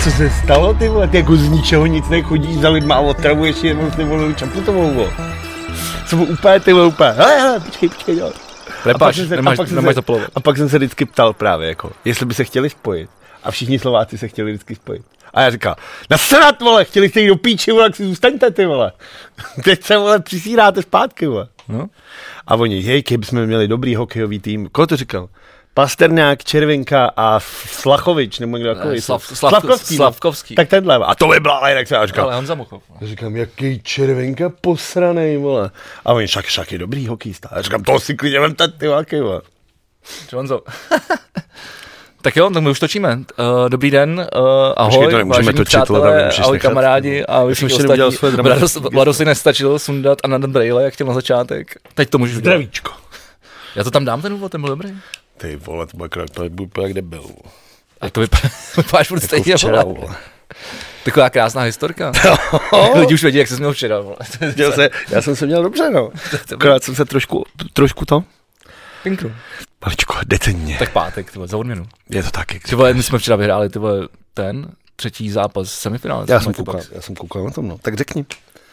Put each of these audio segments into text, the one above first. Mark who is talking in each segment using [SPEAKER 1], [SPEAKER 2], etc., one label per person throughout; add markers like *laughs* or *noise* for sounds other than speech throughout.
[SPEAKER 1] co se stalo, ty vole, ty jako z ničeho nic nechodíš za lidma a otravuješ jenom ty vole čaputovou, vole. Jsem byl úplně, ty vole, úplně, hele, hele, počkej, počkej, jo.
[SPEAKER 2] Repáš,
[SPEAKER 1] jsem se-
[SPEAKER 2] nemáš,
[SPEAKER 1] jsem
[SPEAKER 2] nemáš
[SPEAKER 1] se,
[SPEAKER 2] zapolovat.
[SPEAKER 1] a pak jsem se vždycky ptal právě, jako, jestli by se chtěli spojit. A všichni Slováci se chtěli vždycky spojit. A já říkal, nasrat, vole, chtěli jste jít do píči, vole, tak si zůstaňte, ty vole. *laughs* Teď se, vole, přisíráte zpátky, vole.
[SPEAKER 2] No.
[SPEAKER 1] A oni, jej, kdybychom měli dobrý hokejový tým. Kdo to říkal? Pasterňák, Červinka a Slachovič, nebo někdo takový. no.
[SPEAKER 2] Slav- Slav- Slavkovský.
[SPEAKER 1] Tak tenhle. A to by byla Ajax. A já říkal,
[SPEAKER 2] Ale Honza Muchov. no.
[SPEAKER 1] já říkám, jaký červenka posranej, vole. A oni, však, však je dobrý hokejista. Já říkám, toho si klidně vemte, ty váky, vole.
[SPEAKER 2] Čo, Honzo. *laughs* tak jo, tak my už točíme. Uh, dobrý den, uh, ahoj,
[SPEAKER 1] Počkej, to nemůžeme
[SPEAKER 2] vážení
[SPEAKER 1] točit,
[SPEAKER 2] přátelé,
[SPEAKER 1] Lada, můžeš
[SPEAKER 2] ahoj
[SPEAKER 1] nechat.
[SPEAKER 2] kamarádi a vy
[SPEAKER 1] jsem
[SPEAKER 2] všichni
[SPEAKER 1] ještě neudělal
[SPEAKER 2] ostatní.
[SPEAKER 1] svoje
[SPEAKER 2] Vlado,
[SPEAKER 1] dramatické
[SPEAKER 2] Vlado si nestačil sundat a na den brejle, jak chtěl na začátek. Teď to můžeš udělat.
[SPEAKER 1] Zdravíčko.
[SPEAKER 2] Já to tam dám ten úvod, ten byl dobrý.
[SPEAKER 1] Ty vole, to bude krok, to bude úplně jak debil. vole.
[SPEAKER 2] A
[SPEAKER 1] *laughs*
[SPEAKER 2] to vypadá, *laughs* vypadáš furt stejně,
[SPEAKER 1] Jako včera,
[SPEAKER 2] vole.
[SPEAKER 1] vole.
[SPEAKER 2] Taková krásná historka.
[SPEAKER 1] *laughs*
[SPEAKER 2] *laughs* Lidi už vědí, jak jsi měl včera, vole.
[SPEAKER 1] Měl se, já jsem se měl dobře, *laughs* no. Akorát jsem se trošku, trošku to,
[SPEAKER 2] Pinku.
[SPEAKER 1] maličko, decentně.
[SPEAKER 2] Tak pátek, ty vole, za odměnu.
[SPEAKER 1] Je to taky.
[SPEAKER 2] Ty vole, my jsme včera vyhráli, ty vole, ten třetí zápas semifinále.
[SPEAKER 1] Já jsem
[SPEAKER 2] Ty
[SPEAKER 1] koukal,
[SPEAKER 2] pak-
[SPEAKER 1] já jsem koukal na tom, no. Tak řekni.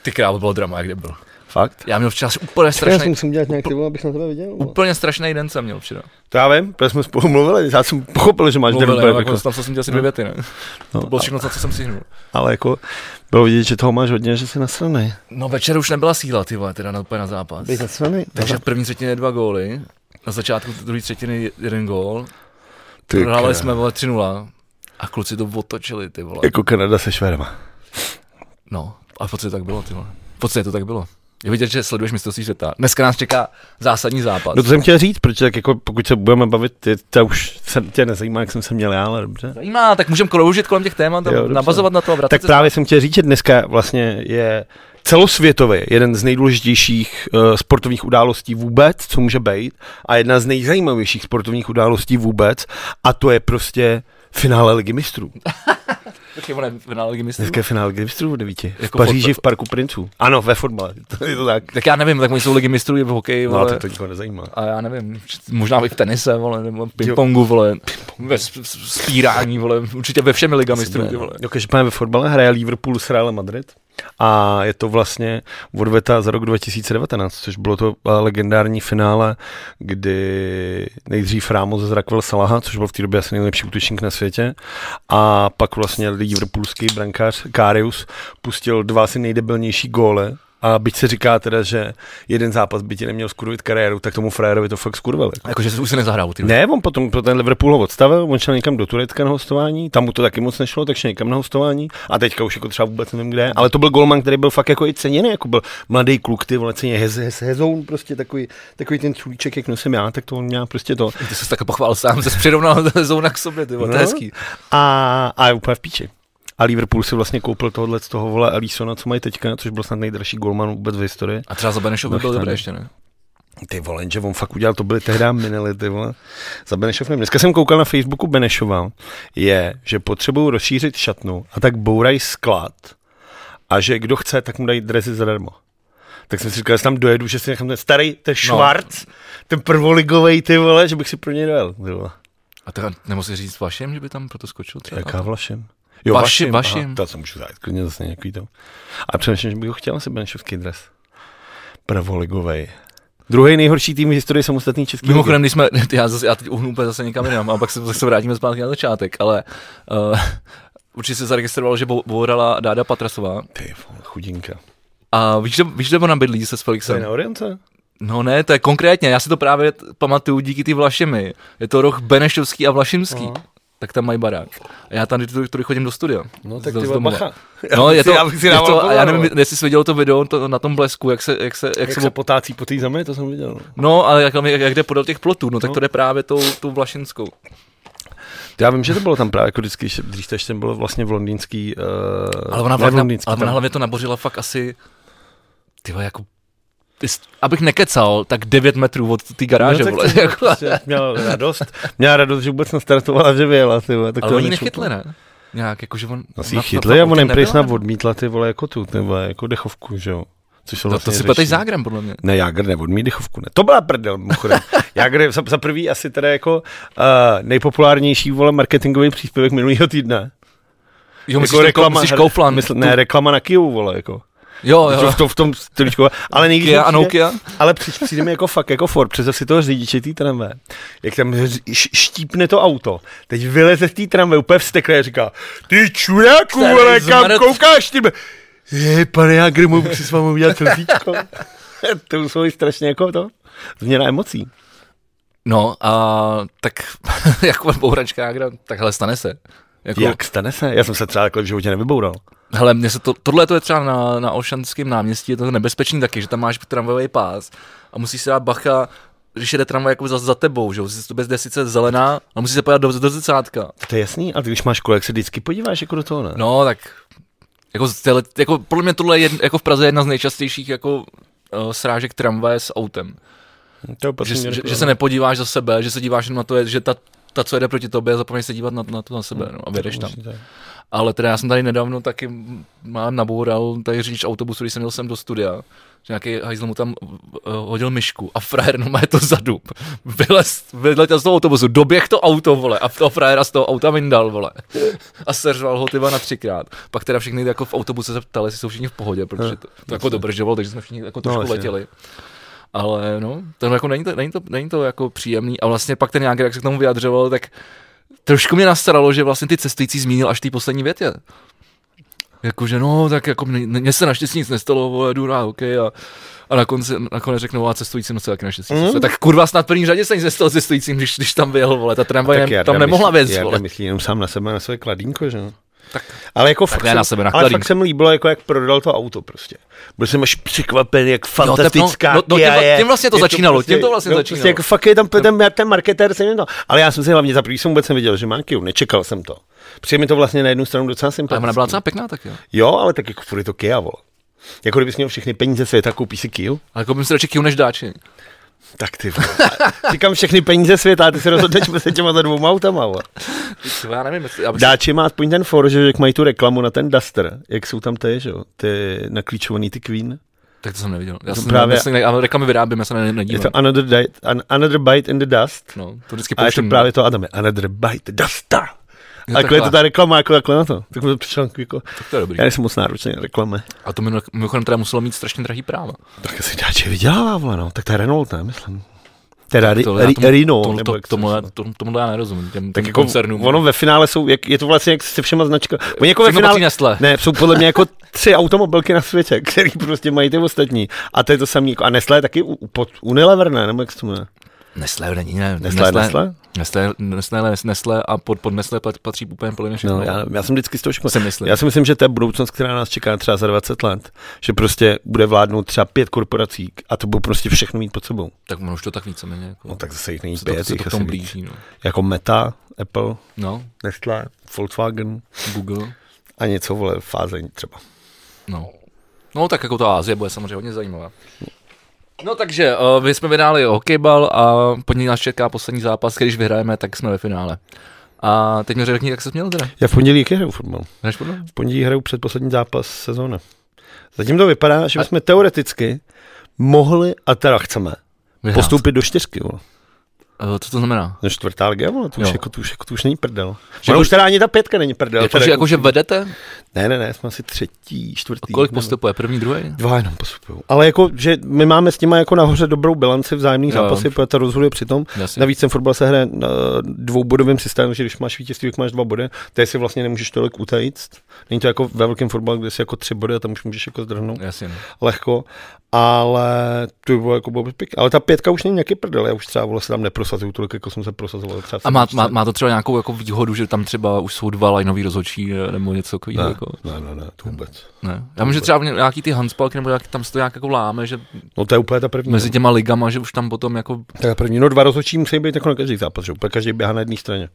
[SPEAKER 2] Ty krávo, bylo drama, jak kde byl.
[SPEAKER 1] Fakt?
[SPEAKER 2] Já měl včera úplně
[SPEAKER 1] Já si
[SPEAKER 2] strašný,
[SPEAKER 1] musím dělat nějak ty vole, abych na tebe viděl. vole.
[SPEAKER 2] úplně strašný den jsem měl včera.
[SPEAKER 1] To já vím, protože jsme spolu mluvili, já jsem pochopil, že máš
[SPEAKER 2] Mluvil,
[SPEAKER 1] derby,
[SPEAKER 2] já, jako,
[SPEAKER 1] jako,
[SPEAKER 2] tam jsem dělal asi dvě věty, ne?
[SPEAKER 1] no,
[SPEAKER 2] To bylo
[SPEAKER 1] a-
[SPEAKER 2] všechno, co jsem si hnul.
[SPEAKER 1] ale jako bylo vidět, že toho máš hodně, že jsi nasranej.
[SPEAKER 2] No večer už nebyla síla, ty vole, teda na, úplně na zápas.
[SPEAKER 1] Bej nasranej.
[SPEAKER 2] Takže v první třetině dva góly, na začátku druhé třetiny jeden gól,
[SPEAKER 1] Ty
[SPEAKER 2] prohrávali
[SPEAKER 1] krá-
[SPEAKER 2] jsme vole 3-0 a kluci to otočili, ty vole.
[SPEAKER 1] Jako Kanada se Švedama.
[SPEAKER 2] No, a v podstatě tak bylo, ty vole. V podstatě to tak bylo. Je vidět, že sleduješ mistrovství světa. Dneska nás čeká zásadní zápas.
[SPEAKER 1] No to jsem chtěl říct, protože tak jako pokud se budeme bavit, tě, tě už se, tě nezajímá, jak jsem se měl já, ale dobře.
[SPEAKER 2] Zajímá, tak můžeme kroužit kolem těch témat a
[SPEAKER 1] Jo, dobře.
[SPEAKER 2] navazovat na to a vrátit
[SPEAKER 1] Tak
[SPEAKER 2] se-
[SPEAKER 1] právě jsem chtěl říct, že dneska vlastně je celosvětově jeden z nejdůležitějších uh, sportovních událostí vůbec, co může být, a jedna z nejzajímavějších sportovních událostí vůbec, a to je prostě finále Ligy mistrů.
[SPEAKER 2] Počkej, on je v nálogi mistrů.
[SPEAKER 1] Dneska je finále Ligy mistrů v devíti.
[SPEAKER 2] Jako
[SPEAKER 1] v Paříži
[SPEAKER 2] fotbal.
[SPEAKER 1] v Parku Princů. Ano, ve fotbale. *laughs* To je to tak.
[SPEAKER 2] Tak já nevím, tak oni jsou ligy mistrů i v hokeji,
[SPEAKER 1] No,
[SPEAKER 2] vole.
[SPEAKER 1] ale to, to nikoho nezajímá.
[SPEAKER 2] A já nevím, možná i v tenise, vole, nebo v pingpongu, vole, ve s- s- spírání, vole, určitě ve všemi ligami mistrů, ty vole.
[SPEAKER 1] Jo, každopádně ve fotbale hraje Liverpool s Realem Madrid a je to vlastně odveta za rok 2019, což bylo to eh, legendární finále, kdy nejdřív Ramos zrakvil Salaha, což byl v té době asi nejlepší útočník na světě a pak vlastně liverpoolský brankář Karius pustil dva asi nejdebilnější góle a byť se říká teda, že jeden zápas by ti neměl skurvit kariéru, tak tomu frajerovi to fakt skurvil.
[SPEAKER 2] Jakože se už se nezahrál, ty vole.
[SPEAKER 1] Ne, on potom pro ten Liverpool ho odstavil, on šel někam do Turecka na hostování, tam mu to taky moc nešlo, tak šel někam na hostování a teďka už jako třeba vůbec nevím kde, ale to byl golman, který byl fakt jako i ceněný, jako byl mladý kluk, ty vole ceně hez, hez, hezoun, prostě takový, takový ten culíček, jak nosím já, tak to on měl prostě to.
[SPEAKER 2] Ty jsi se tak pochvál sám, se přirovnal *laughs* zóna k sobě, ty vole, to je
[SPEAKER 1] No.
[SPEAKER 2] hezký.
[SPEAKER 1] A, a je úplně v píči. A Liverpool si vlastně koupil tohle z toho vole Alisona, co mají teďka, což byl snad nejdražší golman vůbec v historii.
[SPEAKER 2] A třeba za Benešov by byl
[SPEAKER 1] Nachytaný.
[SPEAKER 2] dobrý ještě, ne?
[SPEAKER 1] Ty vole, že on fakt udělal, to byly tehdy minely, ty vole. Za Benešovem. Dneska jsem koukal na Facebooku Benešova, je, že potřebují rozšířit šatnu a tak bourají sklad a že kdo chce, tak mu dají dresy zadarmo. Tak jsem si říkal, že tam dojedu, že si nechám ten starý, ten švart, no. ten prvoligovej, ty vole, že bych si pro něj dojel, ty vole.
[SPEAKER 2] A teda nemusíš říct vašem, že by tam proto skočil třeba.
[SPEAKER 1] Jaká Vlašem?
[SPEAKER 2] Vašim,
[SPEAKER 1] Aha,
[SPEAKER 2] Vašim.
[SPEAKER 1] to se můžu zajít, klidně zase nějaký to. A přemýšlím, že bych ho chtěl asi Benešovský dres. Prvoligovej. Druhý nejhorší tým v historii samostatný český. ligy.
[SPEAKER 2] Mimochodem, když jsme, *laughs* já, zase, já teď uhnu úplně zase někam jinam a pak se, se vrátíme zpátky na začátek, ale uh, *laughs* určitě se zaregistroval, že bou- bourala Dáda Patrasová.
[SPEAKER 1] Ty vole, chudinka.
[SPEAKER 2] A víš, že, víš, kde ona bydlí se
[SPEAKER 1] To
[SPEAKER 2] s
[SPEAKER 1] je
[SPEAKER 2] Felixem?
[SPEAKER 1] na Oriente?
[SPEAKER 2] No ne, to je konkrétně, já si to právě t- pamatuju díky ty Vlašimi. Je to roh Benešovský a Vlašimský. Tak tam mají barák. A já tam vždycky tudy chodím do studia.
[SPEAKER 1] No
[SPEAKER 2] Z- z domova. No, je to,
[SPEAKER 1] já bych si
[SPEAKER 2] je
[SPEAKER 1] dával
[SPEAKER 2] to, a
[SPEAKER 1] pozor,
[SPEAKER 2] já
[SPEAKER 1] vole.
[SPEAKER 2] nevím, jestli jsi viděl to video to, na tom blesku, jak se, jak se, jak
[SPEAKER 1] Jak,
[SPEAKER 2] se
[SPEAKER 1] se potácí po té zemi, to jsem viděl.
[SPEAKER 2] No, ale jak, tam je- jak jde podél těch plotů, no tak to jde právě tou, tou Vlašinskou.
[SPEAKER 1] Já vím, že to bylo tam právě jako vždycky, že dřív to ještě bylo vlastně v londýnský... Uh,
[SPEAKER 2] Ale ona,
[SPEAKER 1] ne,
[SPEAKER 2] vlak,
[SPEAKER 1] v londýnský,
[SPEAKER 2] ale ona
[SPEAKER 1] tam-
[SPEAKER 2] hlavně to nabořila fakt asi, ty vole, jako, jest- abych nekecal, tak 9 metrů od té garáže,
[SPEAKER 1] No,
[SPEAKER 2] vole,
[SPEAKER 1] tak to-
[SPEAKER 2] jako,
[SPEAKER 1] prostě měla radost, měla radost, že vůbec nastartovala, že vyjela, ty vole, tak
[SPEAKER 2] ale
[SPEAKER 1] to
[SPEAKER 2] oni
[SPEAKER 1] nečekal.
[SPEAKER 2] nechytli, ne? Nějak, jako, že on...
[SPEAKER 1] No si
[SPEAKER 2] ona-
[SPEAKER 1] ji
[SPEAKER 2] ta-
[SPEAKER 1] chytli
[SPEAKER 2] ta
[SPEAKER 1] a on
[SPEAKER 2] určitě
[SPEAKER 1] jim prý
[SPEAKER 2] nebyla,
[SPEAKER 1] snad
[SPEAKER 2] nebo-
[SPEAKER 1] odmítla ty vole jako tu, ty vole, jako dechovku, že jo. Což se
[SPEAKER 2] No, To, to
[SPEAKER 1] vlastně
[SPEAKER 2] si pleteš
[SPEAKER 1] řeší.
[SPEAKER 2] zágram, podle mě.
[SPEAKER 1] Ne, Jágr neodmí dechovku, ne. To byla prdel,
[SPEAKER 2] *laughs*
[SPEAKER 1] mimochodem. Jágr za, za prvý asi eh, teda jako uh, nejpopulárnější vole marketingový příspěvek minulého týdne.
[SPEAKER 2] Jo, myslíš, jako reklama, myslíš Kaufland?
[SPEAKER 1] Mysl, ne, reklama na Kivu, vole, jako.
[SPEAKER 2] Jo,
[SPEAKER 1] Jo.
[SPEAKER 2] jo.
[SPEAKER 1] V, tom, v tom tričku. Ale nejvíc mi
[SPEAKER 2] Kia a
[SPEAKER 1] přijde-
[SPEAKER 2] Nokia.
[SPEAKER 1] Ale při- přijde mi jako fakt, jako Ford, přece si toho řidiče té tramvaje. Jak tam ř- š- štípne to auto, teď vyleze z té tramvaje, úplně vstekle a říká, ty čuráku,
[SPEAKER 2] Tady
[SPEAKER 1] vole, kam
[SPEAKER 2] zmrt.
[SPEAKER 1] koukáš, ty be-" Je, pane Jagr, mohu si s vámi udělat selfiečko. *laughs* to jsou i strašně jako to, změna emocí.
[SPEAKER 2] No a tak *laughs* jako bouračka Agra, takhle stane se. Jako,
[SPEAKER 1] Jak stane se? Já jsem se třeba takhle v životě nevyboural.
[SPEAKER 2] Hele, mně se to, tohle to je třeba na, na Olšanském náměstí, je to nebezpečný taky, že tam máš tramvajový pás a musíš se dát bacha, když jede tramvaj jako za, za tebou, že jo, to bez sice zelená, ale musíš se podat do, do zrcátka.
[SPEAKER 1] To je jasný, ale ty, když máš kolek, se vždycky podíváš jako do toho, ne?
[SPEAKER 2] No, tak jako, z téhle, jako podle mě tohle je jed, jako v Praze jedna z nejčastějších jako eh, srážek tramvaje s autem.
[SPEAKER 1] to je
[SPEAKER 2] No, Že, že, že, se nepodíváš za sebe, že se díváš jenom na to, že ta, ta co jede proti tobě, zapomeň se dívat na, na to na sebe no, a vyjedeš tam. Ale teda já jsem tady nedávno taky m- mám naboural tady řidič autobusu, když jsem jel sem do studia, že nějaký hajzl mu tam uh, hodil myšku a frajer no má to zadub. Vylez, vyletěl z toho autobusu, doběh to auto, vole, a toho frajera z toho auta vyndal, vole. A seřval ho tyba na třikrát. Pak teda všichni jako v autobuse se ptali, jestli jsou všichni v pohodě, protože to, to jako dobržovalo, takže jsme všichni jako trošku
[SPEAKER 1] jasně.
[SPEAKER 2] letěli. Ale no, to jako není to, není to, není to jako příjemný a vlastně pak ten nějaký, jak se k tomu vyjadřoval, tak trošku mě nastaralo, že vlastně ty cestující zmínil až v té poslední větě. Jakože no, tak jako mně- mně se naštěstí nic nestalo, vole, jdu na hokej a, a na konci, nakonec řeknou, a cestujícím no se taky naštěstí nic
[SPEAKER 1] Mm.
[SPEAKER 2] nestalo. Tak kurva, snad v první řadě se nic nestalo cestujícím, když, když tam byl, vole, ta tramvaj ne, tam nemohla věc,
[SPEAKER 1] Jarda
[SPEAKER 2] vole.
[SPEAKER 1] myslí jenom sám na sebe, na své kladínko, že jo?
[SPEAKER 2] Tak-
[SPEAKER 1] ale jako fakt,
[SPEAKER 2] ne
[SPEAKER 1] jsem-
[SPEAKER 2] na sebe, na
[SPEAKER 1] ale
[SPEAKER 2] kladínko.
[SPEAKER 1] fakt se mi líbilo, jako jak prodal to auto prostě. Byl jsem až překvapen, jak fantastická
[SPEAKER 2] no, no,
[SPEAKER 1] Kia
[SPEAKER 2] tím-
[SPEAKER 1] je.
[SPEAKER 2] tím vlastně to
[SPEAKER 1] Je
[SPEAKER 2] začínalo, tím to vlastně
[SPEAKER 1] no,
[SPEAKER 2] začínalo.
[SPEAKER 1] Prostě jako fakt je tam ten, ten marketér, jsem to. Ale já jsem si hlavně za prvý jsem vůbec nevěděl, že má Kia, nečekal jsem to. Přijde mi to vlastně na jednu stranu docela
[SPEAKER 2] Ale
[SPEAKER 1] sympatické.
[SPEAKER 2] ona byla docela pěkná tak jo.
[SPEAKER 1] Jo, ale tak jako furt je to Kia, vole. Jako kdybys měl všechny peníze světa, koupíš si Kia?
[SPEAKER 2] Ale koupím si radši Kiu než dáči.
[SPEAKER 1] Tak ty
[SPEAKER 2] *laughs*
[SPEAKER 1] vole. Říkám všechny peníze světa, a ty se rozhodneš mezi těma za dvouma autama, vole.
[SPEAKER 2] Tyjo, Já nevím, jestli- já bych si-
[SPEAKER 1] Dáči má aspoň ten for, že jak mají tu reklamu na ten Duster, jak jsou tam ty, že jo, ty naklíčovaný ty Queen.
[SPEAKER 2] tak to jsem neviděl. Já
[SPEAKER 1] To
[SPEAKER 2] jsem
[SPEAKER 1] právě-
[SPEAKER 2] právě... Myslím, ale reklamy vyrábím, já se ne,
[SPEAKER 1] Je
[SPEAKER 2] nedívám.
[SPEAKER 1] to another, diet, an, another Bite in the Dust.
[SPEAKER 2] No, to vždycky
[SPEAKER 1] A je to
[SPEAKER 2] pouštím.
[SPEAKER 1] právě to, Adam, Another Bite Duster.
[SPEAKER 2] Jo,
[SPEAKER 1] A jako je to
[SPEAKER 2] takhle.
[SPEAKER 1] ta reklama, jako takhle na to. Tak to přišel jako,
[SPEAKER 2] Tak to je dobrý.
[SPEAKER 1] já nejsem moc náročný na reklame.
[SPEAKER 2] A to mimo- mimochodem teda muselo mít strašně drahý práva.
[SPEAKER 1] Tak asi dáče vydělává, vole, no. Tak to je Renault, ne, myslím. Teda Ri-
[SPEAKER 2] Tohle já
[SPEAKER 1] Ri-
[SPEAKER 2] tomu-
[SPEAKER 1] Renault,
[SPEAKER 2] tomu-
[SPEAKER 1] nebo
[SPEAKER 2] to-
[SPEAKER 1] jak se
[SPEAKER 2] tomu já-
[SPEAKER 1] jmenuje.
[SPEAKER 2] tomu- Tomu já nerozumím, těm
[SPEAKER 1] tak
[SPEAKER 2] těm
[SPEAKER 1] jako
[SPEAKER 2] koncernům.
[SPEAKER 1] ono ve finále jsou, jak, je to vlastně jak se všema značkami. Oni jako ve
[SPEAKER 2] Všechno
[SPEAKER 1] finále,
[SPEAKER 2] patří Nestlé.
[SPEAKER 1] Ne, jsou podle mě jako tři automobilky na světě, který prostě mají ty ostatní. A to je to samé. Jako, a Nestlé je taky u, u, pod Unilever, ne? Nebo jak se to jmenuje?
[SPEAKER 2] Nestlé není, ne.
[SPEAKER 1] Nestlé, Nestlé?
[SPEAKER 2] Nestlé, Nestlé, Nestlé a pod, pod Nestlé pat- patří úplně podle mě všechno.
[SPEAKER 1] No, já, já, jsem vždycky z toho špatný.
[SPEAKER 2] si myslím.
[SPEAKER 1] Já si myslím, že to je budoucnost, která nás čeká třeba za 20 let. Že prostě bude vládnout třeba pět korporací a to budou prostě všechno mít pod sebou.
[SPEAKER 2] Tak ono už to tak víceméně. Jako,
[SPEAKER 1] No tak zase jich není
[SPEAKER 2] se to,
[SPEAKER 1] pět.
[SPEAKER 2] se
[SPEAKER 1] jich
[SPEAKER 2] to k
[SPEAKER 1] asi
[SPEAKER 2] tomu
[SPEAKER 1] víc.
[SPEAKER 2] blíží. No.
[SPEAKER 1] Jako Meta, Apple,
[SPEAKER 2] no,
[SPEAKER 1] Nestlé, Volkswagen
[SPEAKER 2] Google.
[SPEAKER 1] a něco, vole, fázeň třeba.
[SPEAKER 2] No. No tak jako ta Ázie bude samozřejmě hodně zajímavá. No takže, uh, my jsme vyhráli hokejbal a pod ní nás čeká poslední zápas, když vyhrajeme, tak jsme ve finále. A teď mi řekni, jak se měl teda?
[SPEAKER 1] Já v pondělí taky hraju fotbal.
[SPEAKER 2] Hraješ podle?
[SPEAKER 1] V pondělí hraju předposlední zápas sezóny. Zatím to vypadá, že bychom teoreticky mohli, a teda chceme,
[SPEAKER 2] Vyhrát.
[SPEAKER 1] postoupit do čtyřky. Vole.
[SPEAKER 2] Uh, co to znamená?
[SPEAKER 1] No čtvrtá liga, vole, to, už
[SPEAKER 2] Jo.
[SPEAKER 1] jako, to, už, jako, to už není prdel.
[SPEAKER 2] Že
[SPEAKER 1] Že
[SPEAKER 2] jako-
[SPEAKER 1] už teda ani ta pětka není prdel.
[SPEAKER 2] Jako,
[SPEAKER 1] teda
[SPEAKER 2] že,
[SPEAKER 1] jako-
[SPEAKER 2] jako, že vedete?
[SPEAKER 1] Ne, ne, ne, jsme asi třetí, čtvrtý.
[SPEAKER 2] A kolik
[SPEAKER 1] nevím.
[SPEAKER 2] postupuje? První, druhý?
[SPEAKER 1] Dva jenom postupují. Ale jako, že my máme s nimi jako nahoře dobrou bilanci vzájemných
[SPEAKER 2] Jo.
[SPEAKER 1] zápasy, protože to rozhoduje přitom.
[SPEAKER 2] Jasně.
[SPEAKER 1] Navíc ten fotbal se hraje eh, dvoubodovým systémem, že když máš vítězství, tak máš dva body, tady si vlastně nemůžeš tolik utajit. Není to jako ve velkém fotbalu, kde si jako tři body a tam už můžeš jako zdrhnout.
[SPEAKER 2] Jasně. no.
[SPEAKER 1] lehko, ale to by bylo jako bylo pěkné. Ale ta pětka už není nějaký prdel, já už třeba vole, se tam neprosazuju tolik, jako jsem se prosazoval. Třeba v
[SPEAKER 2] A má,
[SPEAKER 1] sedmičce.
[SPEAKER 2] má, má, to třeba nějakou jako výhodu, že tam třeba už jsou dva lineoví rozhodčí eh, nebo něco takového?
[SPEAKER 1] ne,
[SPEAKER 2] Jako,
[SPEAKER 1] ne, ne, ne, to vůbec.
[SPEAKER 2] ne. Já vím, že třeba v ně- nějaký ty handspalky nebo jak tam se to nějak jako láme, že
[SPEAKER 1] No to je úplně ta první.
[SPEAKER 2] mezi těma ligama, že už tam potom jako...
[SPEAKER 1] To je první. No dva rozhodčí musí být jako na každý zápas, že úplně každý běhá na jedné straně.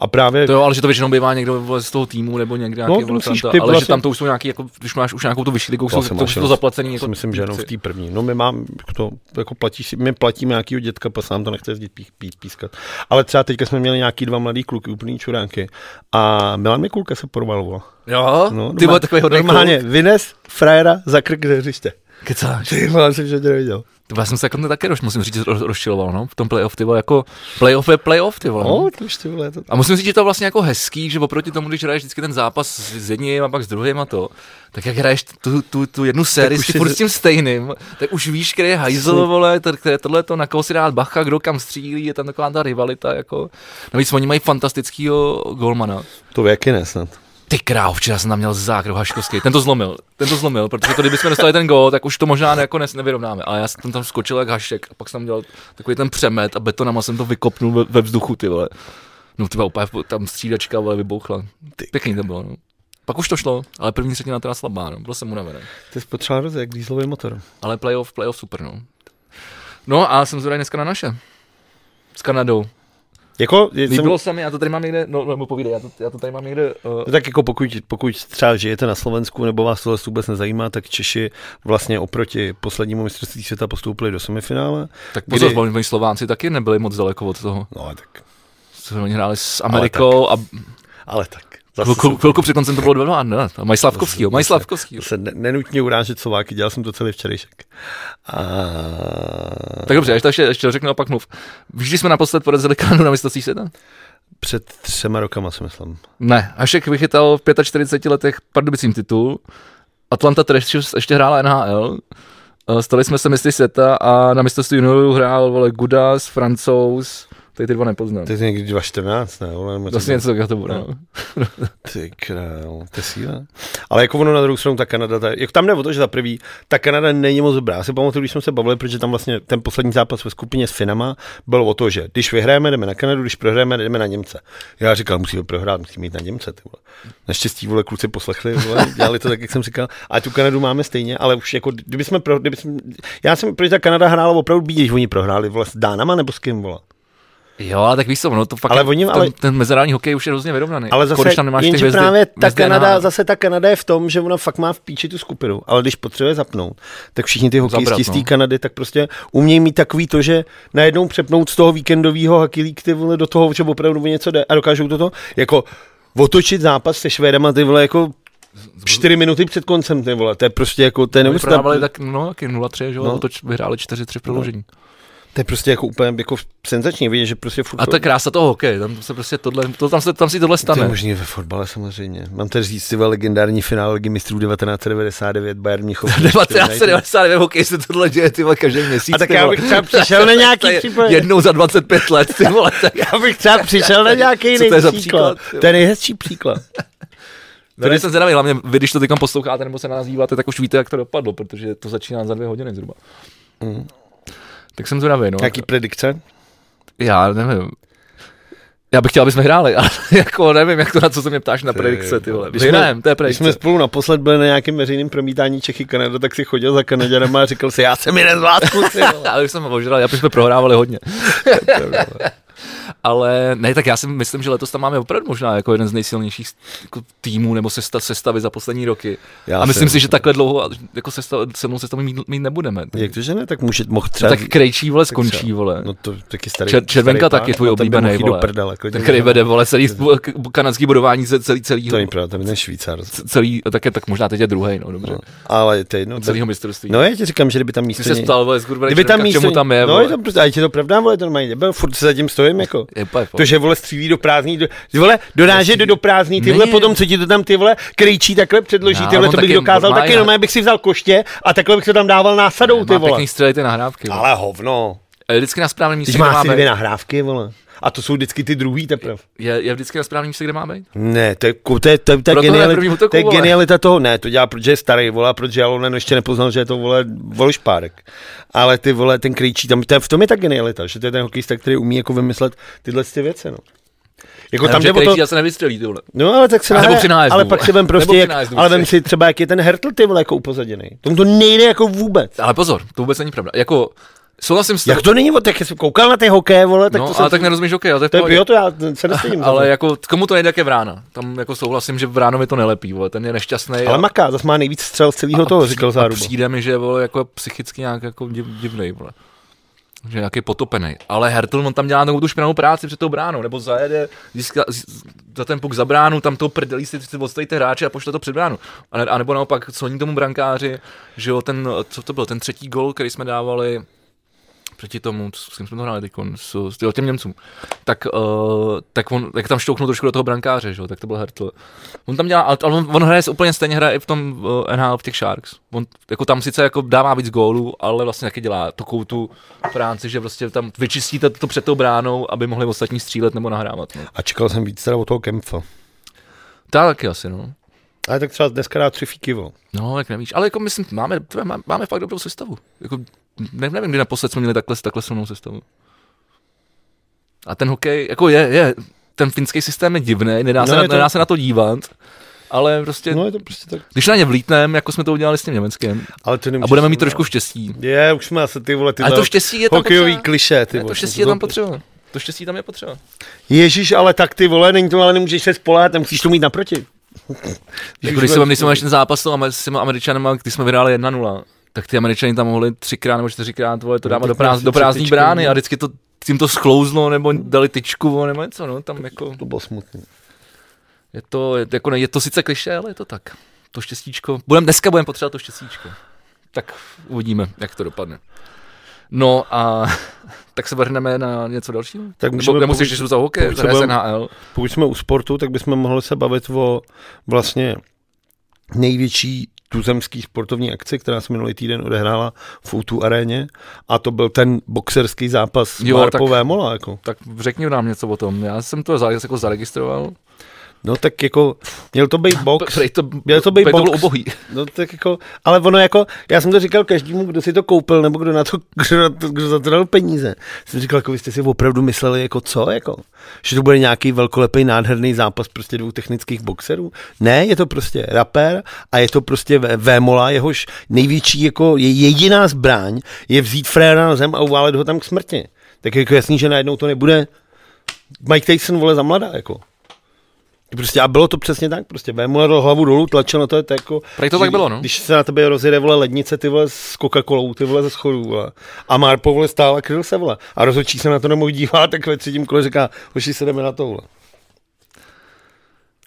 [SPEAKER 1] A právě
[SPEAKER 2] To jo, ale že to většinou bývá někdo vole, z toho týmu nebo někde
[SPEAKER 1] No,
[SPEAKER 2] nějaký
[SPEAKER 1] to
[SPEAKER 2] vole,
[SPEAKER 1] musíš
[SPEAKER 2] franta,
[SPEAKER 1] ty
[SPEAKER 2] ale
[SPEAKER 1] vlastně-
[SPEAKER 2] že tam to už jsou nějaký, jako, když máš už nějakou tu vyšší ligu,
[SPEAKER 1] To
[SPEAKER 2] jsou
[SPEAKER 1] asi
[SPEAKER 2] to,
[SPEAKER 1] máš
[SPEAKER 2] už jsou
[SPEAKER 1] jenom-
[SPEAKER 2] zaplacený.
[SPEAKER 1] si
[SPEAKER 2] Jako
[SPEAKER 1] myslím, že jenom v
[SPEAKER 2] týpci.
[SPEAKER 1] té první. No my mám, to, jako platí si, my platíme nějakýho dětka, pas nám to nechce jezdit pí, pí, pískat. Ale třeba teďka jsme měli nějaký dva mladý kluky, úplný čuránky. A Milan Mikulka se porval, vole.
[SPEAKER 2] Jo,
[SPEAKER 1] No,
[SPEAKER 2] ty byl takový hodný
[SPEAKER 1] Normálně vynes frajera za krk ze hřiště.
[SPEAKER 2] Kecáš.
[SPEAKER 1] Ty vole, jsem že tě neviděl.
[SPEAKER 2] Ty vole, já jsem se jako taky roz, musím říct, ro- rozčiloval, no, v tom playoff, ty vole, jako playoff je playoff, ty vole.
[SPEAKER 1] No, to už ty vole, to...
[SPEAKER 2] A musím říct, že to je vlastně jako hezký, že oproti tomu, když hraješ vždycky ten zápas s s jedním a pak s druhým a to, tak jak hraješ tu, tu, tu jednu sérii
[SPEAKER 1] už
[SPEAKER 2] s
[SPEAKER 1] si-
[SPEAKER 2] tím, furt s tím stejným, tak už víš, kde je hajzl, vole, t- kde je tohle to, na koho si dát bacha, kdo kam střílí, je tam taková ta rivalita, jako. Navíc oni mají fantastického golmana.
[SPEAKER 1] To věky ne snad.
[SPEAKER 2] Ty král, včera jsem tam měl zákrok Haškovský, ten to zlomil, ten to zlomil, protože to, kdybychom dostali ten gól, tak už to možná jako nes, nevyrovnáme, ale já jsem tam skočil jak Hašek a pak jsem tam dělal takový ten přemet a betonama jsem to vykopnul ve, ve vzduchu, ty vole. No ty vole, úplně tam střídačka vole, vybouchla,
[SPEAKER 1] Ty
[SPEAKER 2] pěkný to bylo, no. Pak už to šlo, ale první třetina teda slabá, no. byl jsem unavený.
[SPEAKER 1] Ty jsi potřeboval rozjet, jak dýzlový motor.
[SPEAKER 2] Ale playoff, playoff super, no. No a jsem zvedavý dneska na naše. S Kanadou.
[SPEAKER 1] Jako, je, jsem,
[SPEAKER 2] Líbilo se mi, já to tady mám někde, no, nebo povídej, já to, já to tady mám někde, uh,
[SPEAKER 1] tak jako pokud, pokud třeba žijete na Slovensku nebo vás tohle vůbec nezajímá, tak Češi vlastně oproti poslednímu mistrovství světa postoupili do semifinále.
[SPEAKER 2] tak pozor,
[SPEAKER 1] kdy-
[SPEAKER 2] oni Slováci taky nebyli moc daleko od toho.
[SPEAKER 1] No ale tak.
[SPEAKER 2] Co Oni hráli s Amerikou a
[SPEAKER 1] Ale tak.
[SPEAKER 2] chvilku, chvilku před koncem to bylo 2 ne? A mají Slavkovskýho, mají
[SPEAKER 1] Zase-
[SPEAKER 2] Slavkovskýho.
[SPEAKER 1] se ne, nenutně urážet Slováky, dělal jsem to celý včerejšek. A...
[SPEAKER 2] Tak dobře, až to ještě, ještě řeknu a pak mluv. Víš, když jsme naposled porazili Kanadu na mistrovství světa?
[SPEAKER 1] Před třema rokama si myslím.
[SPEAKER 2] Ne, Hašek vychytal v 45 letech pardubicím titul. Atlanta Thrashers ještě hrála NHL. Eh, Stali jsme se mistry světa a na mistrovství juniorů hrál vole Gudas, Francouz, tady ty dva nepoznám.
[SPEAKER 1] To je někdy 2014, ne? Ono nebo
[SPEAKER 2] Vlastně něco takového to bude.
[SPEAKER 1] No.
[SPEAKER 2] No.
[SPEAKER 1] Ty král, to je síla. Ale jako ono na druhou stranu, ta Kanada, ta, jako tam jde o to, že za prvý, ta Kanada není moc dobrá. Já si pamatuju, když jsme se bavili, protože tam vlastně ten poslední zápas ve skupině s Finama byl o to, že když vyhráme, jdeme na Kanadu, když prohráme, jdeme na Němce. Já říkal, musíme prohrát, musíme jít na Němce. Ty vole. Naštěstí vole kluci poslechli, vole, dělali to tak, jak jsem říkal. A tu Kanadu máme stejně, ale už jako, kdyby jsme, pro, kdyby jsme já jsem, protože ta Kanada hrála opravdu být, když oni prohráli, vole, s Dánama nebo s kým, vole.
[SPEAKER 2] Jo, ale tak víš co, no to fakt
[SPEAKER 1] Ale
[SPEAKER 2] je-
[SPEAKER 1] oni-
[SPEAKER 2] ten,
[SPEAKER 1] ale-
[SPEAKER 2] ten mezinárodní hokej už je hrozně vyrovnaný.
[SPEAKER 1] Ale
[SPEAKER 2] Jako
[SPEAKER 1] zase,
[SPEAKER 2] když tam nemáš ty
[SPEAKER 1] jenže
[SPEAKER 2] hvězdy,
[SPEAKER 1] právě ta
[SPEAKER 2] hvězdy
[SPEAKER 1] Kanada,
[SPEAKER 2] NHL.
[SPEAKER 1] zase ta Kanada je v tom, že ona fakt má v píči tu skupinu, ale když potřebuje zapnout, tak všichni ty hokejisti z
[SPEAKER 2] Zabrat,
[SPEAKER 1] té
[SPEAKER 2] no.
[SPEAKER 1] Kanady tak prostě umějí mít takový to, že najednou přepnout z toho víkendového hakilík ty vole do toho, že opravdu o něco jde a dokážou toto jako otočit zápas se Švédama ty vole jako čtyři minuty před koncem ty vole, to je prostě jako, to je
[SPEAKER 2] Oni prodávali
[SPEAKER 1] neuvěřitelné,
[SPEAKER 2] tak, no, taky 0-3, že jo,
[SPEAKER 1] No.
[SPEAKER 2] no. toč vyhráli 4-3 v prodloužení. No.
[SPEAKER 1] to je prostě jako úplně jako senzační vidět, že prostě furt
[SPEAKER 2] A ta krása toho hokeje, tam se prostě tohle, to, tam, se, tam si tohle
[SPEAKER 1] To je
[SPEAKER 2] stane.
[SPEAKER 1] možný ve fotbale samozřejmě. Mám tady říct ty vole, legendární finále ligy mistrů 1999 Bayern
[SPEAKER 2] *laughs*
[SPEAKER 1] Mnichov.
[SPEAKER 2] 1999 hokej se tohle děje, ty vole, každý měsíc.
[SPEAKER 1] A tak
[SPEAKER 2] ty
[SPEAKER 1] já
[SPEAKER 2] vole.
[SPEAKER 1] bych
[SPEAKER 2] *laughs*
[SPEAKER 1] třeba přišel na nějaký
[SPEAKER 2] To je
[SPEAKER 1] případ.
[SPEAKER 2] Jednou za 25 let,
[SPEAKER 1] *laughs*
[SPEAKER 2] ty vole, tak
[SPEAKER 1] Já bych třeba přišel na nějaký
[SPEAKER 2] Co to je za
[SPEAKER 1] příklad.
[SPEAKER 2] příklad?
[SPEAKER 1] To je nejhezčí příklad.
[SPEAKER 2] *laughs*
[SPEAKER 1] No,
[SPEAKER 2] to jsem zvědavý, hlavně vy, když to teď posloucháte nebo se na nás díváte, tak už víte, jak to dopadlo, protože to začíná za dvě hodiny zhruba.
[SPEAKER 1] Mhm.
[SPEAKER 2] Tak jsem zvědavý, no.
[SPEAKER 1] Nějaký predikce?
[SPEAKER 2] Já nevím. Já bych chtěl, aby jsme hráli, *laughs* ale jako nevím, jak to na co se mě ptáš na predikce, ty vole.
[SPEAKER 1] Když jsme-
[SPEAKER 2] Vyhrajeme, to je
[SPEAKER 1] Když
[SPEAKER 2] predikce.
[SPEAKER 1] jsme spolu naposled byli na nějakém veřejném promítání Čechy Kanada, tak si chodil za Kanaděrama a říkal si, já jsem jeden z vás, kluci.
[SPEAKER 2] Ale už jsem ožral, já jsme prohrávali hodně. *laughs* Ale ne, tak já si myslím, že letos tam máme opravdu možná jako jeden z nejsilnějších jako týmů nebo sesta, sestavy za poslední roky.
[SPEAKER 1] Já
[SPEAKER 2] *laughs* Já a myslím
[SPEAKER 1] si-
[SPEAKER 2] si, že takhle dlouho jako sestav, silnou sestavu mít, mít nebudeme.
[SPEAKER 1] Jak to, že ne? Tak může, mohl
[SPEAKER 2] No,
[SPEAKER 1] třeba...
[SPEAKER 2] tak krejčí vole skončí,
[SPEAKER 1] třeba.
[SPEAKER 2] vole.
[SPEAKER 1] No to taky starý.
[SPEAKER 2] Čer, červenka
[SPEAKER 1] starý
[SPEAKER 2] taky
[SPEAKER 1] pán,
[SPEAKER 2] tvůj
[SPEAKER 1] no, ten by mohl
[SPEAKER 2] oblíbený,
[SPEAKER 1] jít do
[SPEAKER 2] vole.
[SPEAKER 1] prdele. klidně.
[SPEAKER 2] Ten, který vede, vole, celý k- kanadský bodování ze celý, celý,
[SPEAKER 1] To není pravda, to není Švýcar.
[SPEAKER 2] celý, tak je tak možná teď je druhý, no dobře.
[SPEAKER 1] Ale to je jedno.
[SPEAKER 2] Celého mistrovství.
[SPEAKER 1] No já ti říkám, že kdyby tam
[SPEAKER 2] Ty
[SPEAKER 1] místo...
[SPEAKER 2] se
[SPEAKER 1] něj-
[SPEAKER 2] ptal, vole, skurvený
[SPEAKER 1] Kdyby tam místo...
[SPEAKER 2] čemu tam je,
[SPEAKER 1] no,
[SPEAKER 2] vole.
[SPEAKER 1] je to prostě, a je to pravda, vole, to normálně nebyl, furt se zatím stojím, jako.
[SPEAKER 2] Je úplně v
[SPEAKER 1] To, že vole střílí do prázdní, do, vole, doráže do, do prázdní, ty vole,
[SPEAKER 2] Ne.
[SPEAKER 1] potom, co ti to tam ty vole krejčí, takhle předloží,
[SPEAKER 2] No,
[SPEAKER 1] ty vole,
[SPEAKER 2] on
[SPEAKER 1] to bych
[SPEAKER 2] taky
[SPEAKER 1] dokázal,
[SPEAKER 2] normálně-
[SPEAKER 1] taky normálně bych si vzal koště a takhle bych to tam dával násadou, ty
[SPEAKER 2] Má
[SPEAKER 1] vole.
[SPEAKER 2] pěkný střely ty nahrávky. vole.
[SPEAKER 1] Ale hovno,
[SPEAKER 2] Je vždycky na správném místě,
[SPEAKER 1] když
[SPEAKER 2] kde
[SPEAKER 1] má
[SPEAKER 2] má
[SPEAKER 1] asi dvě
[SPEAKER 2] být.
[SPEAKER 1] nahrávky, vole. A to jsou vždycky ty druhý teprve.
[SPEAKER 2] Je, je vždycky na správném místě, kde má být.
[SPEAKER 1] Ne, to je, ku- to je, to je, to je,
[SPEAKER 2] Proto ne
[SPEAKER 1] genialita,
[SPEAKER 2] první
[SPEAKER 1] to
[SPEAKER 2] útoku,
[SPEAKER 1] je
[SPEAKER 2] vole.
[SPEAKER 1] genialita toho, ne, to dělá, protože je starý, vole, protože Jalonen ještě nepoznal, že je to, vole, Vološpárek. Ale ty, vole, ten krejčí tam, to je, v tom je ta genialita, že to je ten hokejista, který umí jako vymyslet tyhle ty věci, no. Jako tam jde o to,
[SPEAKER 2] Já se nevystřelí, ty vole.
[SPEAKER 1] No ale tak se
[SPEAKER 2] A nebo
[SPEAKER 1] nahraje-
[SPEAKER 2] při nájezdu,
[SPEAKER 1] ale
[SPEAKER 2] vole.
[SPEAKER 1] pak si vem prostě,
[SPEAKER 2] Nebo
[SPEAKER 1] jak,
[SPEAKER 2] při nájezdu
[SPEAKER 1] ale
[SPEAKER 2] musí.
[SPEAKER 1] vem si třeba, jak je ten Hertl, ty vole, jako upozaděný. Tomu to nejde jako vůbec.
[SPEAKER 2] Ale pozor, to vůbec není pravda. Jako, souhlasím s tebou.
[SPEAKER 1] Jak to není, od jak jsem koukal na ty hokeje, vole, tak
[SPEAKER 2] no,
[SPEAKER 1] to
[SPEAKER 2] ale
[SPEAKER 1] jsem...
[SPEAKER 2] tak nerozumíš, OK, ale to je v
[SPEAKER 1] to je
[SPEAKER 2] pohodě.
[SPEAKER 1] bio, to já
[SPEAKER 2] *laughs*
[SPEAKER 1] se nestydím.
[SPEAKER 2] ale jako, komu to nejde, jak je Vrána. Tam jako souhlasím, že Vránovi to nelepí, vole, ten je nešťastný.
[SPEAKER 1] ale maká, zase má nejvíc střel z celého toho, říkal Záruba.
[SPEAKER 2] Přijde mi, že vole, jako je psychicky nějak jako div, divnej, vole. že nějaký potopený. Ale Hertel, on tam dělá takovou tu špinavou práci před tou bránou, nebo zajede, získá, z- za ten puk za bránu, tam to prdelí si, si odstavíte hráče a pošle to před bránu. A, ne, a nebo naopak, co oni tomu brankáři, že jo, ten, co to byl, ten třetí gol, který jsme dávali, proti tomu, s kým jsme to hráli teď, s, s jo, těm Němcům, tak, uh, tak on, jak tam štouknul trošku do toho brankáře, že jo, tak to byl Hertl. On tam dělá, ale ale on, on hraje s- úplně stejně, hraje i v tom uh, NHL, v těch Sharks. On jako tam sice jako dává víc gólů, ale vlastně taky dělá takovou tu práci, že prostě tam vyčistíte to před tou bránou, aby mohli ostatní střílet nebo nahrávat. No.
[SPEAKER 1] A čekal jsem víc teda od toho Kempfa.
[SPEAKER 2] Ta taky asi, no.
[SPEAKER 1] Ale tak třeba dneska dá tři fíky, vo.
[SPEAKER 2] No, jak nevíš. Ale jako myslím, máme, tvé- má- máme fakt dobrou sestavu. Jako, ne, nevím, kdy naposled jsme měli takhle, takhle silnou sestavu. A ten hokej, jako je, je, ten finský systém je divný, nedá, se,
[SPEAKER 1] No,
[SPEAKER 2] na,
[SPEAKER 1] je to-
[SPEAKER 2] nedá se na to dívat, ale prostě,
[SPEAKER 1] No
[SPEAKER 2] no,
[SPEAKER 1] je to prostě tak.
[SPEAKER 2] když na ně vlítneme, jako jsme to udělali s tím Německem,
[SPEAKER 1] Ale to
[SPEAKER 2] a
[SPEAKER 1] nemůžeš-
[SPEAKER 2] budeme mít trošku štěstí.
[SPEAKER 1] Je, už jsme asi ty vole, ty
[SPEAKER 2] Ale to štěstí je tam
[SPEAKER 1] hokejový
[SPEAKER 2] potřeba.
[SPEAKER 1] kliše, ty
[SPEAKER 2] Ne,
[SPEAKER 1] vole.
[SPEAKER 2] to štěstí je tam potřeba. To štěstí tam je potřeba.
[SPEAKER 1] Ježíš, ale tak ty vole, není to, ale nemůžeš se spolehat, musíš to mít naproti.
[SPEAKER 2] Jako, když jsem, když jsem ten zápas s tou Amer- s těma Američanama, když jsme vyhráli 1-0, tak ty Američani tam mohli třikrát nebo čtyřikrát vole, to
[SPEAKER 1] No,
[SPEAKER 2] dávat do,
[SPEAKER 1] tak
[SPEAKER 2] práz,
[SPEAKER 1] asi
[SPEAKER 2] do
[SPEAKER 1] tři
[SPEAKER 2] prázdní
[SPEAKER 1] tyčky,
[SPEAKER 2] brány
[SPEAKER 1] no.
[SPEAKER 2] a vždycky to tím to sklouzlo, nebo dali tyčku, vole, nebo něco, no, tam jako,
[SPEAKER 1] To bylo smutné.
[SPEAKER 2] je to, je, jako ne, je to sice kliše, ale je to tak. To štěstíčko, budem, dneska budeme potřebovat to štěstíčko. Tak uvidíme, jak to dopadne. No a *laughs* tak se vrhneme na něco dalšího.
[SPEAKER 1] Tak
[SPEAKER 2] Nebo,
[SPEAKER 1] můžeme,
[SPEAKER 2] nebo si
[SPEAKER 1] pokud,
[SPEAKER 2] ještě za hokej,
[SPEAKER 1] pokud se
[SPEAKER 2] za
[SPEAKER 1] budem-
[SPEAKER 2] SNHL.
[SPEAKER 1] pokud jsme u sportu, tak bychom mohli se bavit o vlastně největší tuzemský sportovní akci, která se minulý týden odehrála v Outu aréně a to byl ten boxerský zápas
[SPEAKER 2] Jo,
[SPEAKER 1] jo,
[SPEAKER 2] tak-
[SPEAKER 1] Marpové tak... Mola. Jako.
[SPEAKER 2] Tak řekni nám něco o tom. Já jsem to za- jako zaregistroval.
[SPEAKER 1] No tak jako měl to
[SPEAKER 2] *laughs*
[SPEAKER 1] být box,
[SPEAKER 2] Prej to,
[SPEAKER 1] Měl to být
[SPEAKER 2] prej to bylo
[SPEAKER 1] box.
[SPEAKER 2] ubohý.
[SPEAKER 1] No tak jako, ale ono jako, já jsem to říkal každému, kdo si to koupil, nebo kdo, na to, *laughs* kdo, na to, kdo za to dal peníze. Jsem říkal, jako vy jste si opravdu mysleli, jako co, jako, že to bude nějaký velkolepý, nádherný zápas prostě dvou technických boxerů. Ne, je to prostě rapper a je to prostě Vé- Vémola, jehož největší, jako je jediná zbraň, je vzít fréra na zem a uválet ho tam k smrti. Tak jako jasný, že najednou to nebude Mike Tyson, vole, za mladá, jako. Prostě a bylo to přesně tak, prostě Vémola dal hlavu dolů, tlačil na to, je to jako...
[SPEAKER 2] Prej to tak
[SPEAKER 1] že
[SPEAKER 2] bylo, no.
[SPEAKER 1] Když se na tebe rozjede, vole, lednice, ty vole, s coca colou ty vole, ze schodů, vole. A Marpo, vole, stál a kryl se, vole. A rozhodčí se na to nemohl dívat, tak ve třetím kole říká, hoši se jdeme na to, vole.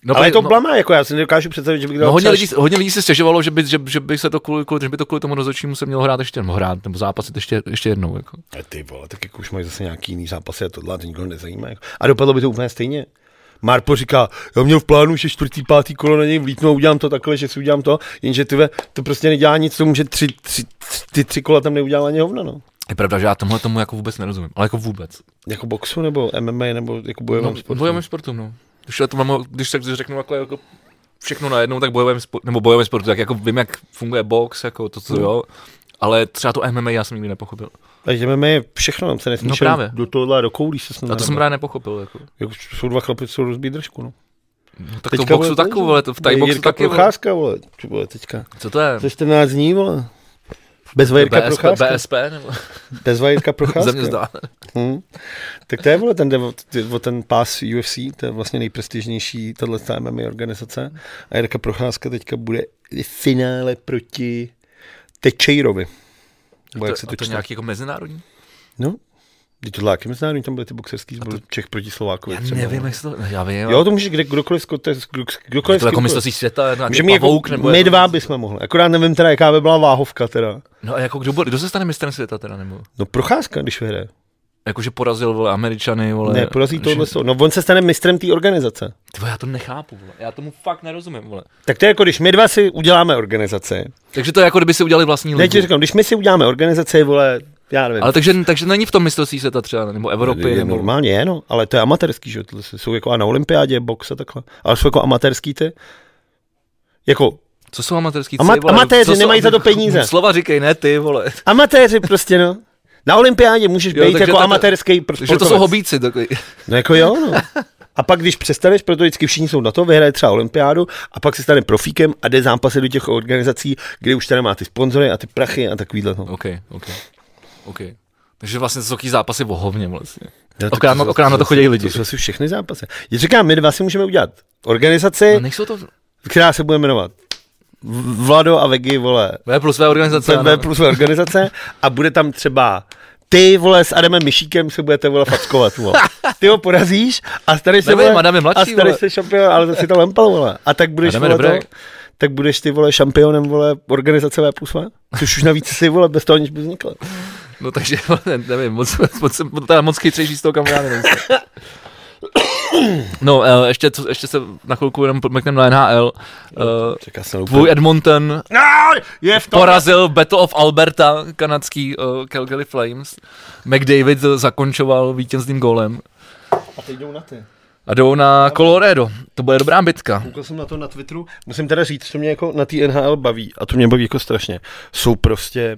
[SPEAKER 2] No,
[SPEAKER 1] No, Ale je to
[SPEAKER 2] no,
[SPEAKER 1] blama, jako já si nedokážu představit, že bych dal
[SPEAKER 2] No, hodně,
[SPEAKER 1] třeba
[SPEAKER 2] lidí, hodně lidí si stěžovalo, že by, že, že by se to kvůli, kvůli, že by to kvůli tomu rozhodčímu se mělo hrát ještě, nebo hrát, nebo zápasit ještě, ještě jednou. Jako.
[SPEAKER 1] A ty vole, tak jako už mají zase nějaký jiný zápasy a tohle a to nikoho nezajímá. Jako. A dopadlo by to úplně stejně. Marpo říká, já měl v plánu, že čtvrtý, pátý kolo na něj vlítnu, a udělám to takhle, že si udělám to, jenže ty ve, to prostě nedělá nic, to může tři, tři, tři, ty tři kola tam neudělá ani hovna, no.
[SPEAKER 2] Je pravda, že já tomhle tomu jako vůbec nerozumím, ale jako vůbec.
[SPEAKER 1] Jako boxu nebo MMA nebo jako
[SPEAKER 2] No,
[SPEAKER 1] bojovém no, sportu.
[SPEAKER 2] bojovým sportem, no. Když, to mám, když tak řeknu jako, jako všechno najednou, tak bojovým sportem, nebo bojovým sportem, tak jako vím, jak funguje box, jako to, co jo. Ale třeba to MMA já jsem nikdy nepochopil.
[SPEAKER 1] Takže MMA je všechno, tam se nesmí
[SPEAKER 2] No
[SPEAKER 1] šel
[SPEAKER 2] právě.
[SPEAKER 1] do tohohle a do koulí se snad.
[SPEAKER 2] A to jsem
[SPEAKER 1] nehrabat.
[SPEAKER 2] právě nepochopil. Jako.
[SPEAKER 1] Jako, jsou dva chlapci, co rozbíjí držku, no.
[SPEAKER 2] No, tak to v boxu taky, vole, to v thai boxu
[SPEAKER 1] Jirka
[SPEAKER 2] taky, vole.
[SPEAKER 1] Procházka, vole, ty vole, teďka.
[SPEAKER 2] Co to je?
[SPEAKER 1] Za 14 dní, vole. Bez Vajirka
[SPEAKER 2] BSP,
[SPEAKER 1] Procházka.
[SPEAKER 2] BSP nebo
[SPEAKER 1] Bez
[SPEAKER 2] *laughs*
[SPEAKER 1] Vajirka
[SPEAKER 2] země
[SPEAKER 1] Procházka.
[SPEAKER 2] zdá.
[SPEAKER 1] Hmm. Tak to je vole ten, dev- ty- o ten pás UFC, to je vlastně nejprestižnější tahle MMA organizace. A Jirka Procházka teďka bude v finále proti Tečejrovi. Nebo
[SPEAKER 2] To-
[SPEAKER 1] jak se
[SPEAKER 2] a
[SPEAKER 1] to,
[SPEAKER 2] to
[SPEAKER 1] čte.
[SPEAKER 2] nějaký jako mezinárodní?
[SPEAKER 1] No, teď to láky mezinárodní, tam byly ty boxerský zbory Čech proti Slovákovi.
[SPEAKER 2] Já
[SPEAKER 1] třeba.
[SPEAKER 2] nevím, jak se to... no, Já vím.
[SPEAKER 1] Jo, to může kde, kdokoliv, sko- to je sk- kdo-
[SPEAKER 2] je
[SPEAKER 1] kdokoliv
[SPEAKER 2] to jako
[SPEAKER 1] skokuje.
[SPEAKER 2] mistrovství světa, nějaký
[SPEAKER 1] Můžeme jako,
[SPEAKER 2] pavouk, nebo...
[SPEAKER 1] my
[SPEAKER 2] je to-
[SPEAKER 1] dva bychom mohli. Akorát nevím teda, jaká by byla váhovka teda.
[SPEAKER 2] No a jako kdo, bude, kdo se stane mistrem světa teda, nebo?
[SPEAKER 1] No procházka, když vyhraje.
[SPEAKER 2] Jakože porazil, vole, Američany, vole.
[SPEAKER 1] Ne, porazí
[SPEAKER 2] Že-
[SPEAKER 1] tohle. No on se stane mistrem té organizace.
[SPEAKER 2] Ty vole, já to nechápu, vole. Já tomu fakt nerozumím, vole.
[SPEAKER 1] Tak to je jako, když my dva si uděláme organizaci,
[SPEAKER 2] Takže to je jako kdyby si udělali vlastní
[SPEAKER 1] Ne, ti
[SPEAKER 2] ligu.
[SPEAKER 1] říkám, když my si uděláme organizaci, vole, já nevím.
[SPEAKER 2] Ale takže, takže není v tom mistrovství světa třeba, nebo Evropy,
[SPEAKER 1] je,
[SPEAKER 2] nebo...
[SPEAKER 1] normálně je, no, ale to je amatérský, že jo, tohle jsou jako a na olympiádě, box a takhle, ale jsou jako amatérský ty, jako
[SPEAKER 2] Co jsou amatérský
[SPEAKER 1] Ama-
[SPEAKER 2] ty, vole?
[SPEAKER 1] amatéři,
[SPEAKER 2] Co jsou-
[SPEAKER 1] nemají za
[SPEAKER 2] *laughs*
[SPEAKER 1] to peníze.
[SPEAKER 2] Slova říkej, ne ty, vole.
[SPEAKER 1] amatéři prostě, no. Na olympiádě můžeš
[SPEAKER 2] Jo,
[SPEAKER 1] být
[SPEAKER 2] takže
[SPEAKER 1] jako
[SPEAKER 2] tato-
[SPEAKER 1] amatérský pro
[SPEAKER 2] Že to
[SPEAKER 1] sportovec.
[SPEAKER 2] jsou
[SPEAKER 1] *laughs*
[SPEAKER 2] hobíci, takový.
[SPEAKER 1] No jako jo, no. A pak, když přestaneš, proto vždycky všichni jsou na to, vyhraje třeba olympiádu a pak se stane profíkem a jde zápasy do těch organizací, kde už teda má ty sponzory a ty prachy a takovýhle. No.
[SPEAKER 2] OK, OK, OK. Takže vlastně to jsou takový zápasy o hovně vlastně.
[SPEAKER 1] No,
[SPEAKER 2] Okrát na-
[SPEAKER 1] jsou-
[SPEAKER 2] okrát na to chodí
[SPEAKER 1] jsou-
[SPEAKER 2] lidi.
[SPEAKER 1] To jsou asi všechny zápasy. Já říkám, my dva si můžeme udělat organizaci,
[SPEAKER 2] *laughs* No, nejsou to...
[SPEAKER 1] která se bude jmenovat V- Vlado a Vegi, vole,
[SPEAKER 2] V plus V organizace,
[SPEAKER 1] CV
[SPEAKER 2] ano.
[SPEAKER 1] plus organizace a bude tam třeba ty vole s Adamem Myšíkem se budete vole fackovat, vole. Ty ho porazíš a staneš se
[SPEAKER 2] Nevím,
[SPEAKER 1] vole,
[SPEAKER 2] Adam je mladší,
[SPEAKER 1] a staneš
[SPEAKER 2] vole.
[SPEAKER 1] se šampion, ale zase to lempal, vole. A tak budeš,
[SPEAKER 2] Adam je
[SPEAKER 1] vole,
[SPEAKER 2] dobrý.
[SPEAKER 1] to, tak budeš ty vole šampionem vole organizace V plus V, což už navíc si vole bez toho nic by vzniklo.
[SPEAKER 2] No takže, *laughs* ne- nevím, moc, moc, moc, teda moc chytřejší z toho kamaráda nejsem. *coughs* No, eh, ještě, co- ještě se na chvilku jenom podmekneme na NHL. Eh,
[SPEAKER 1] Čeká se na
[SPEAKER 2] Tvůj Edmonton
[SPEAKER 1] No, je v tom.
[SPEAKER 2] porazil Battle of Alberta, kanadský eh, Calgary Flames. McDavid zakončoval vítězným gólem.
[SPEAKER 1] A teď jdou na ty.
[SPEAKER 2] A jdou na Colorado. To bude dobrá bitka.
[SPEAKER 1] Koukal jsem na to na Twitteru. Musím teda říct, co mě jako na té NHL baví, a to mě baví jako strašně, jsou prostě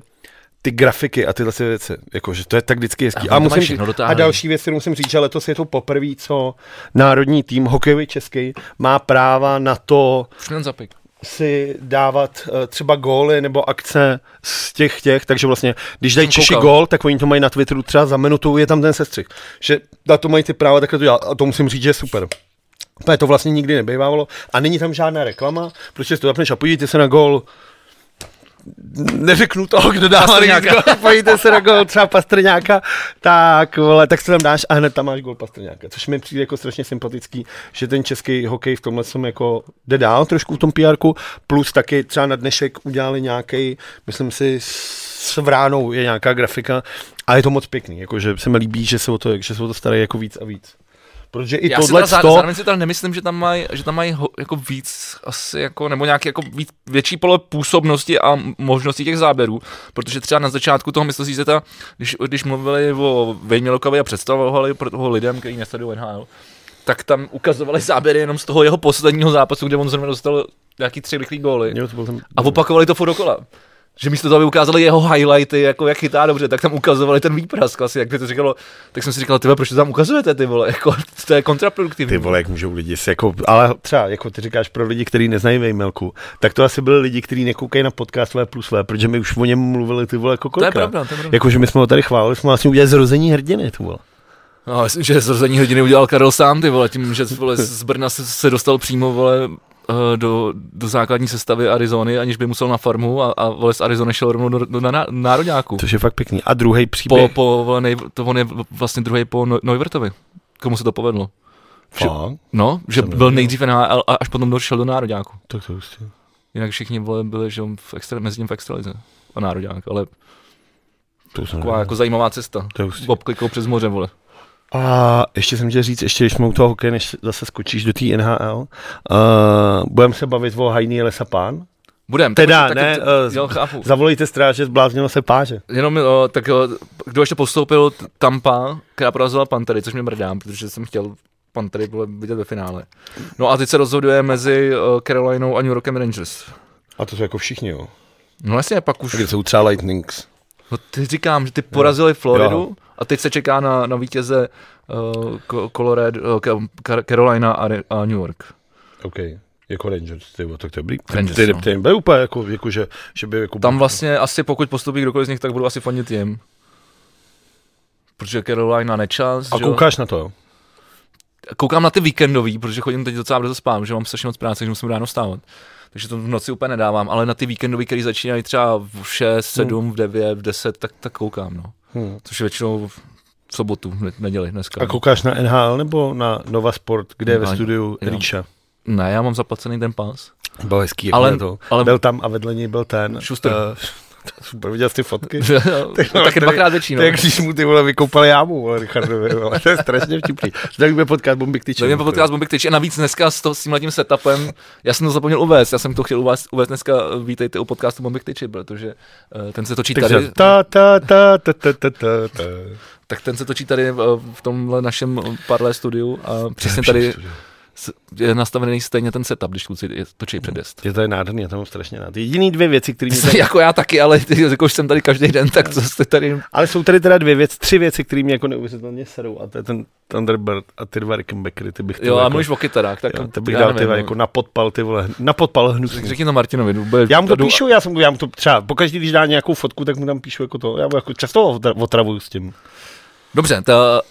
[SPEAKER 1] ty grafiky a tyhle ty věci. Jako, že to je tak vždycky hezký.
[SPEAKER 2] A
[SPEAKER 1] A,
[SPEAKER 2] oni to
[SPEAKER 1] musím
[SPEAKER 2] mají
[SPEAKER 1] říct,
[SPEAKER 2] všechno
[SPEAKER 1] a
[SPEAKER 2] dotáhnout.
[SPEAKER 1] další věc, kterou musím říct, že letos je to poprvé, co národní tým hokejový český má práva na to
[SPEAKER 2] Už jen zapik.
[SPEAKER 1] si dávat eh, třeba góly nebo akce z těch těch, takže vlastně, když dají
[SPEAKER 2] Jsem
[SPEAKER 1] Češi
[SPEAKER 2] koukal.
[SPEAKER 1] gól, tak oni to mají na Twitteru třeba za minutu, je tam ten sestřih. Že na to mají ty práva takhle to dělat a to musím říct, že je super. Úplně to vlastně nikdy nebejvávalo a není tam žádná reklama, prostě si to zapneš a podívejte se na gól neřeknu toho, kdo dá
[SPEAKER 2] Pastrňáka.
[SPEAKER 1] *laughs* Pastrňáka. Pojďte se na gol třeba Pastrňáka, tak vole, tak se tam dáš a hned tam máš gol Pastrňáka, což mi přijde jako strašně sympatický, že ten český hokej v tomhle som jako jde dál trošku v tom pr plus taky třeba na dnešek udělali nějaký, myslím si, s vránou je nějaká grafika a je to moc pěkný, jakože se mi líbí, že se o to, že se o to starají jako víc a víc. Protože i
[SPEAKER 2] Já si
[SPEAKER 1] tohle
[SPEAKER 2] teda, zá-
[SPEAKER 1] to,
[SPEAKER 2] zároveň si teda nemyslím, že tam mají, že tam mají ho, jako víc asi jako, nebo nějaký jako víc, větší pole působnosti a m- možností těch záběrů, protože třeba na začátku toho myslí se ta, když, když mluvili o Vejmělokovi a představovali pro toho lidem, který nesledují NHL, tak tam ukazovali záběry jenom z toho jeho posledního zápasu, kde on zrovna dostal nějaký tři rychlý góly.
[SPEAKER 1] jo, to byl ten,
[SPEAKER 2] A opakovali to furt dokola. Že místo toho, aby ukázali jeho highlighty, jako jak chytá dobře, tak tam ukazovali ten výprask asi, jak by to říkalo. Tak jsem si říkal, ty vole, proč to tam ukazujete, ty vole, *laughs* jako, to je kontraproduktivní.
[SPEAKER 1] Ty vole, jak můžou lidi si jako, ale třeba, jako ty říkáš pro lidi, kteří neznají vejmelku, tak to asi byli lidi, kteří nekoukají na podcast V plus V, protože my už o něm mluvili ty vole jako
[SPEAKER 2] to je
[SPEAKER 1] kolikrát.
[SPEAKER 2] pravda, to je pravda.
[SPEAKER 1] Jakože my jsme ho tady chválili, jsme vlastně udělali zrození hrdiny, ty vole.
[SPEAKER 2] No, myslím, že zrození hodiny udělal Karel sám, ty vole, tím, že vole, z Brna se, se dostal přímo, vole, eh, do, do základní sestavy Arizony, aniž by musel na farmu a, a vole, z Arizony šel rovnou do, do, do na, nároďáku.
[SPEAKER 1] Což je fakt pěkný. A druhý
[SPEAKER 2] Po,
[SPEAKER 1] příběh.
[SPEAKER 2] po, vole, nej, to on je vlastně druhý po Neu- Neuwirtovi. Komu se to povedlo? že-
[SPEAKER 1] Po...
[SPEAKER 2] No, že
[SPEAKER 1] Jsem
[SPEAKER 2] byl
[SPEAKER 1] nevěděl.
[SPEAKER 2] nejdřív NHL a až potom došel do nároďáku.
[SPEAKER 1] Tak to už je.
[SPEAKER 2] Jinak všichni vole, byli že jo, v extra, mezi tím v extralize a nároďák, ale
[SPEAKER 1] To už jsem
[SPEAKER 2] taková jako zajímavá cesta.
[SPEAKER 1] to je hustý.
[SPEAKER 2] Bob klikou přes moře, vole.
[SPEAKER 1] A ještě jsem chtěl říct, ještě když jsme u toho hokeje, než zase skočíš do té NHL, uh, budeme se bavit o Hajný Lesa Pán.
[SPEAKER 2] Budem.
[SPEAKER 1] Teda,
[SPEAKER 2] tak,
[SPEAKER 1] ne,
[SPEAKER 2] tak,
[SPEAKER 1] eh,
[SPEAKER 2] jo, chápu.
[SPEAKER 1] Zavolejte stráže, zbláznilo se páže.
[SPEAKER 2] Jenom, o, tak o, kdo ještě postoupil, t- Tampa, která porazila Pantery, což mě mrdám, protože jsem chtěl Pantery vole, vidět ve finále. No a teď se rozhoduje mezi o, Carolinou a New Yorkem Rangers.
[SPEAKER 1] A to jsou jako všichni, jo.
[SPEAKER 2] No jasně, pak už,
[SPEAKER 1] A Kde jsou třeba Lightnings.
[SPEAKER 2] no ty říkám, že ty porazili Floridu
[SPEAKER 1] Jo.
[SPEAKER 2] a teď se čeká na, na vítěze uh, Colorado, uh, Carolina a, Re- a New York.
[SPEAKER 1] OK, jako Rangers, ty, vole, tak to je dobrý.
[SPEAKER 2] Rangers,
[SPEAKER 1] ty,
[SPEAKER 2] no.
[SPEAKER 1] ty, byly úplně jako, jako že, že by jako...
[SPEAKER 2] Tam vlastně asi pokud postupí kdokoliv z nich, tak budu asi fandit jim. Protože Carolina nečas.
[SPEAKER 1] a
[SPEAKER 2] vlastně, že jo?
[SPEAKER 1] koukáš na to, jo?
[SPEAKER 2] Koukám na ty víkendový, protože chodím teď docela brzo spát, že mám strašně moc práce, že musím ráno stávat. Takže to v noci úplně nedávám, ale na ty víkendový, který začínají třeba v 6, 7, v 9, v 10, tak, tak koukám, no.
[SPEAKER 1] Hmm.
[SPEAKER 2] Což je většinou v v sobotu, v ne- neděli dneska.
[SPEAKER 1] A koukáš na NHL nebo na Nova Sport, kde je ve
[SPEAKER 2] Na-
[SPEAKER 1] studiu
[SPEAKER 2] jo.
[SPEAKER 1] Ríša?
[SPEAKER 2] Ne, já mám zaplacený ten *laughs* pás.
[SPEAKER 1] Byl hezký,
[SPEAKER 2] Ale-
[SPEAKER 1] ale, to.
[SPEAKER 2] ale-
[SPEAKER 1] ale, byl tam a vedle něj byl ten.
[SPEAKER 2] Šustr.
[SPEAKER 1] eh, *laughs* super, viděl jsi ty fotky? *laughs*
[SPEAKER 2] tak, tak je dvakrát větší,
[SPEAKER 1] To
[SPEAKER 2] no.
[SPEAKER 1] je, když mu ty vole vykoupal jámu, vole, Richardovi, vole. *laughs* to je strašně vtipný. Tak by potkat bomby k tyči.
[SPEAKER 2] To mě podcast Bombik Tyč. A navíc dneska s, to, s tímhle tím setupem, já jsem to zapomněl uvést, já jsem to chtěl uvést, uvést dneska, eh, vítejte u podcastu Bombik Tyči, protože eh, ten se točí tady,
[SPEAKER 1] Takže ta, ta, ta, ta, ta, ta, ta, ta.
[SPEAKER 2] tak ten se točí tady eh, v tomhle našem eh, parlé studiu a přesně tady s- je nastavený stejně ten setup, když kluci je- točí předjezd.
[SPEAKER 1] Je to je nádherný, já to mám strašně rád. Jediný dvě věci, které
[SPEAKER 2] *laughs*
[SPEAKER 1] mě tak
[SPEAKER 2] jako já taky, ale *laughs* ty, jako už jsem tady každý den, tak co jste tady...
[SPEAKER 1] Ale jsou tady teda dvě věci, tři věci, které mě jako neuvěřitelně serou a to je ten Thunderbird a ty dva Rickenbackery, ty bych chtěl
[SPEAKER 2] Jo, a
[SPEAKER 1] jako,
[SPEAKER 2] mluvíš o kytarách, tak
[SPEAKER 1] jo, ty
[SPEAKER 2] tak
[SPEAKER 1] bych
[SPEAKER 2] já
[SPEAKER 1] dal ty
[SPEAKER 2] nevím,
[SPEAKER 1] vole,
[SPEAKER 2] no.
[SPEAKER 1] jako na podpal, ty vole, na podpal
[SPEAKER 2] Řek-
[SPEAKER 1] hnusný.
[SPEAKER 2] Řekni to Martinovi, no, bude,
[SPEAKER 1] Já mu to
[SPEAKER 2] jdu-
[SPEAKER 1] píšu, já, jsem, já mu to třeba, pokaždý, když dá nějakou fotku, tak mu tam píšu jako to, já mu jako často ho otra- otravuju s tím.
[SPEAKER 2] Dobře, ta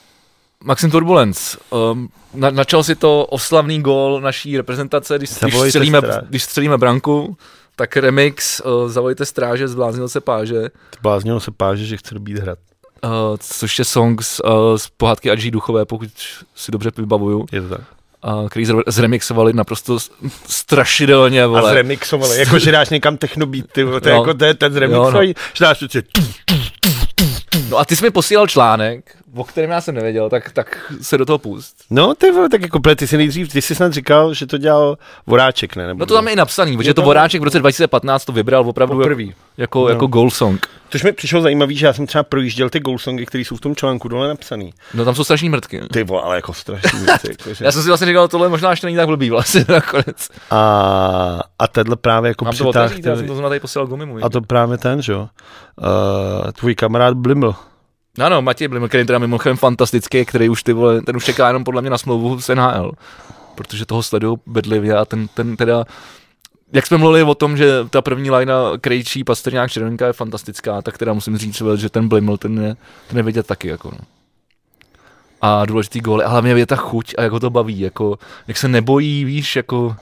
[SPEAKER 2] Maxim Turbulence, um, na, načal si to oslavný gól naší reprezentace, když, když,
[SPEAKER 1] Zavolejte
[SPEAKER 2] střelíme,
[SPEAKER 1] stráž.
[SPEAKER 2] když střelíme branku, tak remix, uh, zavolejte stráže, zbláznil se páže.
[SPEAKER 1] Zbláznilo se páže, že chce dobít hrad.
[SPEAKER 2] uh, což je song z, uh, z pohádky Adží Duchové, pokud si dobře vybavuju.
[SPEAKER 1] Je to tak.
[SPEAKER 2] Uh, který zre- zremixovali naprosto s- strašidelně, vole.
[SPEAKER 1] A zremixovali, jako že dáš někam technobít, ty, vole, to je
[SPEAKER 2] No.
[SPEAKER 1] jako to je ten zremixový, že dáš prostě
[SPEAKER 2] No a ty jsi mi posílal článek, o kterém já jsem nevěděl, tak, tak se do toho pust.
[SPEAKER 1] No, ty vole, tak jako, ple, ty jsi nejdřív, ty jsi snad říkal, že to dělal Voráček, ne? Nebo
[SPEAKER 2] No to tam je i napsaný, protože
[SPEAKER 1] Je
[SPEAKER 2] to
[SPEAKER 1] tam-
[SPEAKER 2] Voráček v roce 2015 to vybral opravdu
[SPEAKER 1] Poprvý.
[SPEAKER 2] jako,
[SPEAKER 1] no.
[SPEAKER 2] jako goal song.
[SPEAKER 1] Což mi přišlo zajímavý, že já jsem třeba projížděl ty goalsongy, které jsou v tom článku dole napsaný.
[SPEAKER 2] No tam jsou strašní mrtky.
[SPEAKER 1] Ty vole, ale jako strašný
[SPEAKER 2] *laughs*
[SPEAKER 1] věci, jako, že...
[SPEAKER 2] Já jsem si vlastně říkal, tohle možná ještě není tak blbý vlastně *laughs* nakonec.
[SPEAKER 1] A, a tenhle právě jako
[SPEAKER 2] Mám to
[SPEAKER 1] přitáhl.
[SPEAKER 2] otevřít, já
[SPEAKER 1] ten-
[SPEAKER 2] jsem to zrovna tady posílal gumy můj.
[SPEAKER 1] A to právě ten, že jo? Uh, tvůj kamarád Bliml.
[SPEAKER 2] Ano, No, Matěj Bliml, který je teda mimochodem fantastický, který už ty vole, ten už čeká jenom podle mě na smlouvu s NHL, protože toho sleduju bedlivě a ten, ten teda, jak jsme mluvili o tom, že ta první lajna Krejčí, Pastrňák, Červenka je fantastická, tak teda musím říct, vole, že ten Bliml, ten je, ten je vidět taky, jako no. A důležitý góly, a hlavně je ta chuť a jako to baví, jako, jak se nebojí, víš, jako,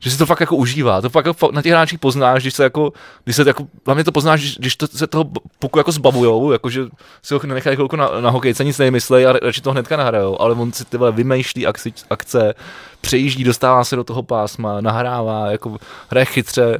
[SPEAKER 2] že si to fakt jako užívá, to fakt jako na těch hráčích poznáš, když se jako, když se jako, hlavně to poznáš, když- když to, se toho puku jako zbavujou, jako že si ho nenechají chvilku na, na hokejce, nic nemyslej a radši to hnedka nahrajou, ale on si tyhle vymýšlí akci, akce, přejíždí, dostává se do toho pásma, nahrává, jako hraje chytře,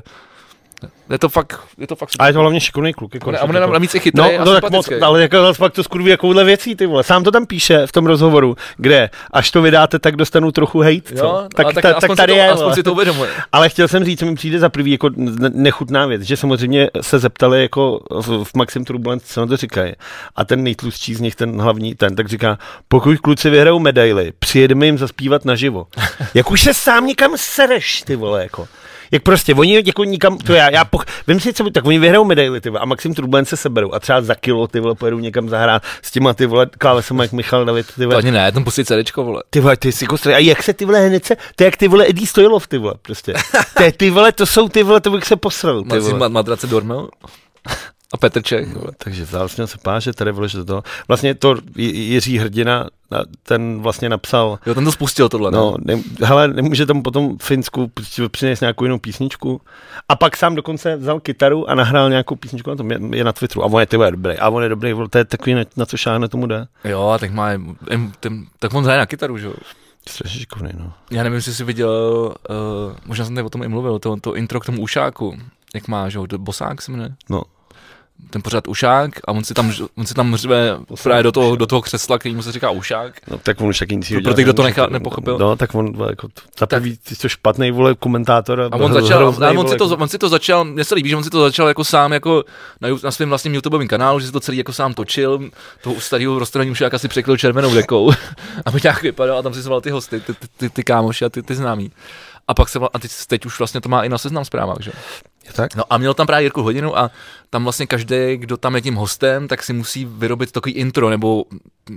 [SPEAKER 2] je to fakt, je to fakt
[SPEAKER 1] A je to hlavně šikovný kluk. Jako,
[SPEAKER 2] a on
[SPEAKER 1] že
[SPEAKER 2] je
[SPEAKER 1] to-
[SPEAKER 2] na, na místě chytrý
[SPEAKER 1] No,
[SPEAKER 2] a
[SPEAKER 1] no tak moc,
[SPEAKER 2] sympatický.
[SPEAKER 1] ale jako zas pak to skurví jakouhle věcí, ty vole. Sám to tam píše v tom rozhovoru, kde až to vydáte, tak dostanu trochu hejt, co?
[SPEAKER 2] Jo,
[SPEAKER 1] tak,
[SPEAKER 2] ale
[SPEAKER 1] ta, tak
[SPEAKER 2] aspoň
[SPEAKER 1] tady
[SPEAKER 2] si to,
[SPEAKER 1] je,
[SPEAKER 2] aspoň
[SPEAKER 1] vole.
[SPEAKER 2] si to uvědomuje.
[SPEAKER 1] Ale chtěl jsem říct, co mi přijde za prvý jako ne- nechutná věc, že samozřejmě se zeptali jako v, v Maxim Turbulence, co na to říkají. A ten nejtlustší z nich, ten hlavní ten, tak říká, pokud kluci vyhrajou medaily, přijedeme jim zaspívat naživo. Jak už se sám někam sereš, ty vole, jako. Jak prostě, oni jako nikam, to já, já poch, vím si, co by- tak oni vyhrajou medaily, ty vole, a Maxim Turbulence se seberou a třeba za kilo, ty vole, pojedou někam zahrát s těma, ty vole, klávesama, jak Michal David, ty
[SPEAKER 2] To
[SPEAKER 1] vole.
[SPEAKER 2] ani ne, tam pustí CDčko, vole.
[SPEAKER 1] Ty vole, ty jsi kostry. A jak se ty vole hned se, to je jak ty vole Eddie Stojlov, ty vole, prostě. To je, ty vole, to jsou ty vole, to bych se posral, ty
[SPEAKER 2] Marcin
[SPEAKER 1] vole.
[SPEAKER 2] Ma- Madrace Dormel a Petrček. vole.
[SPEAKER 1] Takže vzal jsem se páže, tady vole, že to. Vlastně to J- Jiří Hrdina, na- ten vlastně napsal,
[SPEAKER 2] Jo, ten to spustil tohle. No.
[SPEAKER 1] No, ne, hele, nemůže tam potom v Finsku prostě přinést nějakou jinou písničku. A pak sám dokonce vzal kytaru a nahrál nějakou písničku, na tom je, je na Twitteru. A on je ty vole dobrý, a on je dobrý, vole, to je takový, na, na co šáhne tomu jde.
[SPEAKER 2] Jo, a tak má, em- ten, tak on hraje na kytaru, že jo.
[SPEAKER 1] Strašně šikovný, no.
[SPEAKER 2] Já nevím, jestli jsi viděl, uh, možná jsem tady o tom i mluvil, to, to intro k tomu ušáku, jak má, že jo, to Bosák se jmenuje.
[SPEAKER 1] No.
[SPEAKER 2] Ten pořád ušák a on si tam, ž- on si tam řve právě do toho, do toho křesla, který mu se říká ušák.
[SPEAKER 1] No, tak on už taky nic
[SPEAKER 2] Pro- pro
[SPEAKER 1] udělat
[SPEAKER 2] ty, kdo to
[SPEAKER 1] nemůže,
[SPEAKER 2] nechal-
[SPEAKER 1] ty-
[SPEAKER 2] nepochopil.
[SPEAKER 1] No, tak on vole, jako, za prvý, ty jsi to špatný vole komentátor. *laughs*
[SPEAKER 2] A on začal,
[SPEAKER 1] hroznej,
[SPEAKER 2] a on, si
[SPEAKER 1] vole, jako-
[SPEAKER 2] to, on si to začal, mně se líbí, že on si to začal jako sám jako na, ju- na svém vlastním YouTubeovém kanálu, že si to celý jako sám točil, toho starého rozstraní už jak asi překryl červenou dekou, *laughs* aby nějak vypadal a tam si zval ty hosty, ty, ty, ty, ty kámoši a ty, ty známí. A pak se, vla- a teď, teď už vlastně to má i na seznam zprávách, že?
[SPEAKER 1] Je tak?
[SPEAKER 2] No a měl tam právě Jirku hodinu a tam vlastně každý, kdo tam je tím hostem, tak si musí vyrobit takový intro nebo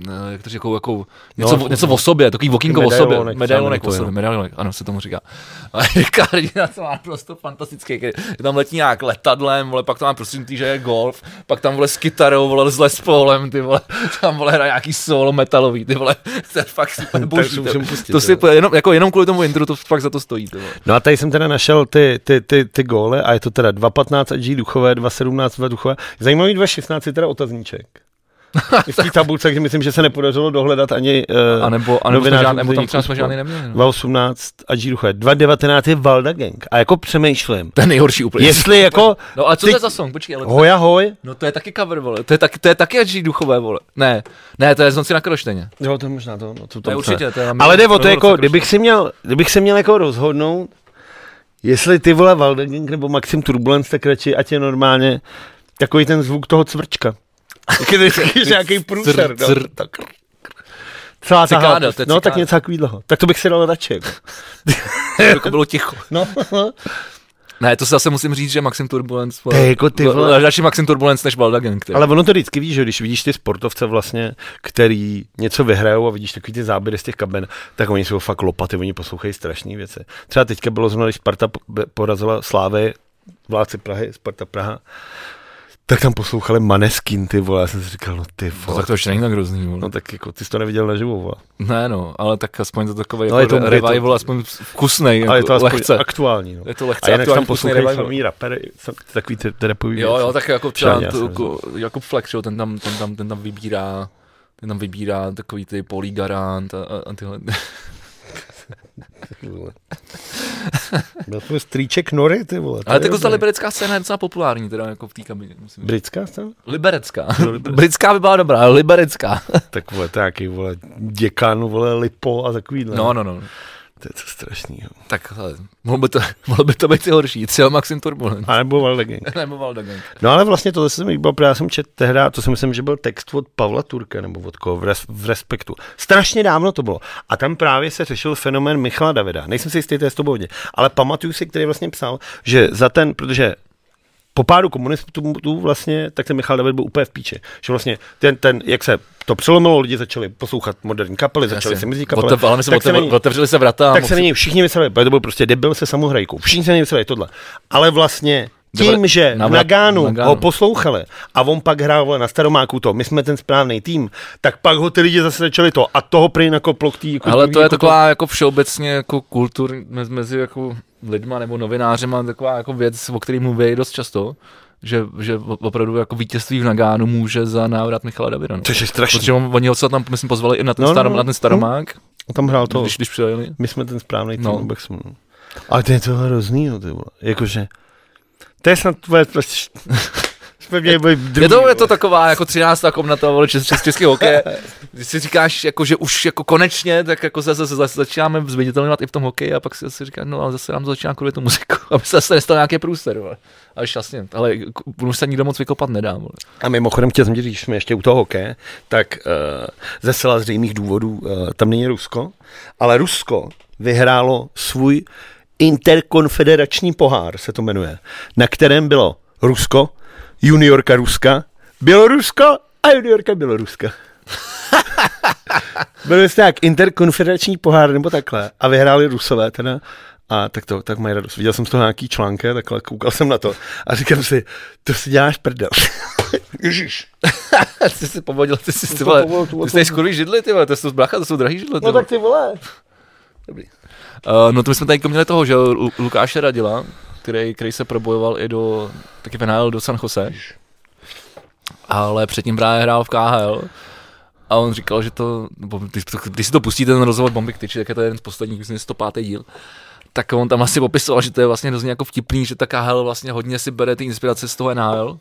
[SPEAKER 2] eh, jak to říkou, jako něco,
[SPEAKER 1] No,
[SPEAKER 2] něco o sobě, takový vokinko o sobě.
[SPEAKER 1] medailonek,
[SPEAKER 2] Medailonek
[SPEAKER 1] sám
[SPEAKER 2] o
[SPEAKER 1] to je,
[SPEAKER 2] sobě,
[SPEAKER 1] no.
[SPEAKER 2] medailonek, ano, se tomu říká. *laughs* A Jirka Hrdina to má prostě fantastický, kdy tam letí nějak letadlem, vole, pak tam má prostě tý, že je golf, pak tam vole s kytarou, vole s Les Paulem, ty vole, *laughs* tam vole hraje nějaký solo metalový, ty vole, *laughs* to je fakt super boží,
[SPEAKER 1] si
[SPEAKER 2] to,
[SPEAKER 1] musím pustit,
[SPEAKER 2] to si,
[SPEAKER 1] jo.
[SPEAKER 2] jenom, jako jenom kvůli tomu intru to fakt za to stojí, ty vole.
[SPEAKER 1] No a tady jsem teda našel ty, ty, ty, ty góle a je to teda 2.15 G duchové, 2.17 dva duchové. Zajímavý 2.16 je teda otazníček.
[SPEAKER 2] *laughs*
[SPEAKER 1] I v té tabulce, takže myslím, že se nepodařilo dohledat ani uh,
[SPEAKER 2] A nebo, a nebo, jsme
[SPEAKER 1] novinářům
[SPEAKER 2] žádný, nebo tam
[SPEAKER 1] deníku
[SPEAKER 2] třeba jsme
[SPEAKER 1] Sport.
[SPEAKER 2] žádný neměli. No.
[SPEAKER 1] 2.18 a G duchové. 2.19 je Valda Gang. A jako přemýšlím,
[SPEAKER 2] *laughs* To je nejhorší úplně.
[SPEAKER 1] jestli jako
[SPEAKER 2] No ale co
[SPEAKER 1] Ty-
[SPEAKER 2] to je za song? Počkej, ale...
[SPEAKER 1] hoj ahoj,
[SPEAKER 2] No to je taky cover, vole. To je, taky, to je taky Jiří Duchové, vole. Ne, ne, to je z noci
[SPEAKER 1] *laughs*
[SPEAKER 2] na Krošteně.
[SPEAKER 1] Jo, to je možná to, no, to,
[SPEAKER 2] To
[SPEAKER 1] to
[SPEAKER 2] je určitě, to je na
[SPEAKER 1] Ale jde o to,
[SPEAKER 2] Rodoce
[SPEAKER 1] jako,
[SPEAKER 2] Krošteně.
[SPEAKER 1] kdybych si, měl, kdybych si měl jako rozhodnout, jestli ty vole Valdeging nebo Maxim Turbulence, tak radši ať je normálně takový ten zvuk toho
[SPEAKER 2] *laughs*
[SPEAKER 1] cvrčka. Když je nějaký průser, no.
[SPEAKER 2] cr-
[SPEAKER 1] tak. Celá ta
[SPEAKER 2] Cikáda,
[SPEAKER 1] hádka.
[SPEAKER 2] to je
[SPEAKER 1] No, tak
[SPEAKER 2] cikáda.
[SPEAKER 1] něco takového. Tak to bych si dal radši. Jako.
[SPEAKER 2] jako bylo ticho.
[SPEAKER 1] No,
[SPEAKER 2] Ne, to se zase musím říct, že Maxim Turbulence,
[SPEAKER 1] to je jako ty vole.
[SPEAKER 2] Další Maxim Turbulence než Baldagen, který.
[SPEAKER 1] Ale ono to vždycky víš, že když vidíš ty sportovce vlastně, který něco vyhrajou a vidíš takový ty záběry z těch kaben, tak oni jsou fakt lopaty, oni poslouchají strašné věci. Třeba teďka bylo zrovna, když Sparta po- be- porazila Slávy, vládci Prahy, Sparta Praha, tak tam poslouchali Maneskin, ty vole, já jsem si říkal, no ty
[SPEAKER 2] No,
[SPEAKER 1] vole.
[SPEAKER 2] tak to ještě není tak hrozný. Vole.
[SPEAKER 1] No tak jako, ty jsi to neviděl naživo, vole.
[SPEAKER 2] Ne, no, ale tak aspoň to takový
[SPEAKER 1] No,
[SPEAKER 2] no,
[SPEAKER 1] je
[SPEAKER 2] jako
[SPEAKER 1] to-
[SPEAKER 2] to,
[SPEAKER 1] je to-
[SPEAKER 2] revival, aspoň vkusnej, jako
[SPEAKER 1] Ale je to aspoň
[SPEAKER 2] lehce.
[SPEAKER 1] aktuální, no.
[SPEAKER 2] Je to lehce
[SPEAKER 1] A jinak tam
[SPEAKER 2] aktuální, vkusnej
[SPEAKER 1] poslouchají
[SPEAKER 2] revival.
[SPEAKER 1] samý rapery, sam- takový ty, ty rapový
[SPEAKER 2] Jo,
[SPEAKER 1] věci.
[SPEAKER 2] jo, tak jako
[SPEAKER 1] Žádný,
[SPEAKER 2] třeba
[SPEAKER 1] já
[SPEAKER 2] tu,
[SPEAKER 1] jsem
[SPEAKER 2] ku- Jakub Fleck, že jo, ten tam, ten tam, ten tam vybírá, ten tam vybírá takový ty polygarant a, a, a tyhle.
[SPEAKER 1] Ty vole. Byl to strýček Nory, ty vole.
[SPEAKER 2] Ale
[SPEAKER 1] to je
[SPEAKER 2] tak ta
[SPEAKER 1] dobrý.
[SPEAKER 2] liberecká scéna je docela populární, teda jako v té kabině, musím říct. No,
[SPEAKER 1] Britská scéna?
[SPEAKER 2] Liberecká.
[SPEAKER 1] Jo, liberecká.
[SPEAKER 2] *laughs* Britská by byla dobrá, ale liberecká.
[SPEAKER 1] Tak vole, to je nějaký, vole, děkan, vole, lipo a takovýhle.
[SPEAKER 2] No, no, no.
[SPEAKER 1] To je co strašného.
[SPEAKER 2] Tak, ale mohlo by to, *laughs* mohlo by to být i horší. Třeba Maxim Turbulent.
[SPEAKER 1] A *laughs* nebo Valdegeng.
[SPEAKER 2] Nebo Valdagang.
[SPEAKER 1] No ale vlastně tohle se mi líbilo, protože já jsem čet tehdy, to si myslím, že byl text od Pavla Turka nebo od koho v, res, v Respektu. Strašně dávno to bylo. A tam právě se řešil fenomén Michala Davida. Nejsem si jistý, jestli to bylo hodně, ale pamatuju si, který vlastně psal, že za ten, protože po pádu komunistů tu vlastně, tak ten Michal David byl úplně v píči. Že vlastně ten, ten jak se to přelomilo, lidi začali poslouchat moderní kapely, začali si mizí kapely.
[SPEAKER 2] Otev, ale my jsme
[SPEAKER 1] tak se na ní-
[SPEAKER 2] otev, otevřeli se vrata.
[SPEAKER 1] tak se na něj všichni mysleli, protože to byl prostě debil se samohrajkou. Všichni se na něj mysleli tohle. Ale vlastně tím,
[SPEAKER 2] Dobře,
[SPEAKER 1] že
[SPEAKER 2] na
[SPEAKER 1] v
[SPEAKER 2] vrat-
[SPEAKER 1] Nagánu
[SPEAKER 2] Nagánu.
[SPEAKER 1] ho poslouchali a on pak hrál vole, na Staromáku to, my jsme ten správný tým, tak pak ho ty lidi zase začali to a toho prý nakoplo k tý, jako,
[SPEAKER 2] Ale to je
[SPEAKER 1] jako
[SPEAKER 2] taková jako všeobecně jako kultur mez- mezi jako lidma nebo novinářema taková jako věc, o který mluví dost často, že, že o- opravdu jako vítězství v Nagánu může za návrat Michala Davida. No.
[SPEAKER 1] Což je strašný.
[SPEAKER 2] Protože on, oni ho se tam, myslím, pozvali i na ten,
[SPEAKER 1] No,
[SPEAKER 2] no,
[SPEAKER 1] no,
[SPEAKER 2] starom,
[SPEAKER 1] no.
[SPEAKER 2] na ten staromák,
[SPEAKER 1] Tam hrál
[SPEAKER 2] to.
[SPEAKER 1] to,
[SPEAKER 2] když, když přijeli.
[SPEAKER 1] my jsme ten správný tým,
[SPEAKER 2] No.
[SPEAKER 1] no. jsme, no. Ale to je to hroznýho, ty vole. Jakože, to je snad tvoje, prostě- *laughs* jsme měli být druhý,
[SPEAKER 2] Je to, je to
[SPEAKER 1] vole.
[SPEAKER 2] taková jako 13. komnata vole, čes, čes, český hokej. Když si říkáš, jako, že už jako konečně, tak jako zase, zase, zase začínáme zviditelňovat i v tom hokeji a pak si zase říká, no ale zase nám to začíná kvůli tu *laughs* muziku, aby se zase nestal nějaký průser. Vole. Ale šťastně, ale k- už se nikdo moc vykopat nedá. Vole.
[SPEAKER 1] A mimochodem chtěl jsem ti říct, že jsme ještě u toho hokeje, tak uh, ze zcela zřejmých důvodů uh, tam není Rusko, ale Rusko vyhrálo svůj interkonfederační pohár, se to jmenuje, na kterém bylo Rusko, juniorka Ruska, Bělorusko a juniorka Běloruska. *laughs* Byl jste jak interkonfederační pohár nebo takhle a vyhráli Rusové teda a tak to, tak mají radost. Viděl jsem z toho nějaký články, takhle koukal jsem na to a říkám si, to si děláš prdel. Ježíš.
[SPEAKER 2] *laughs* ty jsi povodil, ty jsi, ty,
[SPEAKER 1] to
[SPEAKER 2] vole,
[SPEAKER 1] povolil, tu
[SPEAKER 2] ty jsi tady skurvý židli, ty vole, to jsou bracha, to jsou drahý židle. ty
[SPEAKER 1] No
[SPEAKER 2] vole.
[SPEAKER 1] tak ty vole.
[SPEAKER 2] Uh, no to my jsme tady měli toho, že jo, Lu- Lukáše Radila, který, který se probojoval i do, taky venál do San Jose, ale předtím právě hrál v KHL a on říkal, že to, nebo když, když si to pustíte ten rozhovor Bomby k tyči, tak je to jeden z posledních, myslím, 105. díl, tak on tam asi popisoval, že to je vlastně hrozně jako vtipný, že ta KHL vlastně hodně si bere ty inspirace z toho NHL,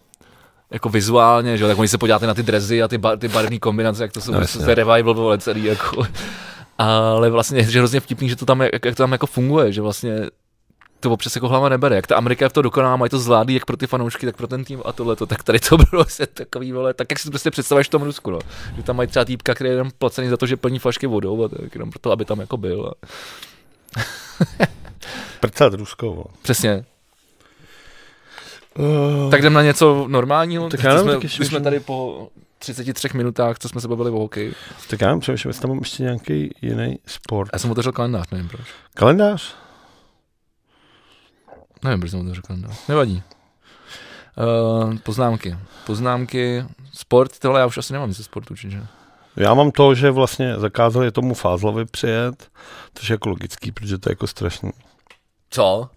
[SPEAKER 2] jako vizuálně, že jo, tak oni se podíváte na ty drezy a ty, bar, ty barevné kombinace, jak to jsou,
[SPEAKER 1] No,
[SPEAKER 2] no,
[SPEAKER 1] jasně.
[SPEAKER 2] to je revival vole celý, jako. Ale vlastně je že hrozně vtipný, že to tam, jak, jak to tam jako funguje, že vlastně to občas jako hlava nebere. Jak ta Amerika je v to dokoná, mají to zvládí jak pro ty fanoušky, tak pro ten tým a tohle to, tak tady to *laughs* bylo se takový vole, tak jak si to prostě představuješ v tom Rusku, no. Že tam mají třeba týpka, který je jenom placený za to, že plní flašky vodou a tak jenom proto, aby tam jako byl. A...
[SPEAKER 1] Prcat Rusko, vole.
[SPEAKER 2] Přesně.
[SPEAKER 1] Uh,
[SPEAKER 2] Tak jdem na něco normálního.
[SPEAKER 1] Tak
[SPEAKER 2] Tak
[SPEAKER 1] já nevím,
[SPEAKER 2] jsme,
[SPEAKER 1] tak ještě
[SPEAKER 2] když jsme
[SPEAKER 1] můžeme-
[SPEAKER 2] tady po 33 minutách, co jsme se bavili o hokeji.
[SPEAKER 1] tak já nevím, přemýšlím, jestli tam mám ještě nějaký jiný sport.
[SPEAKER 2] Já jsem otevřel kalendář, nevím proč.
[SPEAKER 1] Kalendář?
[SPEAKER 2] Nevím, proč jsem otevřel kalendář. no. Nevadí. Uh, poznámky. Poznámky. Sport, tohle já už asi nemám nic ze sportu, určitě.
[SPEAKER 1] Já mám to, že vlastně zakázali tomu Fázlovi přijet, což je jako logický, protože to je jako strašný.
[SPEAKER 2] Co?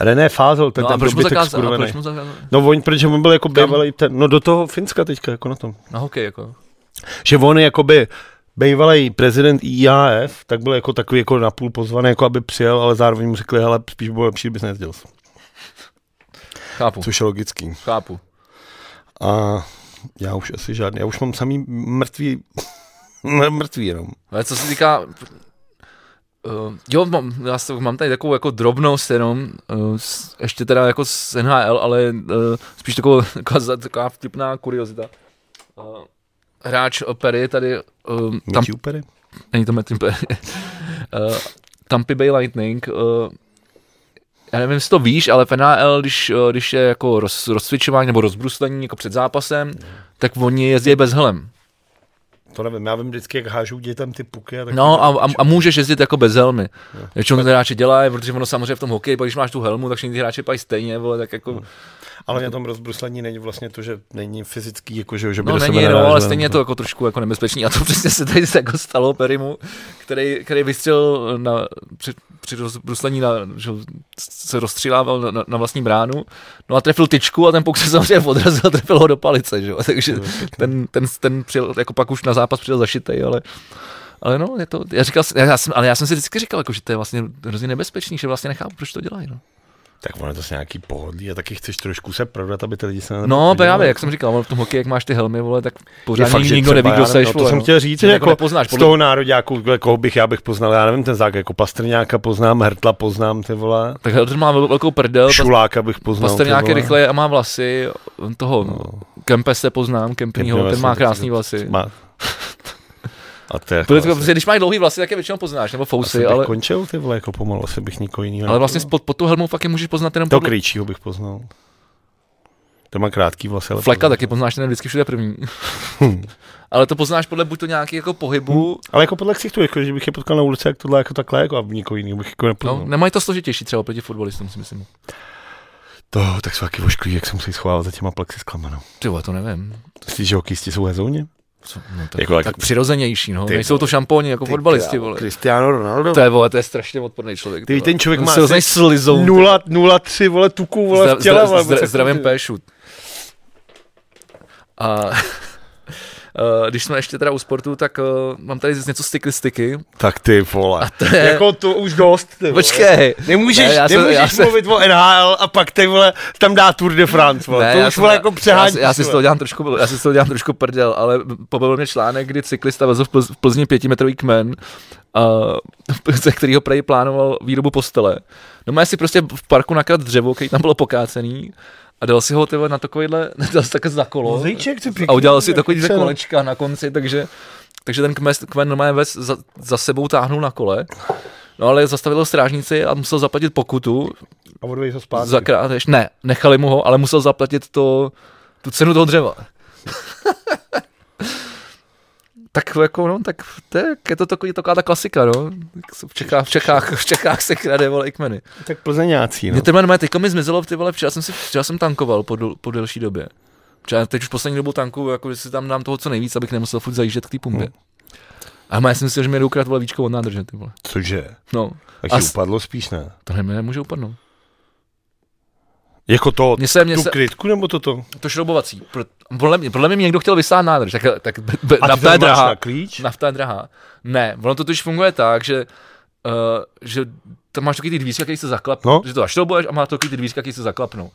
[SPEAKER 1] René Fázel, ten,
[SPEAKER 2] No
[SPEAKER 1] ten
[SPEAKER 2] a proč mu
[SPEAKER 1] dobytek
[SPEAKER 2] zakázal? A
[SPEAKER 1] skurvený.
[SPEAKER 2] proč mu zakázal?
[SPEAKER 1] No on, protože on byl jako
[SPEAKER 2] Kam?
[SPEAKER 1] bývalý ten, no do toho Finska teďka jako na tom.
[SPEAKER 2] Na hokej jako.
[SPEAKER 1] Že on je jakoby bývalý prezident IAF, tak byl jako takový jako napůl pozvaný, jako aby přijel, ale zároveň mu řekli, hele, spíš by bylo lepší, bys nezděl.
[SPEAKER 2] Chápu,
[SPEAKER 1] Což je logický.
[SPEAKER 2] chápu.
[SPEAKER 1] A já už asi žádný, já už mám samý mrtvý, *laughs* mr- mrtvý jenom.
[SPEAKER 2] Ale co se týká... Uh, jo, mám, já s- mám tady takovou jako drobnost jenom, uh, s, ještě teda jako z NHL, ale uh, spíš takovou, *laughs* taková, za- taková vtipná kuriozita. Uh, hráč Perry tady, uh, tam,
[SPEAKER 1] Tam... Upery?
[SPEAKER 2] není to Matthew Perry, uh, Tampa Bay Lightning, uh, já nevím, jestli to víš, ale v NHL, když, eh, když je jako roz, rozcvičování nebo rozbruslení jako před zápasem, tak oni jezdí bez helem.
[SPEAKER 1] To nevím, já vím vždycky, jak hážou dětem ty puky. A tak
[SPEAKER 2] No a, a, a můžeš jezdit jako bez helmy. Jo. Čemu to hráči dělají, protože ono samozřejmě v tom hokeji, pak když máš tu helmu, tak všichni ty hráči pají stejně, vole, tak jako...
[SPEAKER 1] Ale na tom rozbruslení není vlastně to, že není fyzický, jako že, že by
[SPEAKER 2] No
[SPEAKER 1] do sebe
[SPEAKER 2] není, no,
[SPEAKER 1] narážel.
[SPEAKER 2] ale stejně je to jako trošku jako nebezpečný. A to přesně se tady jako stalo Perimu, který, který vystřelil na, při, při rozbruslení, na, že se rozstřílával na, na, na, vlastní bránu. No a trefil tyčku a ten puk se samozřejmě odrazil a trefil ho do palice. Že? jo. *laughs* Takže ten, ten, ten přijel, jako pak už na zápas přijel zašitej, ale ale no, je to, já říkal, já, já jsem, ale já jsem si vždycky říkal, jako, že to je vlastně hrozně nebezpečný, že vlastně nechápu, proč to dělají. No.
[SPEAKER 1] Tak ono je to s nějaký pohodlí a taky chceš trošku se prodat, aby ty lidi se na tebe
[SPEAKER 2] No,
[SPEAKER 1] podívali.
[SPEAKER 2] právě, jak jsem říkal, ono v tom hokeji, jak máš ty helmy, vole, tak pořád
[SPEAKER 1] fakt, že
[SPEAKER 2] nikdo
[SPEAKER 1] třeba,
[SPEAKER 2] neví,
[SPEAKER 1] já nevím,
[SPEAKER 2] kdo seš,
[SPEAKER 1] no, to
[SPEAKER 2] vole,
[SPEAKER 1] jsem
[SPEAKER 2] no.
[SPEAKER 1] chtěl říct,
[SPEAKER 2] Ty
[SPEAKER 1] že
[SPEAKER 2] jako
[SPEAKER 1] jako
[SPEAKER 2] nepoznáš,
[SPEAKER 1] z
[SPEAKER 2] podle-
[SPEAKER 1] toho nároďáku, jako koho bych, já bych poznal, já nevím, ten zák, jako Pastrňáka poznám, Hrtla poznám, ty vole,
[SPEAKER 2] Tak Helder má vel- velkou prdel, pas-
[SPEAKER 1] Šuláka bych poznal,
[SPEAKER 2] Pastrňák
[SPEAKER 1] no, ty
[SPEAKER 2] je
[SPEAKER 1] vole. No.
[SPEAKER 2] rychle a má vlasy, toho Kempe se poznám, Kempního,
[SPEAKER 1] Kempnýho
[SPEAKER 2] ten má
[SPEAKER 1] vlastně,
[SPEAKER 2] krásný
[SPEAKER 1] to-
[SPEAKER 2] vlasy.
[SPEAKER 1] Má. *laughs* A to je jako,
[SPEAKER 2] Protože,
[SPEAKER 1] asi,
[SPEAKER 2] protože když máš dlouhý vlasy, tak je většinou poznáš, nebo
[SPEAKER 1] asi
[SPEAKER 2] fousy,
[SPEAKER 1] bych no.
[SPEAKER 2] ale,
[SPEAKER 1] končil ty vole, jako pomalu, asi bych nikoho jiného.
[SPEAKER 2] ale
[SPEAKER 1] nepoznal.
[SPEAKER 2] vlastně pod, pod tu helmu fakt je můžeš poznat jenom
[SPEAKER 1] Toho
[SPEAKER 2] podle-
[SPEAKER 1] kryčího bych poznal. To má krátký vlasy, ale...
[SPEAKER 2] Fleka
[SPEAKER 1] poznal.
[SPEAKER 2] taky poznáš, ten je vždycky všude první.
[SPEAKER 1] Hm.
[SPEAKER 2] *laughs* ale to poznáš podle buď to nějaký jako pohybu,
[SPEAKER 1] Ale jako podle ksichtu, jako, že bych je potkal na ulici, jak tohle, jako takhle, jako a nikoho jiného bych jako nepoznal.
[SPEAKER 2] no, nemají to složitější třeba proti fotbalistům, si myslím.
[SPEAKER 1] To, tak jsou taky vošklí, jak se musí schovávat za těma plexisklama, no.
[SPEAKER 2] Ty vole, to nevím.
[SPEAKER 1] Myslíš, že hokejisti jsou hezouně?
[SPEAKER 2] Co, no, tak,
[SPEAKER 1] Jako jak-
[SPEAKER 2] tak přirozenější, no.
[SPEAKER 1] Ty
[SPEAKER 2] Nejsou to
[SPEAKER 1] vole.
[SPEAKER 2] šampóni jako fotbalisti, vole.
[SPEAKER 1] Cristiano Ronaldo.
[SPEAKER 2] To je, vole, to je strašně odporný člověk.
[SPEAKER 1] Ty, ten člověk má
[SPEAKER 2] se
[SPEAKER 1] asi
[SPEAKER 2] slizou. ty vole.
[SPEAKER 1] 0, 0, 3, vole, tuku, vole,
[SPEAKER 2] Zdrav-
[SPEAKER 1] v těle,
[SPEAKER 2] zdra-
[SPEAKER 1] vole.
[SPEAKER 2] zdra-
[SPEAKER 1] vůbec
[SPEAKER 2] Zdravím
[SPEAKER 1] jako-
[SPEAKER 2] Péšu. A *laughs* eh, když jsme ještě teda u sportu, tak eh, mám tady něco z cyklistiky.
[SPEAKER 1] *laughs* Tak ty, vole.
[SPEAKER 2] To je-
[SPEAKER 1] Jako to už dost, ty, vole.
[SPEAKER 2] Počkej.
[SPEAKER 1] Nemůžeš,
[SPEAKER 2] Ne,
[SPEAKER 1] ne,
[SPEAKER 2] já jsem- já
[SPEAKER 1] nemůžeš
[SPEAKER 2] jsem-
[SPEAKER 1] mluvit o NHL a pak ty vole tam dá Tour de France, vole. to
[SPEAKER 2] já
[SPEAKER 1] už
[SPEAKER 2] jsem-
[SPEAKER 1] vole jako přehání.
[SPEAKER 2] Já, si- já, si z toho dělám trošku, já si z toho dělám trošku prdel, ale pobavil mě článek, kdy cyklista vezl v Plz- v Plzni pětimetrový kmen, uh, *laughs* ze kterého prej plánoval výrobu postele. No má si prostě v parku nakrát dřevo, který tam bylo pokácený a dal si ho tyhle, na takovýhle, *laughs* dal si také za kolo.
[SPEAKER 1] Mozejček, ty pěkný,
[SPEAKER 2] a udělal si
[SPEAKER 1] jak
[SPEAKER 2] takový dvě
[SPEAKER 1] se-
[SPEAKER 2] kolečka na konci, takže, takže ten kmen, kmen normálně ves, za, za, sebou táhnul na kole. No ale zastavil strážnici a musel zaplatit pokutu,
[SPEAKER 1] A odvej to zpátky.
[SPEAKER 2] za krádež. Ne, nechali mu ho, ale musel zaplatit to, tu cenu toho dřeva. *laughs* tak jako, no, tak to je, je to takový, taková ta klasika, no. Tak se V Čechách, v Čechách, v Čechách se krade, vole, i kmeny.
[SPEAKER 1] Tak plzeňácí, no.
[SPEAKER 2] Mě ten jméno, teďka mi zmizelo, ty vole, včera jsem, si, včera jsem tankoval po, del, po delší době. Včera, teď už poslední dobu tanku, jako že si tam dám toho co nejvíc, abych nemusel furt zajíždět k té pumpě.
[SPEAKER 1] No.
[SPEAKER 2] A já jsem si myslel, že mě jde ukrad vole víčko od nádrže, ty vole.
[SPEAKER 1] Cože?
[SPEAKER 2] No,
[SPEAKER 1] Tak
[SPEAKER 2] A
[SPEAKER 1] ti
[SPEAKER 2] s-
[SPEAKER 1] upadlo spíš, ne?
[SPEAKER 2] to mi nemůže upadnout.
[SPEAKER 1] Jako to,
[SPEAKER 2] Mně se, mně
[SPEAKER 1] tu
[SPEAKER 2] se,
[SPEAKER 1] krytku nebo toto?
[SPEAKER 2] To šroubovací. Pro- Podle mě, podle mě, mě někdo chtěl vysát nádrž, tak, tak be,
[SPEAKER 1] A ty
[SPEAKER 2] be,
[SPEAKER 1] to
[SPEAKER 2] nafta je
[SPEAKER 1] máš
[SPEAKER 2] drahá.
[SPEAKER 1] na klíč?
[SPEAKER 2] Nafta je drahá. Ne, ono to totiž funguje tak, že, uh, že tam máš takový ty dvířka, který se zaklapnou,
[SPEAKER 1] No.
[SPEAKER 2] no? že to zašroubuješ a máš takový ty dvířka, který se zaklapnou.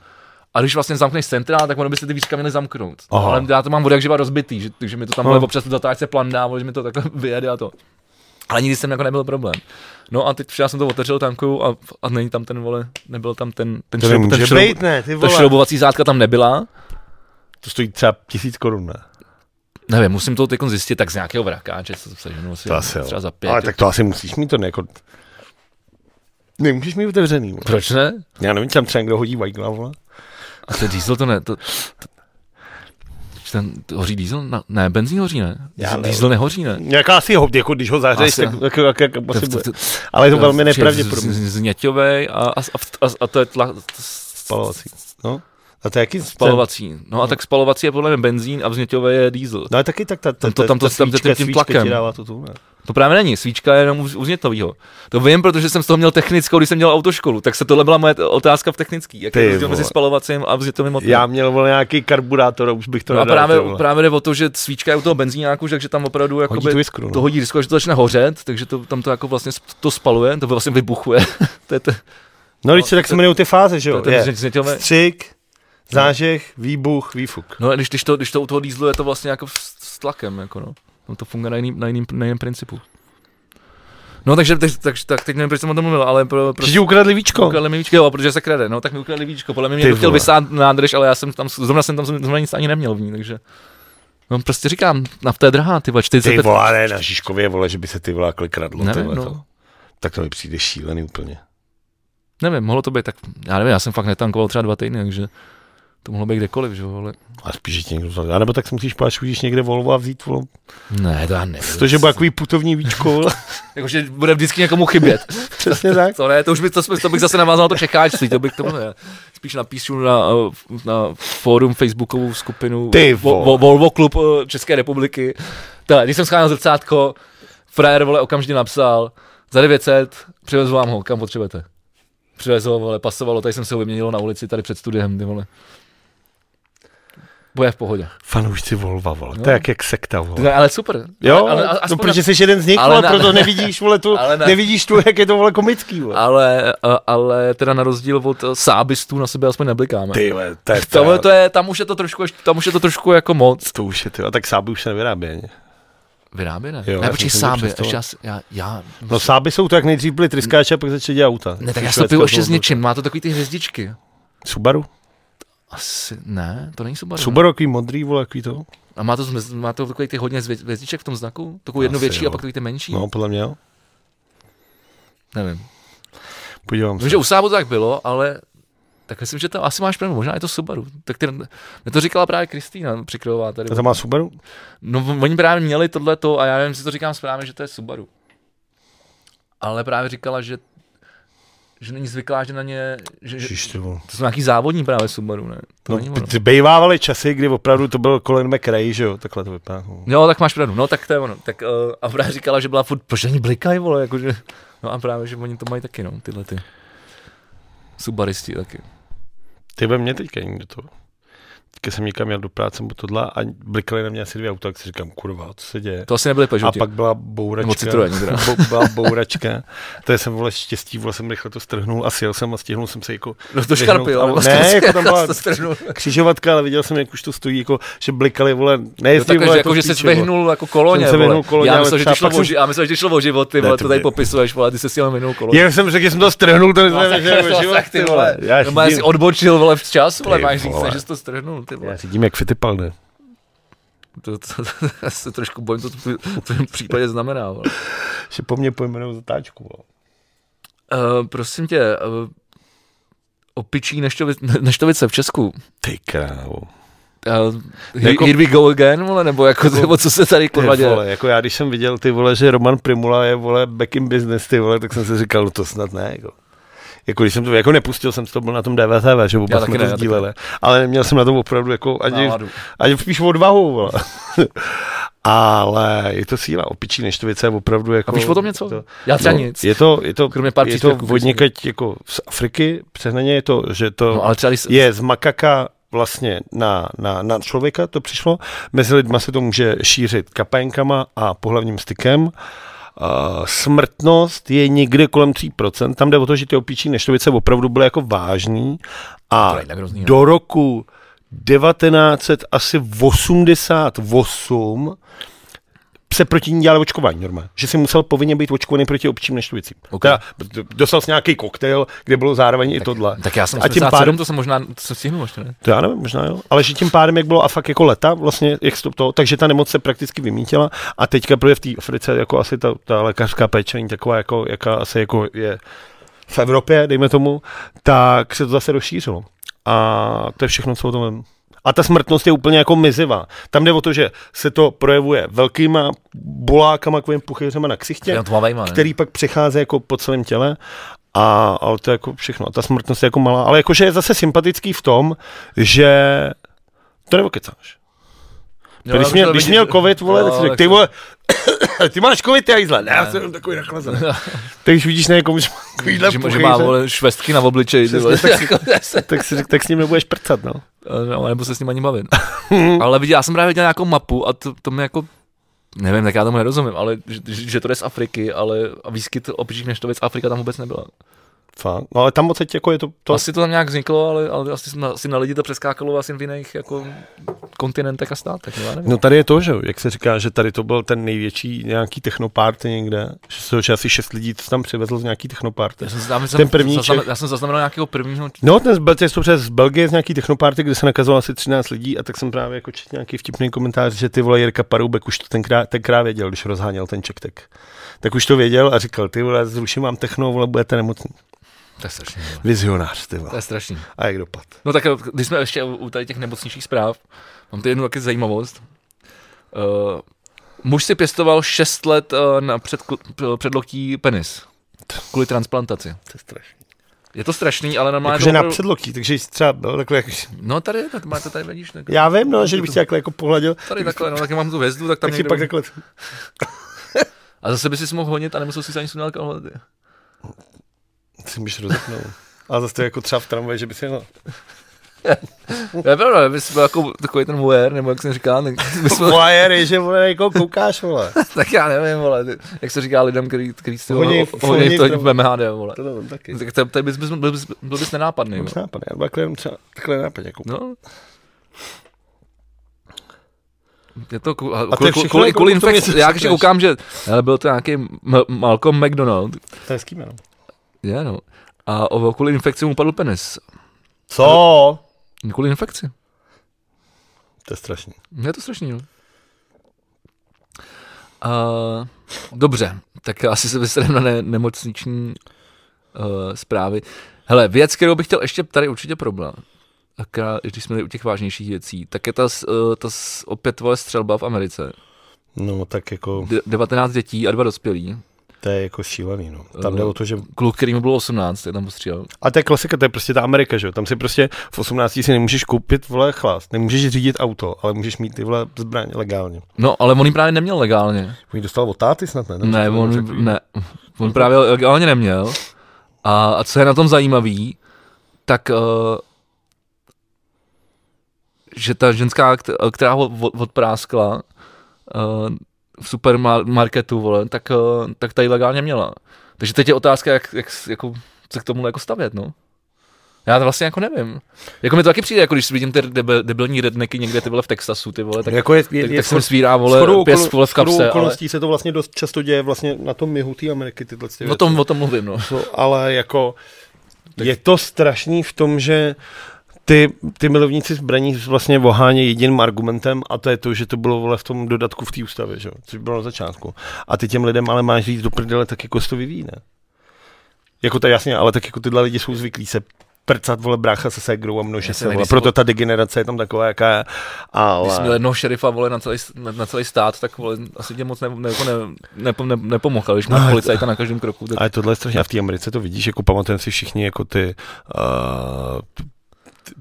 [SPEAKER 2] A když vlastně zamkneš centrál, tak ono by se ty dvířka měly zamknout.
[SPEAKER 1] Aha.
[SPEAKER 2] Ale já to mám od jak živa rozbitý, že, takže mi to tam
[SPEAKER 1] No.
[SPEAKER 2] no. občas tu zatáčce plandá, vole, že mi to takhle *laughs* vyjede a to. Ale nikdy jsem jako nebyl problém. No a teď včera jsem to otevřel tanku a, a není tam ten vole, nebyl tam ten, ten,
[SPEAKER 1] To
[SPEAKER 2] šroub- ten,
[SPEAKER 1] nemůže
[SPEAKER 2] šroub-
[SPEAKER 1] být, ne, ty
[SPEAKER 2] ta
[SPEAKER 1] vole.
[SPEAKER 2] šroubovací zátka tam nebyla.
[SPEAKER 1] To stojí třeba tisíc korun, ne?
[SPEAKER 2] Nevím, musím to teď zjistit tak z nějakého vrakáče, co seženu si
[SPEAKER 1] To asi jo.
[SPEAKER 2] třeba za pět.
[SPEAKER 1] Ale tak to asi musíš mít, to ne, jako... Nemůžeš mít otevřený, vole.
[SPEAKER 2] Proč ne?
[SPEAKER 1] Já nevím, tam třeba někdo hodí vajgla, vole.
[SPEAKER 2] A to je diesel, to ne, to, to, ten to hoří diesel? Na, ne, benzín hoří, ne?
[SPEAKER 1] Já nevím.
[SPEAKER 2] diesel nehoří, ne?
[SPEAKER 1] Nějaká asi ho, jako když ho zahřeješ,
[SPEAKER 2] Asi,
[SPEAKER 1] tak,
[SPEAKER 2] jo.
[SPEAKER 1] tak, tak, tak asi
[SPEAKER 2] To- to-
[SPEAKER 1] bude.
[SPEAKER 2] to-
[SPEAKER 1] Ale je to velmi nepravděpodobné.
[SPEAKER 2] Z, z, z Něťovej a, a, a, a, a to je tla,
[SPEAKER 1] Spalovací. No. A to je jaký
[SPEAKER 2] spalovací. No a tak spalovací je podle mě benzín a vzněťové je diesel.
[SPEAKER 1] No ale taky tak ta, ta,
[SPEAKER 2] Tam to-
[SPEAKER 1] ta-
[SPEAKER 2] tam to-
[SPEAKER 1] ta
[SPEAKER 2] tam to
[SPEAKER 1] svíčka-
[SPEAKER 2] tím
[SPEAKER 1] svíčka
[SPEAKER 2] tlakem.
[SPEAKER 1] ti dává tu tu, ne?
[SPEAKER 2] To právě není, svíčka je jenom u, u znětovýho. To vím, protože jsem z toho měl technickou, když jsem dělal autoškolu, tak se tohle byla moje t- otázka v technický. Jaký
[SPEAKER 1] Ty
[SPEAKER 2] je rozdíl mezi
[SPEAKER 1] vole.
[SPEAKER 2] spalovacím a vznětovým motorem?
[SPEAKER 1] Já měl vole nějaký karburátor a už bych to
[SPEAKER 2] No a
[SPEAKER 1] nedal.
[SPEAKER 2] právě,
[SPEAKER 1] ty vole.
[SPEAKER 2] právě jde o to, že svíčka je u toho benzínáku, takže tam opravdu jakoby,
[SPEAKER 1] tu jiskru, no.
[SPEAKER 2] to hodí disko, že to začne hořet, takže to, tam to jako vlastně sp- to spaluje, to vlastně vybuchuje. *laughs* to je to,
[SPEAKER 1] No když se tak se jmenují ty fáze, že
[SPEAKER 2] to,
[SPEAKER 1] jo?
[SPEAKER 2] to,
[SPEAKER 1] Je
[SPEAKER 2] je znětilné.
[SPEAKER 1] Střik, zážeh, výbuch, výfuk.
[SPEAKER 2] No a když, když, to, když to u toho dýzlu je to vlastně jako s, s tlakem, jako no. no. to funguje na jiným, na jiným, na jiným principu. No takže, tak, tak, tak teď nevím, proč jsem o tom mluvil, ale pro, pro
[SPEAKER 1] Protože ti ukradli víčko.
[SPEAKER 2] Ukradli mi víčko, jo, protože se krade, no tak mi ukradli víčko, podle mě mě
[SPEAKER 1] Ty
[SPEAKER 2] někdo chtěl
[SPEAKER 1] vole.
[SPEAKER 2] vysát nádrž, ale já jsem tam, zrovna jsem tam zrovna nic ani neměl v ní, takže. No prostě říkám, nafta je drahá, ty vole, 45
[SPEAKER 1] Ty vole, ne, na Žižkově, vole, že by se ty vlákli kradlo. ty
[SPEAKER 2] Nevím,
[SPEAKER 1] vole, to.
[SPEAKER 2] no.
[SPEAKER 1] Tak to mi přijde šílený úplně.
[SPEAKER 2] Nevím, mohlo to být tak, já nevím, já jsem fakt netankoval třeba dva týdny, takže To mohlo být kdekoliv, že jo, ale...
[SPEAKER 1] A spíš, že tě někdo vzal. A nebo tak si musíš pát, chodíš někde Volvo a vzít vole,
[SPEAKER 2] Ne, to já nevím.
[SPEAKER 1] to, že bude takový putovní víčko, vole.
[SPEAKER 2] *laughs* Jakože bude vždycky někomu chybět.
[SPEAKER 1] přesně tak.
[SPEAKER 2] To ne, to už by, to, jsme- to bych zase navázal na to čekáčství, to bych tomu ne. Spíš napíšu na, eh, na fórum Facebookovou skupinu
[SPEAKER 1] Ty
[SPEAKER 2] Vo-
[SPEAKER 1] vole.
[SPEAKER 2] Vo- Volvo klub eh, České republiky. Ta, když jsem scháněl zrcátko, frajer vole okamžitě napsal, za 900 přivezu vám ho, kam potřebujete. Přivezu ho, vole, pasovalo, tady jsem si ho vyměnil na ulici, tady před studiem, ty vole. Bude v pohodě.
[SPEAKER 1] Fanoušci Volva, vole. To
[SPEAKER 2] No.
[SPEAKER 1] je jak, jak sekta, vole.
[SPEAKER 2] Ty, ale super.
[SPEAKER 1] Jo,
[SPEAKER 2] ale, ale,
[SPEAKER 1] no,
[SPEAKER 2] aspoň
[SPEAKER 1] protože jsi jeden z nich,
[SPEAKER 2] ale
[SPEAKER 1] ale
[SPEAKER 2] na-
[SPEAKER 1] proto nevidíš, vole, tu,
[SPEAKER 2] Ale na-
[SPEAKER 1] nevidíš tu, jak je to, vole, komický, vole.
[SPEAKER 2] ale, a- ale teda na rozdíl od eh, sábistů na sebe aspoň neblikáme.
[SPEAKER 1] Ty, vole, to je, to,
[SPEAKER 2] Tohle
[SPEAKER 1] je,
[SPEAKER 2] to je, tam už je to trošku, ještě- tam už je to trošku jako moc.
[SPEAKER 1] to už je, ty, a tak sáby už se nevyrábí ani.
[SPEAKER 2] Vyrábí, ne?
[SPEAKER 1] Jo,
[SPEAKER 2] ne,
[SPEAKER 1] já
[SPEAKER 2] počkej,
[SPEAKER 1] jsem si to
[SPEAKER 2] sáby,
[SPEAKER 1] představoval.
[SPEAKER 2] ještě já, si- já, já,
[SPEAKER 1] No sáby jsou to, jak nejdřív byly tryskáče a pak začaly dělat auta.
[SPEAKER 2] ne, tak
[SPEAKER 1] Ty
[SPEAKER 2] já si to
[SPEAKER 1] švédská
[SPEAKER 2] piju ještě s
[SPEAKER 1] Volvo.
[SPEAKER 2] něčím, má to takový ty hvězdičky.
[SPEAKER 1] Subaru?
[SPEAKER 2] Asi, ne, to není Subaru. ne?
[SPEAKER 1] Subaru, takový modrý, vole, takový to.
[SPEAKER 2] A má to, zmez- má to takový ty hodně zvě- hvězdiček v tom znaku? Takovou jednu
[SPEAKER 1] Asi
[SPEAKER 2] větší
[SPEAKER 1] jo.
[SPEAKER 2] a pak takový ty menší?
[SPEAKER 1] No, podle mě, jo.
[SPEAKER 2] Nevím.
[SPEAKER 1] Podívám se.
[SPEAKER 2] Vím, že u Sábu to tak bylo, ale tak myslím, že tam asi máš pravdu, možná je to Subaru. Tak ty, mě to říkala právě Kristýna Přikrová tady.
[SPEAKER 1] A to má Subaru?
[SPEAKER 2] No, oni právě měli tohleto a já nevím, jestli to říkám správně, že to je Subaru. Ale právě říkala, že, že není zvyklá, že na ně... Že, že,
[SPEAKER 1] Ježiš, ty vole.
[SPEAKER 2] to jsou nějaký závodní právě Subaru, ne? To
[SPEAKER 1] No,
[SPEAKER 2] není ono.
[SPEAKER 1] bývávaly časy, kdy opravdu to byl Colin McRae, že jo, takhle to vypadá. no.
[SPEAKER 2] Jo, tak máš pravdu, no tak to je ono. Tak, uh, a právě říkala, že byla furt, proč na ní blikají, vole, jakože... No a právě, že oni to mají taky, no, tyhle ty. Subaristi taky.
[SPEAKER 1] Ty ve mně teďka někdo to. Teďka jsem někam jel do práce, nebo tohle, a blikali na mě asi dvě auta, tak si říkám, kurva, co se děje?
[SPEAKER 2] To asi nebyly
[SPEAKER 1] A
[SPEAKER 2] Peugeoti.
[SPEAKER 1] pak byla
[SPEAKER 2] Nebo
[SPEAKER 1] bouračka. *laughs*
[SPEAKER 2] Citroen, teda.
[SPEAKER 1] bo, byla bouračka. To jsem vole štěstí, vole jsem rychle to strhnul a sjel jsem a stihnul jsem se jako
[SPEAKER 2] No to
[SPEAKER 1] vyhnout.
[SPEAKER 2] škarpil,
[SPEAKER 1] A-
[SPEAKER 2] ale vlastně- *laughs*
[SPEAKER 1] Ne, jako tam byla
[SPEAKER 2] to strnul.
[SPEAKER 1] křižovatka, ale viděl jsem, jak už to stojí, jako, že blikali, vole, ne,
[SPEAKER 2] Jo,
[SPEAKER 1] jestli,
[SPEAKER 2] takhle, že,
[SPEAKER 1] vole,
[SPEAKER 2] jako,
[SPEAKER 1] to
[SPEAKER 2] že se
[SPEAKER 1] spíše, vole.
[SPEAKER 2] vyhnul jako koloně,
[SPEAKER 1] Jsem se
[SPEAKER 2] vole.
[SPEAKER 1] vyhnul koloně,
[SPEAKER 2] já
[SPEAKER 1] ale
[SPEAKER 2] myslel, že
[SPEAKER 1] třeba
[SPEAKER 2] ty šlo
[SPEAKER 1] pak
[SPEAKER 2] o,
[SPEAKER 1] jsem-
[SPEAKER 2] ži- já myslel, že ty šlo o život, ty
[SPEAKER 1] Ne,
[SPEAKER 2] vole,
[SPEAKER 1] to
[SPEAKER 2] to tady
[SPEAKER 1] by-
[SPEAKER 2] popisuješ, vole, ty se si minul koloně.
[SPEAKER 1] Já jsem řekl, že jsem to strhnul, to
[SPEAKER 2] No,
[SPEAKER 1] neznamená,
[SPEAKER 2] tak,
[SPEAKER 1] že
[SPEAKER 2] tak,
[SPEAKER 1] je život,
[SPEAKER 2] tak, ty vole.
[SPEAKER 1] Já
[SPEAKER 2] No, já si
[SPEAKER 1] řídím-
[SPEAKER 2] odbočil, vole, včas, vole,
[SPEAKER 1] Ty
[SPEAKER 2] máš říct,
[SPEAKER 1] vole.
[SPEAKER 2] ne, že jsi to strhnul, ty vole.
[SPEAKER 1] já řídím jak fittipalde.
[SPEAKER 2] To, to, to, já se trošku bojím, co to v tvém případě znamená, vole.
[SPEAKER 1] Že po mně pojmenou zatáčku. Vole.
[SPEAKER 2] Uh, prosím tě, uh, opičí neštovice, neštovice v Česku.
[SPEAKER 1] Ty krávo.
[SPEAKER 2] Uh, here,
[SPEAKER 1] Jako-
[SPEAKER 2] here we go again, vole, nebo jako,
[SPEAKER 1] Jako-
[SPEAKER 2] nebo co se tady
[SPEAKER 1] Ty
[SPEAKER 2] kurva děje?
[SPEAKER 1] vole, jako já když jsem viděl ty vole, že Roman Primula je vole back in business, ty vole, tak jsem si říkal, no to snad ne, jako. Jako když jsem to, jako nepustil jsem si to, byl na tom DVTV, že
[SPEAKER 2] Já
[SPEAKER 1] vůbec
[SPEAKER 2] taky
[SPEAKER 1] jsme
[SPEAKER 2] ne,
[SPEAKER 1] to
[SPEAKER 2] já taky ne.
[SPEAKER 1] sdíleli, ale neměl jsem na to opravdu jako ani,
[SPEAKER 2] Náladu.
[SPEAKER 1] ani spíš odvahu, vole. *laughs* ale je to síla, opičí neštovice je opravdu jako...
[SPEAKER 2] A víš o tom něco?
[SPEAKER 1] to-
[SPEAKER 2] Já třeba
[SPEAKER 1] no,
[SPEAKER 2] nic.
[SPEAKER 1] Je to, je to,
[SPEAKER 2] Kromě pár
[SPEAKER 1] je to
[SPEAKER 2] příspěvků, které
[SPEAKER 1] od
[SPEAKER 2] jsem
[SPEAKER 1] někaď jako z Afriky, přehnaně je to, že to...
[SPEAKER 2] No, ale třeba když,
[SPEAKER 1] je z makaka vlastně na, na, na člověka to přišlo. Mezi lidma se to může šířit kapenkama a pohlavním stykem. Uh, smrtnost je někde kolem 3%. Tam jde o to, že ty opičí neštovice opravdu byly jako vážný a
[SPEAKER 2] To je tak hrozný, no. ne?
[SPEAKER 1] do roku 1988 se proti ní dělali očkování normálně. Že si musel povinně být očkovaný proti občím neštovicím.
[SPEAKER 2] Okay.
[SPEAKER 1] Teda d- Dostal jsi nějaký koktejl, kde bylo zároveň i tohle.
[SPEAKER 2] Tak já jsem
[SPEAKER 1] A tím
[SPEAKER 2] 87,
[SPEAKER 1] pádem-
[SPEAKER 2] to jsem možná, to jsem stihnul ještě, ne?
[SPEAKER 1] to já nevím, možná jo. Ale že tím pádem, jak bylo a fakt jako leta, vlastně, jak to, to takže ta nemoc se prakticky vymítila a teďka protože v té Africe jako asi ta, ta lékařská péče není taková, jako, jaká asi jako je v Evropě, dejme tomu, tak se to zase rozšířilo. A to je všechno, co o tom vím. A ta smrtnost je úplně jako mizivá. Tam jde o to, že se to projevuje velkýma bolákama, takovým puchyřema na ksichtě
[SPEAKER 2] Já to mám vejma, ne?
[SPEAKER 1] Prostě který pak přechází jako po celém těle. A, ale to je jako všechno. A ta smrtnost je jako malá. Ale jakože je zase sympatický v tom, že to nebo kecáš.
[SPEAKER 2] Jo, já
[SPEAKER 1] když,
[SPEAKER 2] bych
[SPEAKER 1] měl,
[SPEAKER 2] chtěl
[SPEAKER 1] když
[SPEAKER 2] vidět-
[SPEAKER 1] měl covid, vole, tak
[SPEAKER 2] Jo,
[SPEAKER 1] si řekl,
[SPEAKER 2] tak
[SPEAKER 1] ty
[SPEAKER 2] to-
[SPEAKER 1] vole, *coughs* ty máš covid, já jízle. Ne, já jsem takový
[SPEAKER 2] *laughs*
[SPEAKER 1] nachlazený. tak když vidíš na někom, že má takovýhle
[SPEAKER 2] že, že má
[SPEAKER 1] puchyře,
[SPEAKER 2] vole, švestky na obličeji, ty
[SPEAKER 1] Přesně,
[SPEAKER 2] *laughs* vole.
[SPEAKER 1] tak si-
[SPEAKER 2] Jako, já se-
[SPEAKER 1] tak, si, řek- tak s ním nebudeš prcat, no.
[SPEAKER 2] no, nebo se s ním ani bavit. *laughs* ale viděl, já jsem právě viděl nějakou mapu a to, to mě jako Nevím, tak já tomu nerozumím, ale že, že to jde z Afriky, ale a výskyt opičích neštovic Afrika tam vůbec nebyla.
[SPEAKER 1] Fakt. No ale tam moc teď jako je to,
[SPEAKER 2] To...
[SPEAKER 1] to
[SPEAKER 2] Asi to tam nějak vzniklo, ale, ale asi, na, asi na lidi to přeskákalo asi v jiných jako kontinentech a státech, no, já nevím.
[SPEAKER 1] No tady je to, že jo, jak se říká, že tady to byl ten největší nějaký technoparty někde, že, se, že asi šest lidí to tam přivezlo z nějaký technoparty.
[SPEAKER 2] Já jsem, já jsem,
[SPEAKER 1] Ten první
[SPEAKER 2] zaznamenal,
[SPEAKER 1] Čech.
[SPEAKER 2] já jsem zaznamenal nějakého prvního
[SPEAKER 1] No, ten z Belgie, to přes z Belgie z nějaký technoparty, kde se nakazovalo asi 13 lidí a tak jsem právě jako četl nějaký vtipný komentář, že ty vole Jirka Paroubek už to tenkrát, tenkrát věděl, když rozháněl ten čektek. Tak už to věděl a říkal, ty vole, zruším vám techno, vole, budete nemocný.
[SPEAKER 2] To je strašný. vole.
[SPEAKER 1] Vizionář, ty vole.
[SPEAKER 2] To je strašný.
[SPEAKER 1] A jak dopad?
[SPEAKER 2] No tak když jsme ještě u u tady těch nemocnějších zpráv, mám tady jednu taky zajímavost. Uh, muž si pěstoval 6 let uh, na před, předloktí penis. Kvůli transplantaci.
[SPEAKER 1] To je strašný.
[SPEAKER 2] Je to strašný, ale normálně...
[SPEAKER 1] Jakože
[SPEAKER 2] to
[SPEAKER 1] na
[SPEAKER 2] opravdu-
[SPEAKER 1] předloktí, takže jsi třeba byl takhle jak...
[SPEAKER 2] No tady, je to, má to tady vidíš. Tak...
[SPEAKER 1] Já vím, no, že kdybych tě takhle jako pohladil,
[SPEAKER 2] Tady takhle, no, tak mám tu hvězdu, tak tam
[SPEAKER 1] tak si
[SPEAKER 2] někdo...
[SPEAKER 1] pak takhle...
[SPEAKER 2] A zase by si mohl honit a nemusel si se ani sundat kalhoty.
[SPEAKER 1] Si můžeš rozepnout. A zase to je jako třeba v tramvaji, že by si jel. *laughs*
[SPEAKER 2] To je pravda, bys byl jako takový ten voyeur, nebo jak jsem říkal, tak,
[SPEAKER 1] *laughs*
[SPEAKER 2] bys byl,
[SPEAKER 1] Voyery, že vole, jako koukáš, vole.
[SPEAKER 2] tak já nevím, vole, ty- jak se říká lidem, který, který si
[SPEAKER 1] Honí-
[SPEAKER 2] honí,
[SPEAKER 1] honí
[SPEAKER 2] honí to
[SPEAKER 1] tam-
[SPEAKER 2] v MHD, vole.
[SPEAKER 1] To nevím taky.
[SPEAKER 2] Tak to- tady bys, bys, byl, bys, byl bys nenápadný,
[SPEAKER 1] Mám
[SPEAKER 2] vole.
[SPEAKER 1] nápad, já takhle jenom třeba takhle nápad jako.
[SPEAKER 2] No. Je to ku- a
[SPEAKER 1] je
[SPEAKER 2] kvůli,
[SPEAKER 1] všechno,
[SPEAKER 2] kvůli, kvůli,
[SPEAKER 1] jako
[SPEAKER 2] kvůli
[SPEAKER 1] o tom něco
[SPEAKER 2] infekci. Já když
[SPEAKER 1] říkáš.
[SPEAKER 2] koukám, že ale byl to nějaký M- Malcolm McDonald,
[SPEAKER 1] To je ským, no.
[SPEAKER 2] je, no. a o- kvůli infekci mu padl penis.
[SPEAKER 1] Co?
[SPEAKER 2] Kvůli infekci.
[SPEAKER 1] To je strašný.
[SPEAKER 2] Je to strašný, no. Uh, dobře, tak asi se vysedeme na ne- nemocniční uh, zprávy. Hele, věc, kterou bych chtěl ještě tady určitě problém, a která, když jsme tady u těch vážnějších věcí, tak je ta, s- eh, ta s- opět vole střelba v Americe.
[SPEAKER 1] No, tak jako,
[SPEAKER 2] De- 19 dětí a dva dospělí.
[SPEAKER 1] to je jako šílený, no. Tam jde
[SPEAKER 2] Eh.
[SPEAKER 1] o to, že...
[SPEAKER 2] Kluk, který mu bylo 18, je tam postřílel.
[SPEAKER 1] A to je klasika, to je prostě ta Amerika, že jo. Tam si prostě v 18 si nemůžeš koupit, vole, chlast. Nemůžeš řídit auto, ale můžeš mít ty, vole, zbraň legálně.
[SPEAKER 2] No, ale on ji právě neměl legálně.
[SPEAKER 1] Oni dostal od táty snad, ne?
[SPEAKER 2] Ne,
[SPEAKER 1] Nebo něco
[SPEAKER 2] on,
[SPEAKER 1] takového.
[SPEAKER 2] ne, on právě legálně neměl. A, a co je na tom zajímavý, tak uh, že ta ženská, kt- která ho od- odpráskla uh, v supermarketu, vole, tak, uh, tak ta ji legálně měla. Takže teď je otázka, jak, jak s- jako, se k tomu jako stavět, no. Já to vlastně jako nevím. Jako mi to taky přijde, jako když vidím ty debil, debilní rednecky někde ty vole v Texasu, ty vole, tak,
[SPEAKER 1] Jako je, je,
[SPEAKER 2] tak,
[SPEAKER 1] je
[SPEAKER 2] tak se mi svírá, vole, pěst, vole, v kapse, ale
[SPEAKER 1] okolností se to vlastně dost často děje vlastně na tom mihu té Ameriky tyhle ty
[SPEAKER 2] o tom, o tom mluvím, no.
[SPEAKER 1] to, ale jako je to strašný v tom, že ty, ty milovníci zbraní vlastně voháně jediným argumentem a to je to, že to bylo vole v tom dodatku v té ústavě, že? jo, což bylo na začátku. A ty těm lidem ale máš říct do prdele, tak jako se to vyvíjí, ne? Jako to je jasně, ale tak jako tyhle lidi jsou zvyklí se prcat, vole, brácha se ségrou a množit
[SPEAKER 2] Jasně,
[SPEAKER 1] se,
[SPEAKER 2] tak
[SPEAKER 1] vole.
[SPEAKER 2] když
[SPEAKER 1] Proto ta degenerace je tam taková, jaká je.
[SPEAKER 2] Když jsi měl
[SPEAKER 1] Ale...
[SPEAKER 2] jednoho šerifa, vole, na celý, na, na celý stát, tak vole, asi tě moc ne, ne, jako ne, ne, ne, nepomohl, ale když
[SPEAKER 1] No,
[SPEAKER 2] máš policajta na každém kroku, tak
[SPEAKER 1] Ale tohle je strašně. A v té Americe to vidíš, jako pamatujeme si všichni jako ty, uh, ty,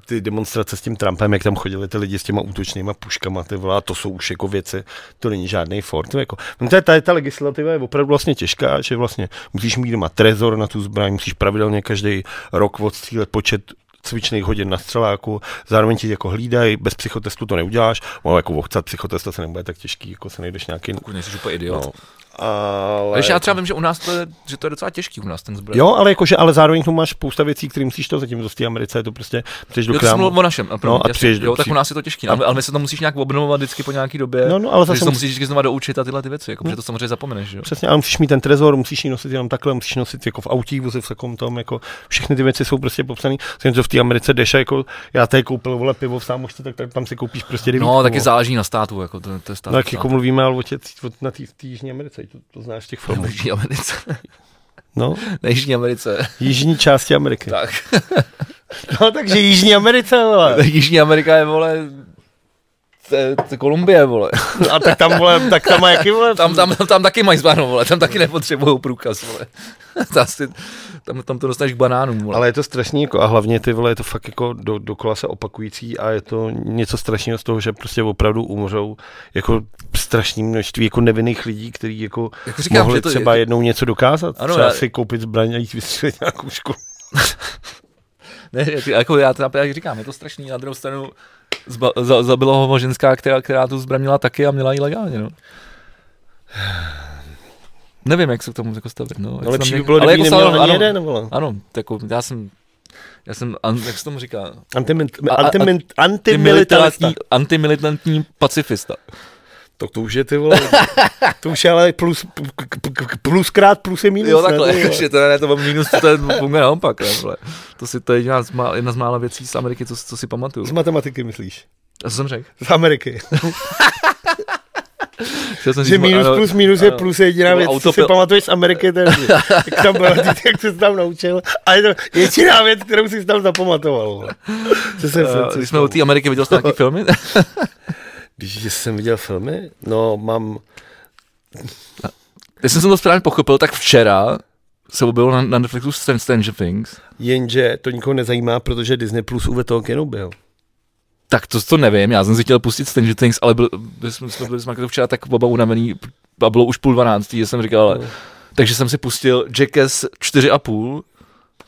[SPEAKER 1] ty demonstrace s tím Trumpem, jak tam chodili ty lidi s těma útočnýma puškama, ty vole, a to jsou už jako věci, to není žádný Ford. To je jako, no to je, ta, ta legislativa je opravdu vlastně těžká, že vlastně musíš mít doma trezor na tu zbraň, musíš pravidelně každý rok odstřílet počet cvičných hodin na střeláku, zároveň ti jako hlídají, bez psychotestu to neuděláš, ono jako obcat psychotesta se nebude tak těžký, jako se nejdeš nějaký...
[SPEAKER 2] kurně, nejsi úplně idiot.
[SPEAKER 1] No.
[SPEAKER 2] No.
[SPEAKER 1] Ale...
[SPEAKER 2] Ale já třeba vím, že u nás to je, že to je docela těžký, u nás ten zbroj.
[SPEAKER 1] Jo, ale jakože, ale zároveň k tomu máš spousta věcí, které musíš to zatím v té Americe, je to prostě přijdeš do
[SPEAKER 2] Jo, to jsem
[SPEAKER 1] krámu.
[SPEAKER 2] mluvil o našem. A
[SPEAKER 1] No, a přijdeš do-
[SPEAKER 2] jo, tak
[SPEAKER 1] přijde-
[SPEAKER 2] u nás je to těžký, ale, ale my se to musíš nějak obnovovat vždycky po nějaký době.
[SPEAKER 1] No, no, ale
[SPEAKER 2] takže
[SPEAKER 1] zase No.
[SPEAKER 2] to
[SPEAKER 1] musíš,
[SPEAKER 2] musíš vždycky znova doučit a tyhle ty věci, jako, protože to samozřejmě zapomeneš. že Jo?
[SPEAKER 1] přesně, ale musíš mít ten trezor, musíš ji nosit jenom takhle, musíš nosit jako v autíku, v takom tom, jako všechny ty věci jsou prostě popsané. Jsem to v té Americe jdeš a jako já tady koupil vole pivo v sámošce, tak tady- tam si koupíš prostě devítku.
[SPEAKER 2] No, taky
[SPEAKER 1] vole.
[SPEAKER 2] záleží na státu, jako to, to je stát.
[SPEAKER 1] No, tak
[SPEAKER 2] stát.
[SPEAKER 1] jako mluvíme, ale o tě, od- na té Jižní Americe, to, to znáš z těch
[SPEAKER 2] *laughs* V *laughs*
[SPEAKER 1] filmů.
[SPEAKER 2] Jižní Americe.
[SPEAKER 1] No,
[SPEAKER 2] Na Jižní Americe. *laughs*
[SPEAKER 1] jižní části Ameriky.
[SPEAKER 2] Tak.
[SPEAKER 1] *laughs* No, takže Jižní Americe, vole.
[SPEAKER 2] Jižní Amerika je, vole, to je- to je Kolumbie, vole.
[SPEAKER 1] A tak tam, vole, tak tam má jaký, vole,
[SPEAKER 2] Tam, tam,
[SPEAKER 1] Hmm.
[SPEAKER 2] tam taky mají zbarno, vole, tam taky nepotřebují průkaz, vole. *laughs* Tam, si, tam, tam to dostaneš k banánům, vole. Ale...
[SPEAKER 1] Ale je to strašný, jako, a hlavně ty vole, je to fakt jako do, dokola se opakující a je to něco strašného z toho, že prostě opravdu umřou jako strašné množství jako nevinných lidí, kteří jako
[SPEAKER 2] Jako říkám,
[SPEAKER 1] mohli
[SPEAKER 2] že to je-
[SPEAKER 1] třeba jednou něco dokázat. Ano,
[SPEAKER 2] Ano,
[SPEAKER 1] třeba já...
[SPEAKER 2] já-
[SPEAKER 1] si koupit zbraň a jít vystřelit nějakou školu.
[SPEAKER 2] Ne, jak- jako já, teda, jak říkám, je to strašný, na druhou stranu zba, za, zabila ho ženská, která, která tu zbraň měla taky a měla ji legálně, no. Nevím, jak se k tomu jako stavit, no.
[SPEAKER 1] No
[SPEAKER 2] Jak se tam
[SPEAKER 1] lepší by
[SPEAKER 2] nějak-
[SPEAKER 1] bylo,
[SPEAKER 2] ale
[SPEAKER 1] kdyby jako neměl
[SPEAKER 2] stále-
[SPEAKER 1] ani
[SPEAKER 2] ano,
[SPEAKER 1] jeden, vole.
[SPEAKER 2] Ano, tak jako já jsem, já jsem, an- jak se tomu říká,
[SPEAKER 1] Antimint-
[SPEAKER 2] A- a- a-
[SPEAKER 1] antimint- Antimilitarista.
[SPEAKER 2] antimilitantní, antimilitantní pacifista.
[SPEAKER 1] To, to už je ty vole. *laughs* to už je ale plus, k- k- k- pluskrát plus je minus.
[SPEAKER 2] Jo,
[SPEAKER 1] ne,
[SPEAKER 2] takhle, jako
[SPEAKER 1] ty vole.
[SPEAKER 2] jakože to ne, to mám minus, to je funguje naopak, ne, vole. To, si, to je jedna z, má, jedna z mála věcí z Ameriky, co, co si pamatuju.
[SPEAKER 1] Z matematiky myslíš?
[SPEAKER 2] A co jsem řekl?
[SPEAKER 1] Z Ameriky.
[SPEAKER 2] Chtěl jsem
[SPEAKER 1] Že
[SPEAKER 2] říct,
[SPEAKER 1] minus
[SPEAKER 2] ano,
[SPEAKER 1] plus minus je
[SPEAKER 2] ano.
[SPEAKER 1] plus je jediná
[SPEAKER 2] Nebo
[SPEAKER 1] věc, co si
[SPEAKER 2] autopil-
[SPEAKER 1] pamatuješ z Ameriky,
[SPEAKER 2] *laughs*
[SPEAKER 1] to je, jak tam byla, ty, jak jsi tam naučil. A je to jediná věc, kterou jsi tam zapamatoval. vole. Co jsem
[SPEAKER 2] Eh, Když jsme u té Ameriky viděl jste nějaký filmy?
[SPEAKER 1] Když jsem viděl filmy, no mám...
[SPEAKER 2] *laughs* Jestli jsem to správně pochopil, tak včera se objevil na, na Netflixu Stran- Stranger Things.
[SPEAKER 1] Jenže to nikoho nezajímá, protože Disney Plus uvedl toho Kenobi. jo.
[SPEAKER 2] Tak to, to nevím, já jsem si chtěl pustit Stranger Things, ale byl, my jsme, jsme byli s Marketou včera tak oba unavený a bylo už půl dvanáctý, že jsem říkal, ale, takže jsem si pustil Jackass 4,5,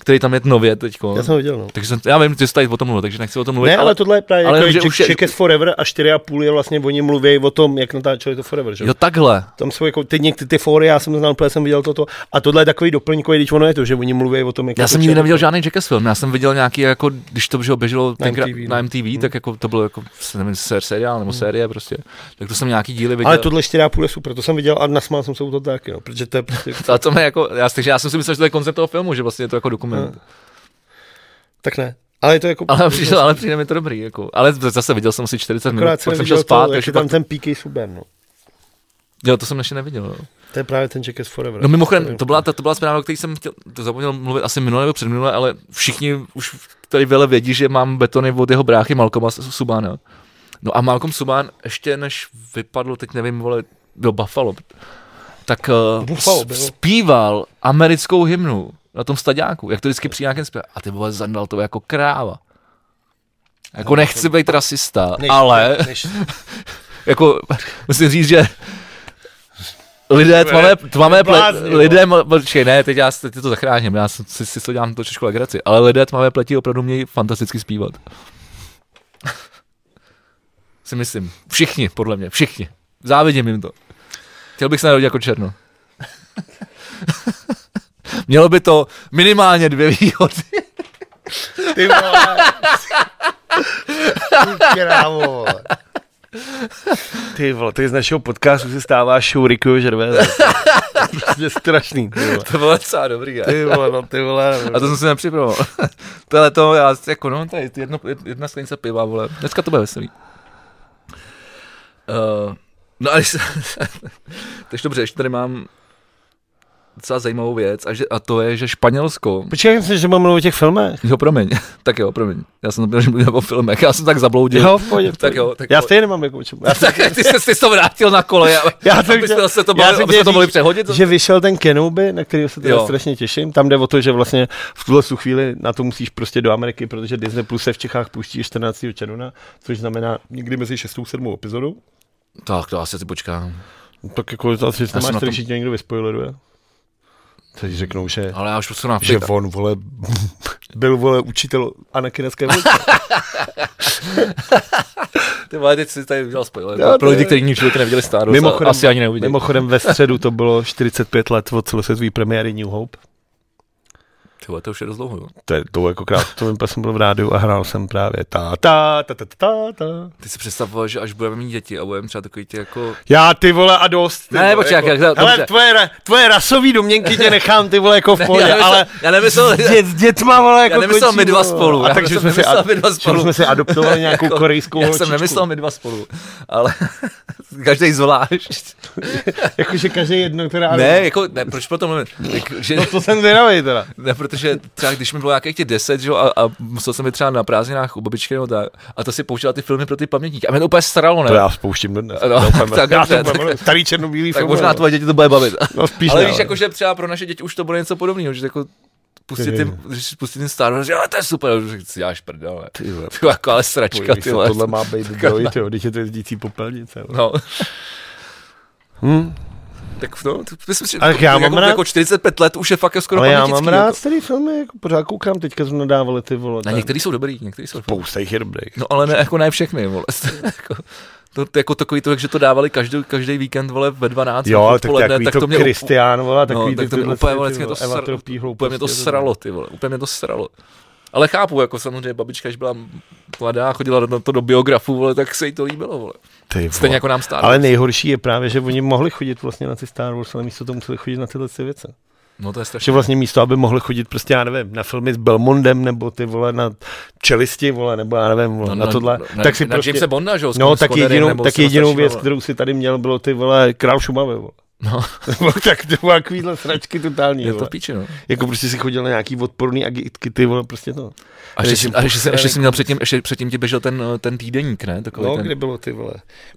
[SPEAKER 2] který tam je nově teďko.
[SPEAKER 1] Já jsem ho viděl, no.
[SPEAKER 2] Takže jsem, já vím, ty jsi tady o tom mluvil, takže nechci o tom mluvit.
[SPEAKER 1] Ne, ale tohle je právě ale
[SPEAKER 2] ale jenom, že
[SPEAKER 1] jako
[SPEAKER 2] už je-
[SPEAKER 1] Jack, Jack is Forever a 4,5 je vlastně, oni mluví o tom, jak natáčeli to Forever, že?
[SPEAKER 2] Jo, takhle.
[SPEAKER 1] Tam jsou jako ty, někdy ty fóry, já jsem znal, protože jsem viděl toto. A tohle je takový doplňkový, když ono je to, že oni mluví o tom, jak...
[SPEAKER 2] Já
[SPEAKER 1] jako
[SPEAKER 2] jsem nikdy
[SPEAKER 1] Jack-
[SPEAKER 2] neviděl žádný Jackass film, já jsem viděl nějaký, jako, když to že jo, běželo
[SPEAKER 1] Na
[SPEAKER 2] tenkrát
[SPEAKER 1] MTV, no. Hmm.
[SPEAKER 2] na MTV, tak jako to bylo jako, se- nevím, ser- seriál nebo série prostě, tak to jsem nějaký díly viděl.
[SPEAKER 1] Ale tohle 4,5 je super, to jsem viděl a nasmál jsem se u toho taky, no, protože to je prostě...
[SPEAKER 2] a to mě jako, já, takže já jsem si myslel, že to je koncept toho filmu, že vlastně je to jako dokument.
[SPEAKER 1] Hmm. tak ne. Ale je to jako...
[SPEAKER 2] Ale, přišel, ale přijde mi to dobrý, jako. ale zase viděl jsem asi 40 minut,
[SPEAKER 1] Akorát
[SPEAKER 2] pak
[SPEAKER 1] jsem
[SPEAKER 2] jsem šel
[SPEAKER 1] neviděl
[SPEAKER 2] spát,
[SPEAKER 1] to, jak
[SPEAKER 2] takže
[SPEAKER 1] je tam
[SPEAKER 2] tam...
[SPEAKER 1] ten PK Subban, no.
[SPEAKER 2] jo, to jsem ještě neviděl. No.
[SPEAKER 1] To je právě ten Jack is Forever.
[SPEAKER 2] No mimochodem, to byla, ta, to byla zpráva, o které jsem chtěl, to zapomněl mluvit asi minule nebo předminule, ale všichni už tady vele vědí, že mám betony od jeho bráchy Malcolma Subána. No a Malcolm Subán ještě než vypadl, teď nevím, vole, do Buffalo, tak uh,
[SPEAKER 1] Buffalo
[SPEAKER 2] s-
[SPEAKER 1] bylo.
[SPEAKER 2] zpíval americkou hymnu na tom staďáku, jak to vždycky při nějakém zpěv. A ty vole zandal to jako kráva. Jako nechci být rasista, ale
[SPEAKER 1] Než,
[SPEAKER 2] jako, musím říct, že lidé tmavé, tmavé ple,
[SPEAKER 1] blázni, no.
[SPEAKER 2] lidé, ma- počkej, ne, teď já si- teď to zachráním, já si, si, si to dělám to trošku legraci, ale lidé tmavé pleti opravdu mějí fantasticky zpívat. *laughs* si myslím. Všichni, podle mě, všichni. Závidím jim to. Chtěl bych se narodit jako černo. *laughs* Mělo by to minimálně dvě výhody.
[SPEAKER 1] ty vole. Ty krávo, vole. Ty vole, ty z našeho podcastu se stává show Riku Žervé. prostě strašný, ty vole.
[SPEAKER 2] To bylo docela dobrý, já.
[SPEAKER 1] Ty vole, no ty vole.
[SPEAKER 2] A to jsem si nepřipravoval. Tohle *laughs* to, já jako no, tady jedno, jedna sklenice piva, vole. Dneska to bude veselý. Uh, no ale *laughs* takže dobře, ještě tady mám docela zajímavou věc a, že, a to je, že Španělsko,
[SPEAKER 1] Počkej, myslím, že mám mluvit o těch filmech.
[SPEAKER 2] jo promiň, *laughs* tak jo promiň, já jsem byl, že mluvím o filmech, já jsem tak zabloudil.
[SPEAKER 1] Jo, v pohodě, v
[SPEAKER 2] tak
[SPEAKER 1] pohodě.
[SPEAKER 2] jo, tak
[SPEAKER 1] Já
[SPEAKER 2] jo.
[SPEAKER 1] stejně nemám jako o čem. Já
[SPEAKER 2] *laughs* tak ty jsi, ty jsi to vrátil na kole, a, *laughs*
[SPEAKER 1] Já jsem
[SPEAKER 2] aby
[SPEAKER 1] chtěl-
[SPEAKER 2] se to,
[SPEAKER 1] já
[SPEAKER 2] mohli,
[SPEAKER 1] jsem
[SPEAKER 2] aby jsme
[SPEAKER 1] chtěl
[SPEAKER 2] to mohli
[SPEAKER 1] říct,
[SPEAKER 2] přehodit.
[SPEAKER 1] že vyšel ten Kenobi, na který se teda
[SPEAKER 2] Jo.
[SPEAKER 1] strašně těším. Tam jde o to, že vlastně v tuhle tu chvíli na to musíš prostě do Ameriky, protože Disney Plus se v Čechách puští 14. června, což znamená někdy mezi 6. a 7. epizodou.
[SPEAKER 2] Tak to asi si počkám,
[SPEAKER 1] No, tak jako to asi
[SPEAKER 2] jsem
[SPEAKER 1] nemáš
[SPEAKER 2] na
[SPEAKER 1] tady
[SPEAKER 2] tom-
[SPEAKER 1] všichni někdo vyspoileruje. Teď řeknou, že,
[SPEAKER 2] ale já už prostě na
[SPEAKER 1] že on, vole, *laughs* byl, vole, učitel Anakina
[SPEAKER 2] *laughs*
[SPEAKER 1] Skywalker.
[SPEAKER 2] Ty vole, teď jsi tady udělal spoiler.
[SPEAKER 1] Jo,
[SPEAKER 2] Pro
[SPEAKER 1] to
[SPEAKER 2] lidi,
[SPEAKER 1] je-
[SPEAKER 2] kteří nikdy v životě neviděli Star Wars, mimochodem, asi ani neuvidí.
[SPEAKER 1] Mimochodem ve středu to bylo 45 let od celosvětové premiéry New Hope.
[SPEAKER 2] Ty vole, to už je dost dlouho, jo.
[SPEAKER 1] To je to jako krát, to vím, protože jsem byl v rádiu a hrál jsem právě ta ta ta ta ta ta.
[SPEAKER 2] Ty si představoval, že až budeme mít děti a budeme třeba takový ty
[SPEAKER 1] *laughs*
[SPEAKER 2] jako...
[SPEAKER 1] Já ty vole a dost. Ty
[SPEAKER 2] Ne,
[SPEAKER 1] vole,
[SPEAKER 2] počkej,
[SPEAKER 1] jako,
[SPEAKER 2] jak- jak- dobře.
[SPEAKER 1] Hele, tvoje, ra- tvoje rasový domněnky tě nechám ty vole jako v pohodě,
[SPEAKER 2] *laughs* já nemyslel,
[SPEAKER 1] ale
[SPEAKER 2] *laughs*
[SPEAKER 1] *laughs*
[SPEAKER 2] já nemyslel,
[SPEAKER 1] s dě, s dětma vole jako
[SPEAKER 2] nemyslel
[SPEAKER 1] končí,
[SPEAKER 2] my dva
[SPEAKER 1] vole.
[SPEAKER 2] spolu,
[SPEAKER 1] A
[SPEAKER 2] já
[SPEAKER 1] takže
[SPEAKER 2] jsem
[SPEAKER 1] jsme si,
[SPEAKER 2] nemyslel
[SPEAKER 1] ad,
[SPEAKER 2] my dva
[SPEAKER 1] že
[SPEAKER 2] spolu.
[SPEAKER 1] jsme si adoptovali nějakou
[SPEAKER 2] *laughs* Jako,
[SPEAKER 1] korejskou
[SPEAKER 2] já jsem
[SPEAKER 1] holčičku.
[SPEAKER 2] nemyslel my dva spolu, ale *laughs* každý zvlášť.
[SPEAKER 1] Jakože každý jedno, která...
[SPEAKER 2] Ne, jako, ne, proč potom mluvím? Tak, že,
[SPEAKER 1] No to jsem zvědavý teda.
[SPEAKER 2] ne, protože třeba když mi bylo nějakých těch 10, že, jo, a, a, musel jsem být třeba na prázdninách u babičky nebo tak, a to si použila ty filmy pro ty pamětníky. A mě to úplně sralo, ne?
[SPEAKER 1] To já spouštím dodnes.
[SPEAKER 2] No,
[SPEAKER 1] To je úplně-
[SPEAKER 2] tak
[SPEAKER 1] já
[SPEAKER 2] dobře,
[SPEAKER 1] jsem úplně
[SPEAKER 2] tak-
[SPEAKER 1] miluju. starý černobílý
[SPEAKER 2] tak
[SPEAKER 1] film.
[SPEAKER 2] možná
[SPEAKER 1] vole.
[SPEAKER 2] tvoje děti to bude bavit.
[SPEAKER 1] No spíš
[SPEAKER 2] Ale
[SPEAKER 1] ne,
[SPEAKER 2] víš, jako, že třeba pro naše děti už to bude něco podobného, že jako pustit
[SPEAKER 1] Ty-
[SPEAKER 2] tím, když si pustit tím Star Wars, že jo, to je super, že si děláš prdel, ne?
[SPEAKER 1] Ty vole.
[SPEAKER 2] Ty, jako ale sračka,
[SPEAKER 1] Podívej
[SPEAKER 2] ty
[SPEAKER 1] se,
[SPEAKER 2] vole.
[SPEAKER 1] Tohle má být doj, ty jo, když je to jezdící popelnice. vole.
[SPEAKER 2] No, *laughs*
[SPEAKER 1] Hm.
[SPEAKER 2] tak no, to- myslím si, že
[SPEAKER 1] Ale já
[SPEAKER 2] jako,
[SPEAKER 1] mám rád-
[SPEAKER 2] jako 45 let už je fakt skoro
[SPEAKER 1] Ale já
[SPEAKER 2] pamětický,
[SPEAKER 1] mám
[SPEAKER 2] jako.
[SPEAKER 1] rád starý filmy, jako pořád koukám, teďka zrovna dávali ty vole.
[SPEAKER 2] Na
[SPEAKER 1] ten-
[SPEAKER 2] některý jsou dobrý, některý jsou dobrý.
[SPEAKER 1] Spousta jich je dobrých.
[SPEAKER 2] No ale ne, jako ne všechny, vole. *laughs* jako, to, to, jako takový to, že to dávali každý, každý víkend, vole, ve 12.
[SPEAKER 1] Jo, ale tak to
[SPEAKER 2] odpoledne,
[SPEAKER 1] takový to
[SPEAKER 2] mě úplně-
[SPEAKER 1] Kristián, vole,
[SPEAKER 2] No,
[SPEAKER 1] takový
[SPEAKER 2] tak to mě
[SPEAKER 1] tyhle
[SPEAKER 2] úplně, vole,
[SPEAKER 1] ty,
[SPEAKER 2] vždycky mě to,
[SPEAKER 1] vole, Eva
[SPEAKER 2] sr-
[SPEAKER 1] Tropíhlou,
[SPEAKER 2] úplně mě to
[SPEAKER 1] prostě,
[SPEAKER 2] sralo, ty vole, úplně mě to sralo. Ale chápu, jako samozřejmě babička, když byla mladá, chodila na to do biografu, vole, tak se jí to líbilo, vole.
[SPEAKER 1] Ty
[SPEAKER 2] Stejně
[SPEAKER 1] vole.
[SPEAKER 2] jako nám stále.
[SPEAKER 1] Ale nejhorší je právě, že oni mohli chodit vlastně na ty Star Wars, ale místo toho museli chodit na tyhle ty věci.
[SPEAKER 2] No to je strašné.
[SPEAKER 1] Že vlastně místo, aby mohli chodit prostě, já nevím, na filmy s Belmondem, nebo ty vole na čelisti, vole, nebo já nevím, vole, no, na, na tohle.
[SPEAKER 2] Na,
[SPEAKER 1] tak si
[SPEAKER 2] na
[SPEAKER 1] prostě,
[SPEAKER 2] Jamesa Bonda, že jo? s
[SPEAKER 1] no,
[SPEAKER 2] Con- s
[SPEAKER 1] tak
[SPEAKER 2] Connerem,
[SPEAKER 1] jedinou,
[SPEAKER 2] nebo
[SPEAKER 1] tak
[SPEAKER 2] s tím
[SPEAKER 1] jedinou
[SPEAKER 2] starším,
[SPEAKER 1] věc,
[SPEAKER 2] ale-
[SPEAKER 1] kterou si tady měl, bylo ty vole Král Šumavy, vole.
[SPEAKER 2] No,
[SPEAKER 1] *laughs* Nebo tak ty vole, takovýhle sračky totální,
[SPEAKER 2] je to
[SPEAKER 1] vole.
[SPEAKER 2] píči, no.
[SPEAKER 1] Jako prostě si chodil na nějaký odporný agitky, ty vole, prostě to.
[SPEAKER 2] A ještě,
[SPEAKER 1] Jsem
[SPEAKER 2] si- a ještě, si- ještě
[SPEAKER 1] posraný
[SPEAKER 2] jsi měl předtím, ještě předtím ti běžel ten, eh, ten týdeník, ne? Takový
[SPEAKER 1] No,
[SPEAKER 2] ten...
[SPEAKER 1] kde bylo ty vole?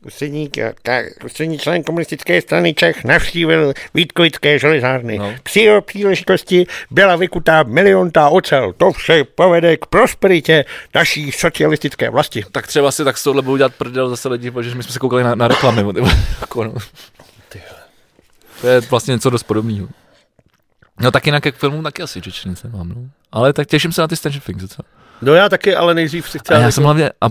[SPEAKER 1] Ústřední, ka- ka- ústřední člen komunistické strany Čech navštívil Vítkovické železárny.
[SPEAKER 2] No.
[SPEAKER 1] No. Při jeho příležitosti byla vykutá miliontá ocel. To vše povede k prosperitě naší socialistické vlasti.
[SPEAKER 2] Tak třeba si tak z tohle budou dělat prdel zase lidi, protože my jsme se koukali na, na reklamy. Ty vole, jako, no. To je vlastně něco dost podobného. No tak jinak jak k filmům taky asi čečenice mám, no. Ale tak těším se na ty Stranger Things, co?
[SPEAKER 1] No já taky, ale nejdřív si chci...
[SPEAKER 2] A já jsem hlavně, a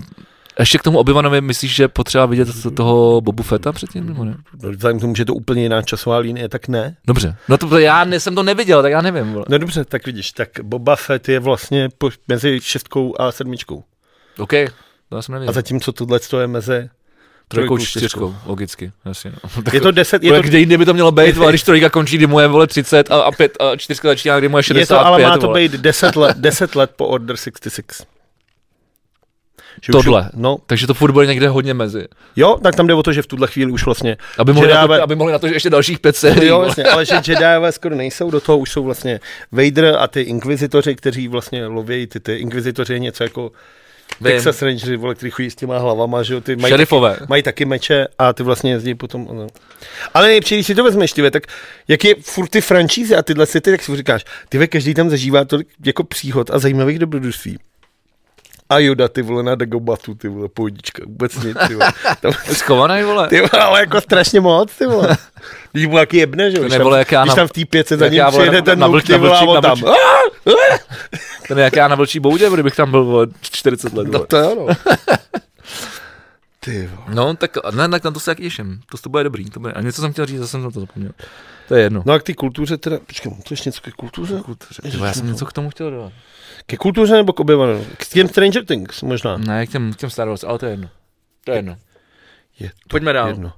[SPEAKER 2] ještě k tomu obyvanovi, myslíš, že potřeba vidět z toho Bobu Feta předtím, nebo ne?
[SPEAKER 1] No, Vzhledem k tomu, že je to úplně jiná časová linie, tak ne.
[SPEAKER 2] Dobře, no to já ne, jsem to neviděl, tak já nevím, vole.
[SPEAKER 1] No dobře, tak vidíš, tak Boba Fett je vlastně po, mezi šestkou a sedmičkou.
[SPEAKER 2] OK, to já jsem
[SPEAKER 1] A
[SPEAKER 2] nevěděl.
[SPEAKER 1] zatímco tohle je mezi
[SPEAKER 2] Trojkou, čtyřkou, logicky, jasně. No. Tak,
[SPEAKER 1] Je to deset,
[SPEAKER 2] je
[SPEAKER 1] je to
[SPEAKER 2] kde jinde by to mělo být, vole, když trojka končí, kdy mu je, vole, 30 a, a, pět, a čtyřka začíná, kdy mu je 65,
[SPEAKER 1] Je to, ale má to
[SPEAKER 2] vole.
[SPEAKER 1] být 10 let, 10 let po Order 66. Že už-
[SPEAKER 2] Tohle.
[SPEAKER 1] No,
[SPEAKER 2] Takže to furt bude někde hodně mezi.
[SPEAKER 1] jo, tak tam jde o to, že v tuhle chvíli už vlastně...
[SPEAKER 2] Aby mohli, na
[SPEAKER 1] Jediové-
[SPEAKER 2] to, aby mohli na to že ještě dalších pět sérií.
[SPEAKER 1] Jo,
[SPEAKER 2] vole.
[SPEAKER 1] jasně, ale že Jediové skoro nejsou, do toho už jsou vlastně Vader a ty inkvizitoři, kteří vlastně lovějí ty, ty inkvizitoři je něco jako
[SPEAKER 2] Vím.
[SPEAKER 1] Texas Rangers, vole, který chodí s těma hlavama, že jo, ty mají
[SPEAKER 2] Šerifové.
[SPEAKER 1] mají taky meče a ty vlastně jezdí potom. No. Ale nejlepší, když si to vezmeš, ty ve, tak jak je furt ty franšízy a tyhle světy, tak si říkáš, ty ve, každý tam zažívá tolik jako příhod a zajímavých dobrodružství. A Joda, ty vole, na Dagobatu, ty vole, pohodička, vůbec nic, ty vole. Tam,
[SPEAKER 2] Schovaný, vole.
[SPEAKER 1] *laughs* ty vole, ale jako strašně moc, ty vole. *laughs* Když mu jaký jebne, že jo, když,
[SPEAKER 2] nevole,
[SPEAKER 1] tam,
[SPEAKER 2] jak já
[SPEAKER 1] když
[SPEAKER 2] na-
[SPEAKER 1] tam v té pětce za
[SPEAKER 2] jak
[SPEAKER 1] ním
[SPEAKER 2] já, vole,
[SPEAKER 1] přijede
[SPEAKER 2] na-
[SPEAKER 1] ten
[SPEAKER 2] na
[SPEAKER 1] luk,
[SPEAKER 2] vlčí-
[SPEAKER 1] ty vole, a
[SPEAKER 2] na
[SPEAKER 1] on
[SPEAKER 2] vlčí-
[SPEAKER 1] tam.
[SPEAKER 2] na Ten je jak já na vlčí boudě, bude, kdybych tam byl vole, 40 let.
[SPEAKER 1] No
[SPEAKER 2] *laughs* Vole.
[SPEAKER 1] to jo, no. Ty vole.
[SPEAKER 2] No, tak ne, tak na to se jak těším. To, to bude dobrý. To bude. A něco jsem chtěl říct, zase jsem na to zapomněl. To je jedno.
[SPEAKER 1] No a k té kultuře teda, počkej, mám to ještě něco ke kultuře?
[SPEAKER 2] Ty vole, já jsem něco k tomu chtěl dodat.
[SPEAKER 1] Ke kultuře nebo k objevanu? K těm Stranger Things možná.
[SPEAKER 2] Ne, k těm, k těm Star Wars, ale to je jedno. To je jedno.
[SPEAKER 1] Je to
[SPEAKER 2] Pojďme dál.
[SPEAKER 1] jedno.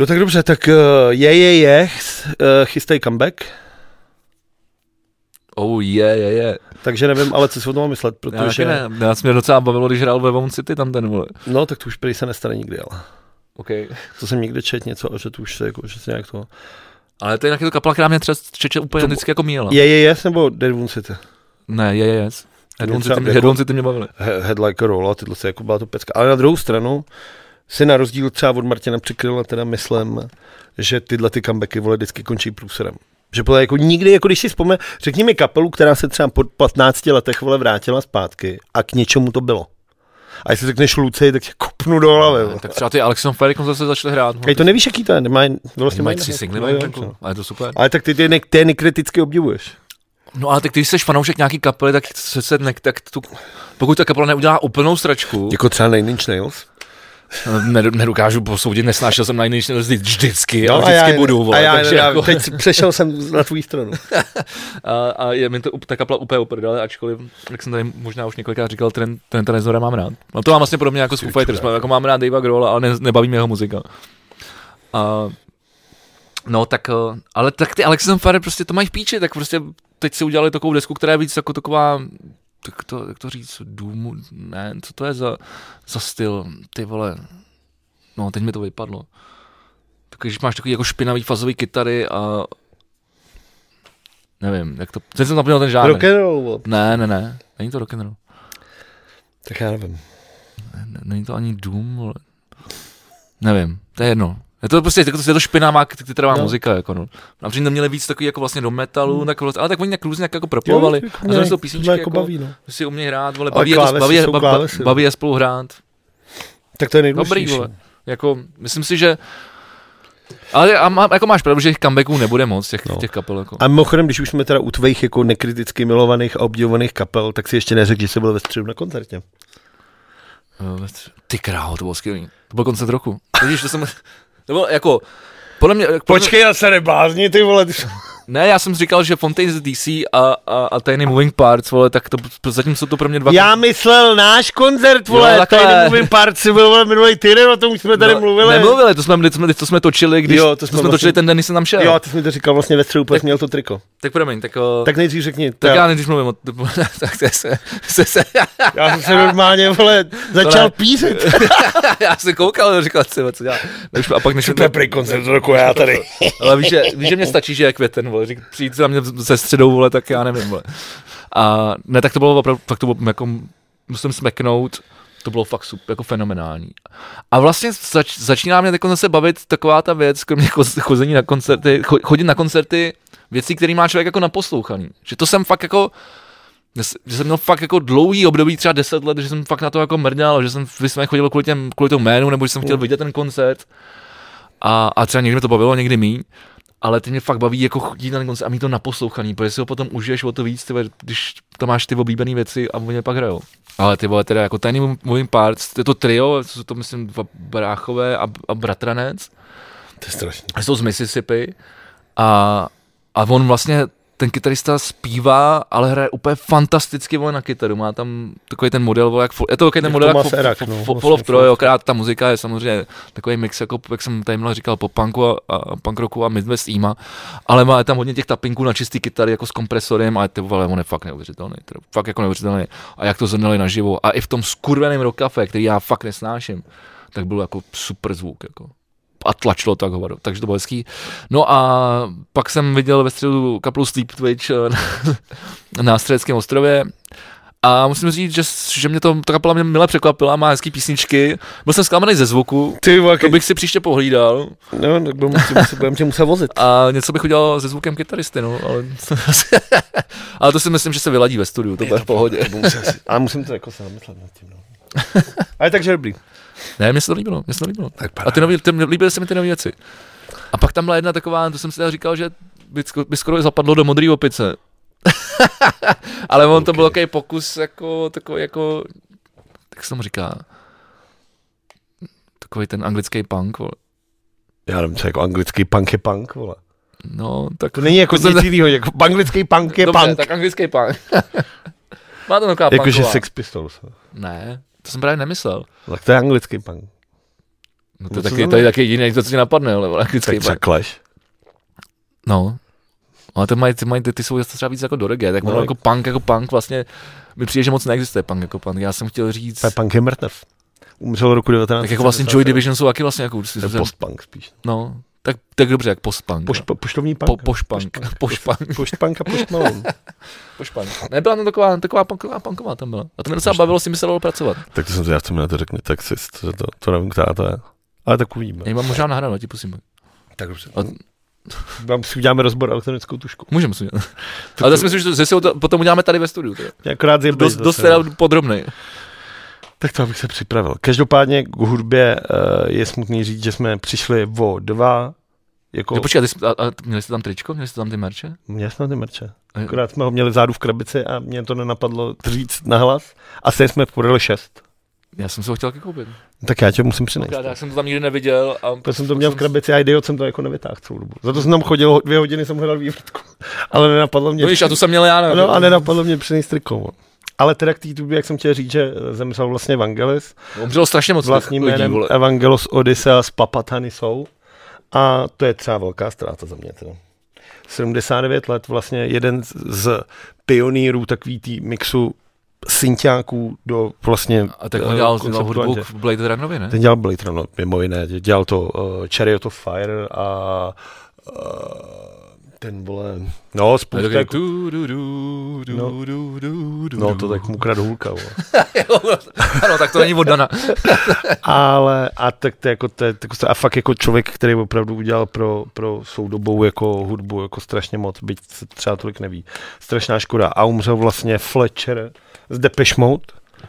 [SPEAKER 1] No tak dobře, tak eh, je, je, je, chs- eh, chystají comeback,
[SPEAKER 2] Oh, je, je, je.
[SPEAKER 1] takže nevím, ale co si o tom mám myslet,
[SPEAKER 2] Já, taky
[SPEAKER 1] protože,
[SPEAKER 2] ne, já jsem mě docela bavilo, když hrál ve Vone City tam ten, vole.
[SPEAKER 1] no tak to už prý se nestane nikdy, ale
[SPEAKER 2] Okay.
[SPEAKER 1] to jsem někde čet něco, že to už se, jako, že se nějak
[SPEAKER 2] No.
[SPEAKER 1] to,
[SPEAKER 2] Ale to je nějaký to kapela, která mě třeba čeče úplně to vždycky jako míjela.
[SPEAKER 1] je, je, je, nebo Dead Wound City,
[SPEAKER 2] Ne, je, je, je. Hedonci
[SPEAKER 1] třeba
[SPEAKER 2] ty, mě-
[SPEAKER 1] jako-
[SPEAKER 2] Hedonci ty mě bavili.
[SPEAKER 1] He- Head Like a Roll a tyhle se, jako byla to pecka, ale na druhou stranu, si na rozdíl třeba od Martina přikryla teda myslím, že tyhle ty comebacky vole vždycky končí průserem. Že podle jako nikdy, jako když si vzpomene, řekni mi kapelu, která se třeba po 15 letech vole vrátila zpátky a k něčemu to bylo. A jestli řekneš Lucej, tak tě kopnu do hlavy. vole.
[SPEAKER 2] Tak třeba ty Alexon Ferikon zase začali hrát. no.
[SPEAKER 1] Hej, to nevíš, jaký to je, nemá, vlastně
[SPEAKER 2] Mají
[SPEAKER 1] mají
[SPEAKER 2] tři
[SPEAKER 1] na-
[SPEAKER 2] singly,
[SPEAKER 1] no
[SPEAKER 2] mají
[SPEAKER 1] jo,
[SPEAKER 2] venku.
[SPEAKER 1] no.
[SPEAKER 2] ale je to super.
[SPEAKER 1] Ale tak ty, ty, ne, ty je nekriticky obdivuješ.
[SPEAKER 2] No ale tak když jsi fanoušek nějaký kapely, tak se, se ne, tak tu, pokud ta kapela neudělá úplnou sračku,
[SPEAKER 1] Jako třeba Nine Inch Nails.
[SPEAKER 2] ne, nedokážu posoudit, nesnášel jsem na jiný vždycky,
[SPEAKER 1] No
[SPEAKER 2] ale vždycky budu, vole,
[SPEAKER 1] a já,
[SPEAKER 2] takže
[SPEAKER 1] já,
[SPEAKER 2] jako,
[SPEAKER 1] teď přešel jsem na tvou stranu.
[SPEAKER 2] a, a, je mi to, up- ta kapela úplně uprdele, ačkoliv, jak jsem tady možná už několikrát říkal, ten, ten Trezora mám rád. No to mám vlastně podobně jako s Foo Fighters, mám, jako mám rád Davea Grohla, ale ne, nebaví mě jeho muzika. A, no tak, eh, ale tak ty Alexem Fare prostě to mají v píči, tak prostě teď si udělali takovou desku, která je víc jako taková, tak to, jak to říct, důmu, ne, co to je za, za styl, ty vole, no teď mi to vypadlo. Tak když máš takový jako špinavý fazový kytary a nevím, jak to, teď jsem zapomněl ten žánr.
[SPEAKER 1] Rock and roll. vole.
[SPEAKER 2] Ne, ne, ne, není to rock and roll.
[SPEAKER 1] Tak já nevím.
[SPEAKER 2] Ne- ne- Není to ani Doom, ale... Nevím, to je jedno. Je to prostě, je to, je to špiná má, která no.
[SPEAKER 1] No. Hmm.
[SPEAKER 2] muzika, jako no. A přitom měli víc takový jako vlastně do metalu, mm. tak, vlastně- ale tak oni tak různě jak jako proplovali.
[SPEAKER 1] Jo, jako
[SPEAKER 2] a zrovna jsou
[SPEAKER 1] nějak-
[SPEAKER 2] písničky,
[SPEAKER 1] tohle
[SPEAKER 2] jako,
[SPEAKER 1] baví, no.
[SPEAKER 2] si umějí hrát, vole,
[SPEAKER 1] Ale
[SPEAKER 2] baví, je, to,
[SPEAKER 1] klávesy
[SPEAKER 2] baví, je,
[SPEAKER 1] jsou
[SPEAKER 2] ba, ba,
[SPEAKER 1] klávesy, no.
[SPEAKER 2] baví je spolu hrát.
[SPEAKER 1] Tak to je
[SPEAKER 2] Dobrý,
[SPEAKER 1] nejdůležitější.
[SPEAKER 2] vole. Jako, myslím si, že... Ale a má, jako máš pravdu, že těch comebacků nebude moc, těch, no.
[SPEAKER 1] No.
[SPEAKER 2] těch kapel, jako.
[SPEAKER 1] A mimochodem, když už jsme teda u tvých jako nekriticky milovaných a obdivovaných kapel, tak si ještě neřekl, že jsi byl ve středu na koncertě.
[SPEAKER 2] Eh, Ty kráho, to bylo skvělý. To byl koncert roku. Vidíš, to jsem... To bylo jako... Podle mě, podle mě,
[SPEAKER 1] já se neblázni, ty vole.
[SPEAKER 2] Ne, já jsem říkal, že Fontaine's DC a, a, a Tiny Moving Parts, vole, tak to, p- zatím jsou to pro mě dva...
[SPEAKER 1] *laughs* Já myslel náš koncert,
[SPEAKER 2] Jo,
[SPEAKER 1] vole,
[SPEAKER 2] takhle.
[SPEAKER 1] tady nemluvím pár si byl minulý týden, o tom už jsme tady
[SPEAKER 2] No,
[SPEAKER 1] mluvili.
[SPEAKER 2] Nemluvili, to jsme, to jsme, to jsme točili, když
[SPEAKER 1] Jo, to
[SPEAKER 2] jo,
[SPEAKER 1] jsme
[SPEAKER 2] to jsme, to jsme
[SPEAKER 1] vlastně-
[SPEAKER 2] točili ten den, když jsem tam šel.
[SPEAKER 1] Jo, ty jsi mi to říkal vlastně ve středu, protože jsi měl to triko.
[SPEAKER 2] Tak promiň, tak, o, tak,
[SPEAKER 1] Tak nejdřív řekni, to
[SPEAKER 2] tak
[SPEAKER 1] já,
[SPEAKER 2] já nejdřív mluvím o... *laughs* Tak se, se, se, se,
[SPEAKER 1] já jsem se normálně, vole, začal
[SPEAKER 2] ne. *laughs*
[SPEAKER 1] písit.
[SPEAKER 2] já jsem koukal a říkal, co, co dělá. No už- A pak než...
[SPEAKER 1] To je prý koncert roku, já tady.
[SPEAKER 2] Ale víš, že, víš, že mě stačí, že je květen, vole, řík, přijít na mě ze středou, vole, tak já nevím, vole. A ne, tak to bylo opravdu, fakt to bylo jako, musím smeknout, to bylo fakt super, jako fenomenální. A vlastně zač, začíná mě jako zase bavit taková ta věc, kromě cho- chození na koncerty, cho, chodit na koncerty, věcí, které má člověk jako naposlouchaný. Že to jsem fakt jako, že jsem měl fakt jako dlouhý období, třeba 10 let, že jsem fakt na to jako mrňal, že jsem vysvětně chodil kvůli, těm, kvůli tomu jménu, nebo že jsem chtěl vidět ten koncert. A, a třeba někdy mi to bavilo, někdy míň. Ale ty mě fakt baví jako chodit na ten koncert a mít to naposlouchaný, protože si ho potom užiješ o to víc, ty, vole, když tam máš ty oblíbené věci a oni pak hrajou. Ale ty vole, teda jako Tiny Moving Parts, to je to trio, jsou to myslím dva bráchové a, a bratranec,
[SPEAKER 1] To je strašný.
[SPEAKER 2] jsou z Mississippi a, a on vlastně, ten kytarista zpívá, ale hraje úplně fantasticky vole, na kytaru. Má tam takový ten model, vole, jak, fo- je to takový ten
[SPEAKER 1] Jak
[SPEAKER 2] model,
[SPEAKER 1] Tomáš
[SPEAKER 2] jak fo-
[SPEAKER 1] Erak,
[SPEAKER 2] fo-
[SPEAKER 1] no,
[SPEAKER 2] fo-
[SPEAKER 1] vlastně,
[SPEAKER 2] Fall of Troy,
[SPEAKER 1] Fall of-
[SPEAKER 2] akorát ta muzika je samozřejmě takový mix, jako, jak jsem tady měl říkal, pop punku a, a punk rocku a Midwest Ima, ale má tam hodně těch tapinků na čistý kytary, jako s kompresorem, ale ty vole, on je fakt neuvěřitelný, teda, fakt jako neuvěřitelný. A jak to zrnali naživo. A i v tom skurveném rockafe, který já fakt nesnáším, tak byl jako super zvuk, jako a tlačilo tak hovado, takže to bylo hezký. No a pak jsem viděl ve středu kapelu Sleep Twitch eh, *laughs* na- na Středském ostrově a musím říct, že, že mě to, ta kapela mě mile překvapila, má hezký písničky. Byl jsem zklamaný ze zvuku,
[SPEAKER 1] Ty, vole,
[SPEAKER 2] to bych si příště pohlídal
[SPEAKER 1] no, tak budeme muset- budeme tě muset vozit.
[SPEAKER 2] a něco bych udělal se zvukem kytaristy, no, ale, *laughs* ale to si myslím, že se vyladí ve studiu, to bude v pohodě.
[SPEAKER 1] A musím to jako se namyslet nad tím. No. *laughs* Ale takže dobrý.
[SPEAKER 2] Ne, mně se to líbilo, mně se to líbilo.
[SPEAKER 1] Tak
[SPEAKER 2] A ty nový, ty, líbily se mi ty nové věci. A pak tam byla jedna taková, to jsem si teda říkal, že by, sko- by skoro zapadlo do
[SPEAKER 1] *laughs*
[SPEAKER 2] modré opice. Ale on to byl takový pokus, jako, takový, jako, jak se tomu říká, takový ten anglický punk, vole.
[SPEAKER 1] Já nevím, co jako anglický punk je punk, vole.
[SPEAKER 2] No, tak...
[SPEAKER 1] To není jako
[SPEAKER 2] To jsem-
[SPEAKER 1] nic jiného, jako anglický punk je
[SPEAKER 2] Dobře,
[SPEAKER 1] punk.
[SPEAKER 2] tak anglický
[SPEAKER 1] *laughs*
[SPEAKER 2] punk. Má to taková
[SPEAKER 1] Jakože
[SPEAKER 2] punková.
[SPEAKER 1] Sex Pistols. no.
[SPEAKER 2] Ne, to jsem právě nemyslel.
[SPEAKER 1] Tak to je anglický punk. No,
[SPEAKER 2] No to,
[SPEAKER 1] co
[SPEAKER 2] je taky, to
[SPEAKER 1] znamená?
[SPEAKER 2] je taky jediné, co ti napadne, ale vole, anglický
[SPEAKER 1] Tak
[SPEAKER 2] punk.
[SPEAKER 1] třeba Clash.
[SPEAKER 2] No. Ale ty, mají, ty, mají, ty, ty jsou zase třeba víc jako do reggae, tak
[SPEAKER 1] No,
[SPEAKER 2] no,
[SPEAKER 1] tak-
[SPEAKER 2] jako punk, jako punk vlastně, mi přijde, že moc neexistuje punk jako punk, já jsem chtěl říct,
[SPEAKER 1] To je punk je mrtev. Umřel roku 19.
[SPEAKER 2] tak jako vlastně Joy Division jsou taky vlastně jako,
[SPEAKER 1] To je postpunk spíš.
[SPEAKER 2] no, tak, tak dobře, jak post-punk.
[SPEAKER 1] Poš,
[SPEAKER 2] Poš,
[SPEAKER 1] po, poštovní punk.
[SPEAKER 2] po, pošpunk, *laughs* pošpunk,
[SPEAKER 1] Poštpunk a poštmalon.
[SPEAKER 2] pošpunk. Nebyla tam taková, taková punková, punková tam byla. A to mě docela bavilo, si mi se dalo pracovat.
[SPEAKER 1] *laughs* tak to jsem já co mi na to řekne taxist, to, to, to nevím, která to je. Ale tak uvidíme.
[SPEAKER 2] Já ji mám možná nahráno, ti pusím.
[SPEAKER 1] Tak dobře.
[SPEAKER 2] A-
[SPEAKER 1] Vám si uděláme rozbor elektronickou tušku.
[SPEAKER 2] Můžeme si udělat. *laughs* Ale to si myslím, že to- že si ho to, potom uděláme tady Jako- ve studiu. teda.
[SPEAKER 1] Mě Akorát zjebeš
[SPEAKER 2] Dost,
[SPEAKER 1] zase,
[SPEAKER 2] dost
[SPEAKER 1] no.
[SPEAKER 2] teda podrobnej.
[SPEAKER 1] Tak to abych se připravil. Každopádně k hudbě eh, je smutný říct, že jsme přišli o dva, jako...
[SPEAKER 2] No, počkej, a, ty, jsi- a, a, měli jste tam tričko, měli jste tam ty merče?
[SPEAKER 1] Měli jsme ty merče.
[SPEAKER 2] A jo.
[SPEAKER 1] Akorát jsme ho měli vzadu v krabici a mě to nenapadlo říct nahlas. A stejně jsme podali šest. No
[SPEAKER 2] Já jsem si ho chtěl taky koupit.
[SPEAKER 1] Tak já tě musím přinést.
[SPEAKER 2] Akorát já jsem to tam nikdy neviděl. A
[SPEAKER 1] To jsem to měl v krabici a idiot jsem to jako nevytáhl celou dobu. Za to jsem tam chodil, dvě hodiny jsem hledal vývrtku. *laughs* Ale nenapadlo mě.
[SPEAKER 2] No víš, a tu jsem měl já. ne?
[SPEAKER 1] No a nenapadlo mě přinést trikovo. Ale teda k té tubě, jak jsem chtěl říct, že zemřel vlastně Evangelis,
[SPEAKER 2] Umřelo strašně moc
[SPEAKER 1] vlastním
[SPEAKER 2] lidí,
[SPEAKER 1] jménem
[SPEAKER 2] vole.
[SPEAKER 1] Evangelos Odysseus Papatanisou. A to je třeba velká ztráta za mě. Teda. 79 let vlastně jeden z- z pionýrů takový tý mixu synťáků do vlastně
[SPEAKER 2] A tak
[SPEAKER 1] eh,
[SPEAKER 2] on dělal no,
[SPEAKER 1] konceptuálně.
[SPEAKER 2] hudbu k Blade Runovi, ne?
[SPEAKER 1] Ten dělal Blade Runner, mimo jiné. Dělal to uh, Chariot of Fire a uh, ten vole... No,
[SPEAKER 2] A
[SPEAKER 1] spousta...
[SPEAKER 2] tak je
[SPEAKER 1] Jako,
[SPEAKER 2] du, du, du, du,
[SPEAKER 1] No.
[SPEAKER 2] du, du, du,
[SPEAKER 1] no,
[SPEAKER 2] du.
[SPEAKER 1] to
[SPEAKER 2] *laughs*
[SPEAKER 1] tak mu kradu hulka. vole.
[SPEAKER 2] ano, tak to není oddaná.
[SPEAKER 1] Ale a tak to je jako, to je, tak, a fakt jako člověk, který opravdu udělal pro, pro soudobou jako hudbu jako strašně moc, byť se třeba tolik neví. Strašná škoda. A umřel vlastně Fletcher z Depeche Mode,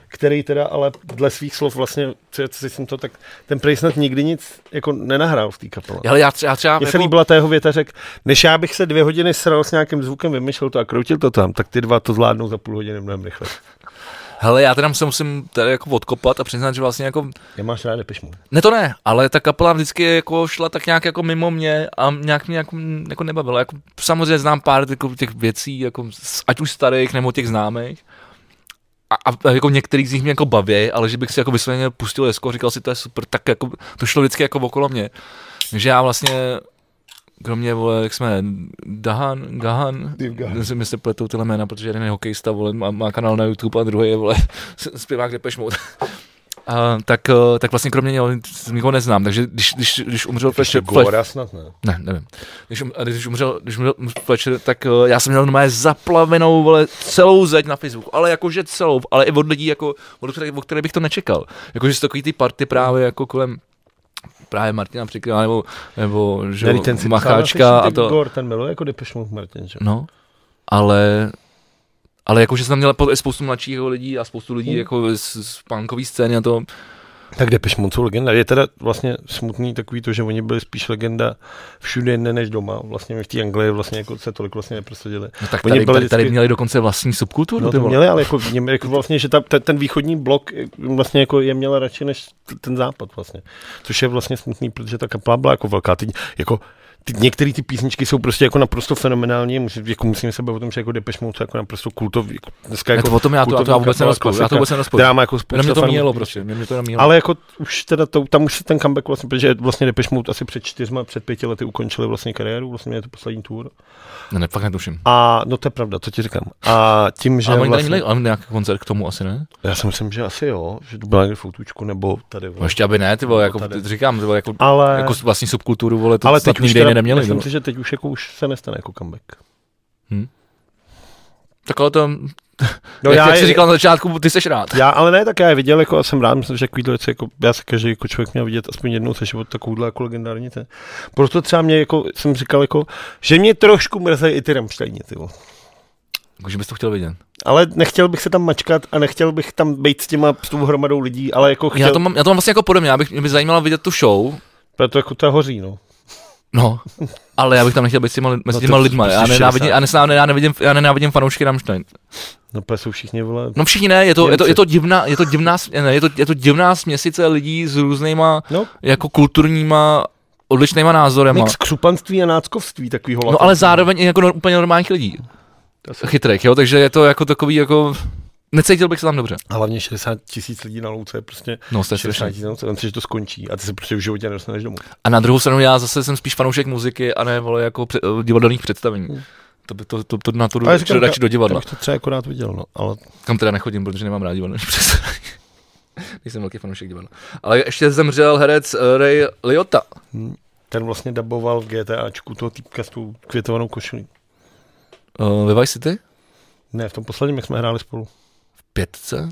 [SPEAKER 1] který teda ale dle svých slov vlastně, co, co jsem to tak, ten prej snad nikdy nic jako nenahrál v té kapele.
[SPEAKER 2] Ale já třeba, já třeba
[SPEAKER 1] Mně se
[SPEAKER 2] jako,
[SPEAKER 1] líbila ta jeho věta, řekl, než já bych se dvě hodiny sral s nějakým zvukem, vymýšlel to a kroutil to tam, tak ty dva to zvládnou za půl hodiny mnohem rychle.
[SPEAKER 2] Hele, já teda se musím tady jako odkopat a přiznat, že vlastně jako...
[SPEAKER 1] Nemáš rád Depeche Mode.
[SPEAKER 2] Ne to ne, ale ta kapela vždycky jako šla tak nějak jako mimo mě a nějak mě jako, jako nebavila. Jako, samozřejmě znám pár jako, těch věcí, jako, ať už starých nebo těch známých. A, a, jako některý z nich mě jako baví, ale že bych si jako vysloveně pustil jesko, říkal si, to je super, tak jako to šlo vždycky jako okolo mě. Takže já vlastně kromě, vole, jak jsme, Dahan, Gahan, se mi se pletou tyhle jména, protože jeden je hokejista, vole, má, má kanál na YouTube a druhý je, vole, *laughs* zpěvák Depeche Mode. A, tak, tak vlastně kromě něho nikoho neznám, takže když, když, když umřel Fletcher...
[SPEAKER 1] Gora snad ne?
[SPEAKER 2] Ne, nevím. Když, um, eh, když umřel, když umřel Fletcher, tak uh, já jsem měl normálně zaplavenou vole, celou zeď na Facebooku, ale jakože celou, ale i od lidí, jako, od, od které bych to nečekal. Jakože jsou takový ty party právě jako kolem právě Martina Přikryla, nebo, nebo že
[SPEAKER 1] ne, ten
[SPEAKER 2] Macháčka a to.
[SPEAKER 1] Gor, ten miluje jako Depeche Mode Martin, že?
[SPEAKER 2] No, ale ale jakože jsem tam měl spoustu mladších lidí a spoustu lidí mm. jako z, z punkové scény a to.
[SPEAKER 1] Tak Depeche Mode jsou legenda. Je teda vlastně smutný takový to, že oni byli spíš legenda všude jinde než doma. Vlastně v té Anglii vlastně jako se tolik vlastně neprosadili.
[SPEAKER 2] No tak tady, oni byli tady, tady, vždycky... měli dokonce vlastní subkulturu.
[SPEAKER 1] No, to měli, ale jako, jako vlastně, že ta, ta, ten východní blok vlastně jako je měl radši než ten západ vlastně. Což je vlastně smutný, protože ta kapela byla jako velká. Teď, jako, ty, některé ty písničky jsou prostě jako naprosto fenomenální, musí, jako musíme se bavit o tom, že jako Depeche Mode jako naprosto kultový, jako dneska jako
[SPEAKER 2] ne, to, o tom já to, já to já vůbec nerozpoju, já to vůbec nerozpoju.
[SPEAKER 1] Dráma jako
[SPEAKER 2] spousta mě to mělo prostě, mě to mělo.
[SPEAKER 1] Ale jako už teda to, tam už ten comeback vlastně, protože vlastně Depeche Mode asi před čtyřma, před pěti lety ukončili vlastně kariéru, vlastně měli to poslední tour.
[SPEAKER 2] Ne, ne, fakt netuším.
[SPEAKER 1] A no to je pravda, to ti říkám. A tím, že
[SPEAKER 2] ale oni
[SPEAKER 1] vlastně,
[SPEAKER 2] ale nějaký koncert k tomu asi ne?
[SPEAKER 1] Já si myslím, že asi jo, že to byla někde v Outučku nebo tady.
[SPEAKER 2] Vole. No Ještě aby ne, ty
[SPEAKER 1] No,
[SPEAKER 2] vole, jako říkám, ty vole, jako, ale, jako vlastní subkulturu, vole, to ale
[SPEAKER 1] teď už teda,
[SPEAKER 2] neměli. no.
[SPEAKER 1] Myslím si, že teď už, jako, už se nestane jako comeback.
[SPEAKER 2] Hmm. Tak ale to, no jak, já jak jsi je, říkal na začátku, ty jsi rád.
[SPEAKER 1] Já, ale ne, tak já je viděl jako, a jsem rád, myslím, že takovýhle věci, jako, já se každý jako člověk měl vidět aspoň jednou se život takovouhle jako legendární. Ten. Proto třeba mě, jako, jsem říkal, jako, že mě trošku mrzají i ty Rammsteini, ty vole.
[SPEAKER 2] Že bys to chtěl vidět.
[SPEAKER 1] Ale nechtěl bych se tam mačkat a nechtěl bych tam být s těma s tou hromadou lidí, ale jako chtěl...
[SPEAKER 2] Já to mám, já to mám vlastně jako podobně, já bych, mě by zajímalo vidět tu show.
[SPEAKER 1] Proto jako to hoří, no.
[SPEAKER 2] No, ale já bych tam nechtěl být s těma, mezi no těma lidma. Já nenávidím, já, nesná, já, nevidím, já nenávidím fanoušky Rammstein.
[SPEAKER 1] No protože jsou všichni vole.
[SPEAKER 2] No všichni ne, je to, je to, je to, divná, je to, divná, ne, je to, je to divná směsice lidí s různýma no. jako kulturníma odlišnýma názorema.
[SPEAKER 1] Mix křupanství a náckovství takovýho.
[SPEAKER 2] No ale zároveň i jako no, úplně normálních lidí. Chytrek, jo, takže je to jako takový jako Necítil bych se tam dobře.
[SPEAKER 1] A hlavně 60 tisíc lidí na louce je prostě
[SPEAKER 2] no,
[SPEAKER 1] 60 tisíc na louce, myslím, že to skončí a ty se prostě v životě nedostaneš domů.
[SPEAKER 2] A na druhou stranu já zase jsem spíš fanoušek muziky a ne vole jako před, divadelních představení. Hmm. To, by, to, to, to, na to
[SPEAKER 1] ale říkám,
[SPEAKER 2] radši do divadla.
[SPEAKER 1] to třeba jako rád viděl, no, ale...
[SPEAKER 2] Kam teda nechodím, protože nemám rád divadelní *laughs* představení. Nejsem velký fanoušek divadla. Ale ještě zemřel herec eh, Ray Liotta.
[SPEAKER 1] Hmm. Ten vlastně daboval v GTAčku toho týpka s tou květovanou košilí.
[SPEAKER 2] Uh, ve Vice City?
[SPEAKER 1] Ne, v tom posledním, jak jsme hráli spolu
[SPEAKER 2] pětce?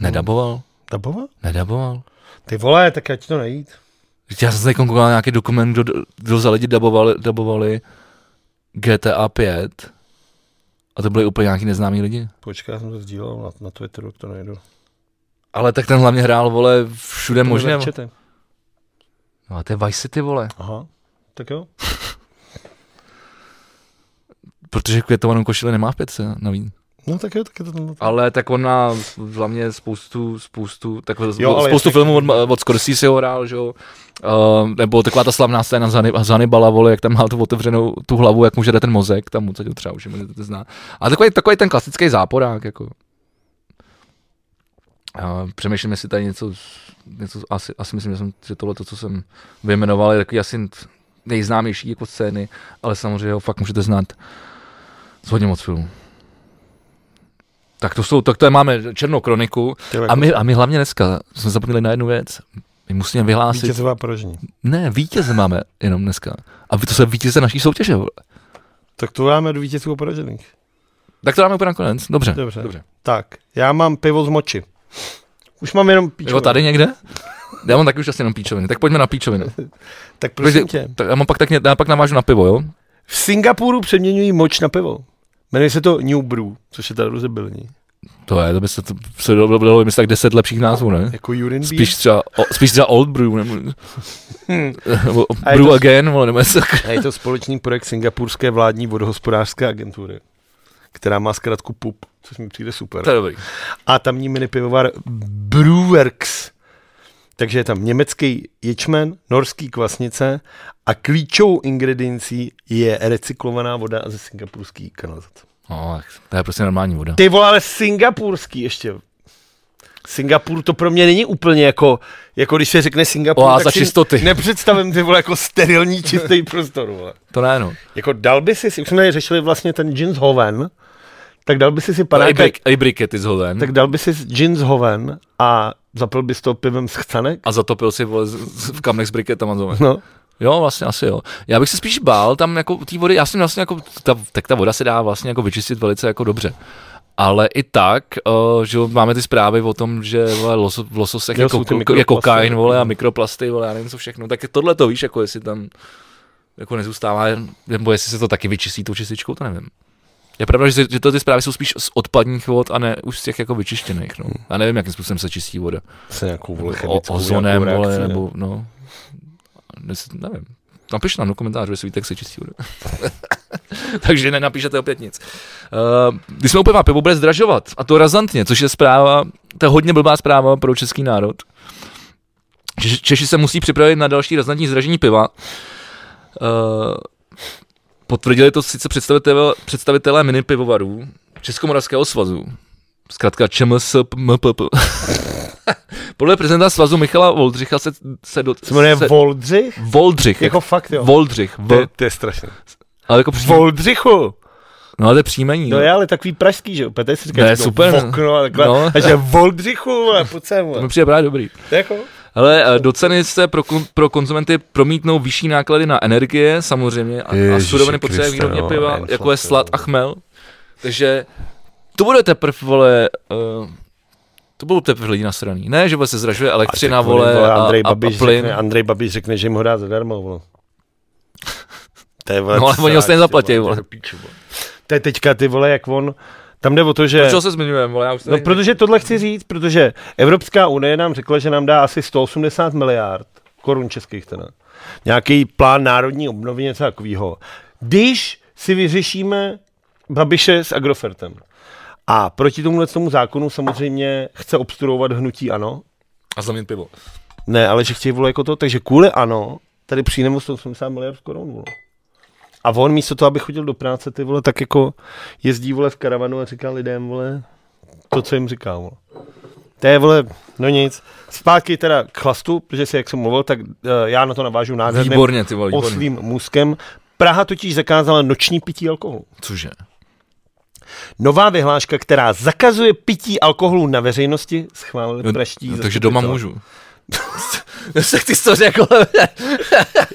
[SPEAKER 2] Nedaboval?
[SPEAKER 1] Daboval?
[SPEAKER 2] Nedaboval.
[SPEAKER 1] Ty vole, tak já ti to nejít.
[SPEAKER 2] Já jsem se koukal nějaký dokument, kdo, kdo za lidi dabovali, dabovali GTA 5 a to byly úplně nějaký neznámí lidi.
[SPEAKER 1] Počkej, já jsem to sdílel na, na Twitteru, to nejdu.
[SPEAKER 2] Ale tak ten hlavně hrál, vole, všude to možné.
[SPEAKER 1] Čete.
[SPEAKER 2] No a to je Vice City, vole.
[SPEAKER 1] Aha, tak jo.
[SPEAKER 2] Protože květovanou košili nemá v pětce navíc.
[SPEAKER 1] No tak jo, tak je to tam.
[SPEAKER 2] Ale tak on má hlavně spoustu, spoustu, tak, jo, spoustu filmů od, od Scorsese ho hrál, že jo. Uh, nebo taková ta slavná scéna z Hannibala, vole, jak tam má tu otevřenou tu hlavu, jak mu žere ten mozek, tam mu to třeba už můžete znát. A takový, takový ten klasický záporák, jako. Uh, přemýšlím, jestli tady něco, něco asi, asi myslím, že, jsem, že tohle, to, co jsem vyjmenoval, je takový asi nejznámější jako scény, ale samozřejmě ho fakt můžete znát z hodně moc filmů. Tak to jsou, tak to je máme černou kroniku.
[SPEAKER 1] jako
[SPEAKER 2] A my, a my hlavně dneska jsme zapomněli na jednu věc. My musíme vyhlásit.
[SPEAKER 1] Vítězová poražení.
[SPEAKER 2] Ne, vítěze máme jenom dneska. A to se vítěze naší soutěže. Vole.
[SPEAKER 1] Tak to dáme do vítězů poražených.
[SPEAKER 2] Tak to dáme úplně nakonec. Dobře.
[SPEAKER 1] Dobře. Dobře. Tak, já mám pivo z moči. Už mám jenom píčovinu.
[SPEAKER 2] Jo, tady někde? Já mám taky už asi jenom píčoviny. Tak pojďme na píčoviny.
[SPEAKER 1] tak prosím Protože, tě.
[SPEAKER 2] Tak, já, mám pak, tak, já pak navážu na pivo, jo?
[SPEAKER 1] V Singapuru přeměňují moč na pivo. Jmenuje se to New Brew, což je tady rozebylní.
[SPEAKER 2] To je, to by se, to, se dalo, dalo vymyslet tak deset lepších názvů, ne?
[SPEAKER 1] Jako Urine
[SPEAKER 2] Spíš třeba, o, spíš třeba Old Brew, nebo, nebo hmm. Brew to, Again, nebo
[SPEAKER 1] A je to společný projekt singapurské vládní vodohospodářské agentury která má zkrátku PUP, což mi přijde super.
[SPEAKER 2] To je dobrý.
[SPEAKER 1] A tamní mini pivovar Brewworks. Takže je tam německý ječmen, norský kvasnice a klíčovou ingrediencí je recyklovaná voda ze singapurský kanalizace.
[SPEAKER 2] No, to je prostě normální voda.
[SPEAKER 1] Ty vole, ale singapurský ještě. Singapur to pro mě není úplně jako, jako když se řekne Singapur,
[SPEAKER 2] Oáza
[SPEAKER 1] tak si
[SPEAKER 2] čistoty.
[SPEAKER 1] nepředstavím ty vole jako sterilní čistý prostor. Vole.
[SPEAKER 2] To ne, no.
[SPEAKER 1] Jako dal by si, už jsme tady řešili vlastně ten gin z Hoven, tak dal by si si panáka,
[SPEAKER 2] I, brick, I bricket is hoden.
[SPEAKER 1] tak dal by si gin z Hoven a zapil bys to pivem z chcanek?
[SPEAKER 2] A zatopil si vole, z- z- v kamnech s briketem a zome.
[SPEAKER 1] No,
[SPEAKER 2] Jo, vlastně asi jo. Já bych se spíš bál, tam jako té vody, já jsem vlastně jako, ta, tak ta voda se dá vlastně jako vyčistit velice jako dobře. Ale i tak, uh, že jo, máme ty zprávy o tom, že vole, loso, v lososech
[SPEAKER 1] Jo,
[SPEAKER 2] je,
[SPEAKER 1] jsou ty
[SPEAKER 2] ko, je
[SPEAKER 1] mikroplasty. no.
[SPEAKER 2] kokain vole, a mikroplasty, vole, já nevím co všechno, tak tohle to víš, jako jestli tam jako nezůstává, nebo jestli se to taky vyčistí tou čističkou, to nevím. Je pravda, že, že to ty zprávy jsou spíš z odpadních vod a ne už z těch jako vyčištěných. No. Já nevím, jakým způsobem se čistí voda.
[SPEAKER 1] se nějakou vole
[SPEAKER 2] O,
[SPEAKER 1] chemickou
[SPEAKER 2] ozonem,
[SPEAKER 1] nějakou
[SPEAKER 2] vole,
[SPEAKER 1] reakcí, ne?
[SPEAKER 2] nebo no. Nes- Nevím. Napiš nám do komentářů, jestli víte, jak se čistí voda. *laughs* Takže nenapíšete opět nic. Uh, když jsme úplně na pivo, bude zdražovat. A to razantně, což je zpráva, to je hodně blbá zpráva pro český národ. Če- Češi se musí připravit na další razantní zdražení piva. Uh, potvrdili to sice představitelé, představitelé mini pivovarů Českomoravského svazu. Zkrátka ČMSMPP. *laughs* Podle prezidenta svazu Michala Voldřicha se, se, do,
[SPEAKER 1] Se jmenuje
[SPEAKER 2] se
[SPEAKER 1] Voldřich?
[SPEAKER 2] Voldřich.
[SPEAKER 1] Jako fakt, jo.
[SPEAKER 2] Voldřich. V,
[SPEAKER 1] To je- to je strašné.
[SPEAKER 2] ale jako příjmení.
[SPEAKER 1] Voldřichu!
[SPEAKER 2] No ale to je příjmení.
[SPEAKER 1] No je ale takový pražský, že jo? Petr si říká,
[SPEAKER 2] Ne,
[SPEAKER 1] že to
[SPEAKER 2] super.
[SPEAKER 1] Vokno a takhle.
[SPEAKER 2] No.
[SPEAKER 1] No. A že Voldřichu, vole, pojď sem,
[SPEAKER 2] To
[SPEAKER 1] vole.
[SPEAKER 2] mi přijde právě dobrý.
[SPEAKER 1] To je Jako?
[SPEAKER 2] Ale eh, do ceny se pro, kon- pro konzumenty promítnou vyšší náklady na energie, samozřejmě, a, a
[SPEAKER 1] Ježiši
[SPEAKER 2] suroviny potřebuje
[SPEAKER 1] Kriste,
[SPEAKER 2] výrobně
[SPEAKER 1] no,
[SPEAKER 2] piva,
[SPEAKER 1] inflace,
[SPEAKER 2] jako je slad
[SPEAKER 1] no.
[SPEAKER 2] a chmel. Takže to bude teprve, vole, uh, to budou teprve lidi nasraný. Ne, že vole se zdražuje elektřina,
[SPEAKER 1] tak on,
[SPEAKER 2] vole, a,
[SPEAKER 1] Andrej
[SPEAKER 2] a, a
[SPEAKER 1] Babiš
[SPEAKER 2] plyn.
[SPEAKER 1] Řekne, Andrej Babiš řekne, že jim ho dá zadarmo, vole. To je, vole,
[SPEAKER 2] No, ale
[SPEAKER 1] co
[SPEAKER 2] oni ho
[SPEAKER 1] sráč,
[SPEAKER 2] stejně
[SPEAKER 1] ty
[SPEAKER 2] zaplatí,
[SPEAKER 1] to
[SPEAKER 2] vole.
[SPEAKER 1] je do píču, vole. To je teďka, ty vole, jak on, tam jde o to, že...
[SPEAKER 2] Proč ho se zmiňujeme, vole, já už
[SPEAKER 1] No,
[SPEAKER 2] tady-
[SPEAKER 1] protože tohle chci říct, protože Evropská unie nám řekla, že nám dá asi 180 miliard korun českých teda. Nějaký plán národní obnovy, něco takového. Když si vyřešíme Babiše s Agrofertem. A proti tomuhle tomu zákonu samozřejmě chce obstruovat hnutí ANO.
[SPEAKER 2] A zlomit pivo.
[SPEAKER 1] Ne, ale že chtějí vole jako to, takže kvůli ANO tady přijde o 180 miliard korun. Vole. A on místo toho, aby chodil do práce, ty vole, tak jako jezdí vole v karavanu a říká lidem, vole, to, co jim říká, vole. To je, vole, no nic. Zpátky teda k chlastu, protože si, jak jsem mluvil, tak uh, já na to navážu nádherným
[SPEAKER 2] Výborně, ty vole, výborně.
[SPEAKER 1] oslým můzkem. Praha totiž zakázala noční pití alkoholu.
[SPEAKER 2] Cože?
[SPEAKER 1] Nová vyhláška, která zakazuje pití alkoholu na veřejnosti, schválili
[SPEAKER 2] No,
[SPEAKER 1] praští
[SPEAKER 2] no, takže doma
[SPEAKER 1] zastupitelé.
[SPEAKER 2] můžu. *laughs* Tak ty jsi to řekl,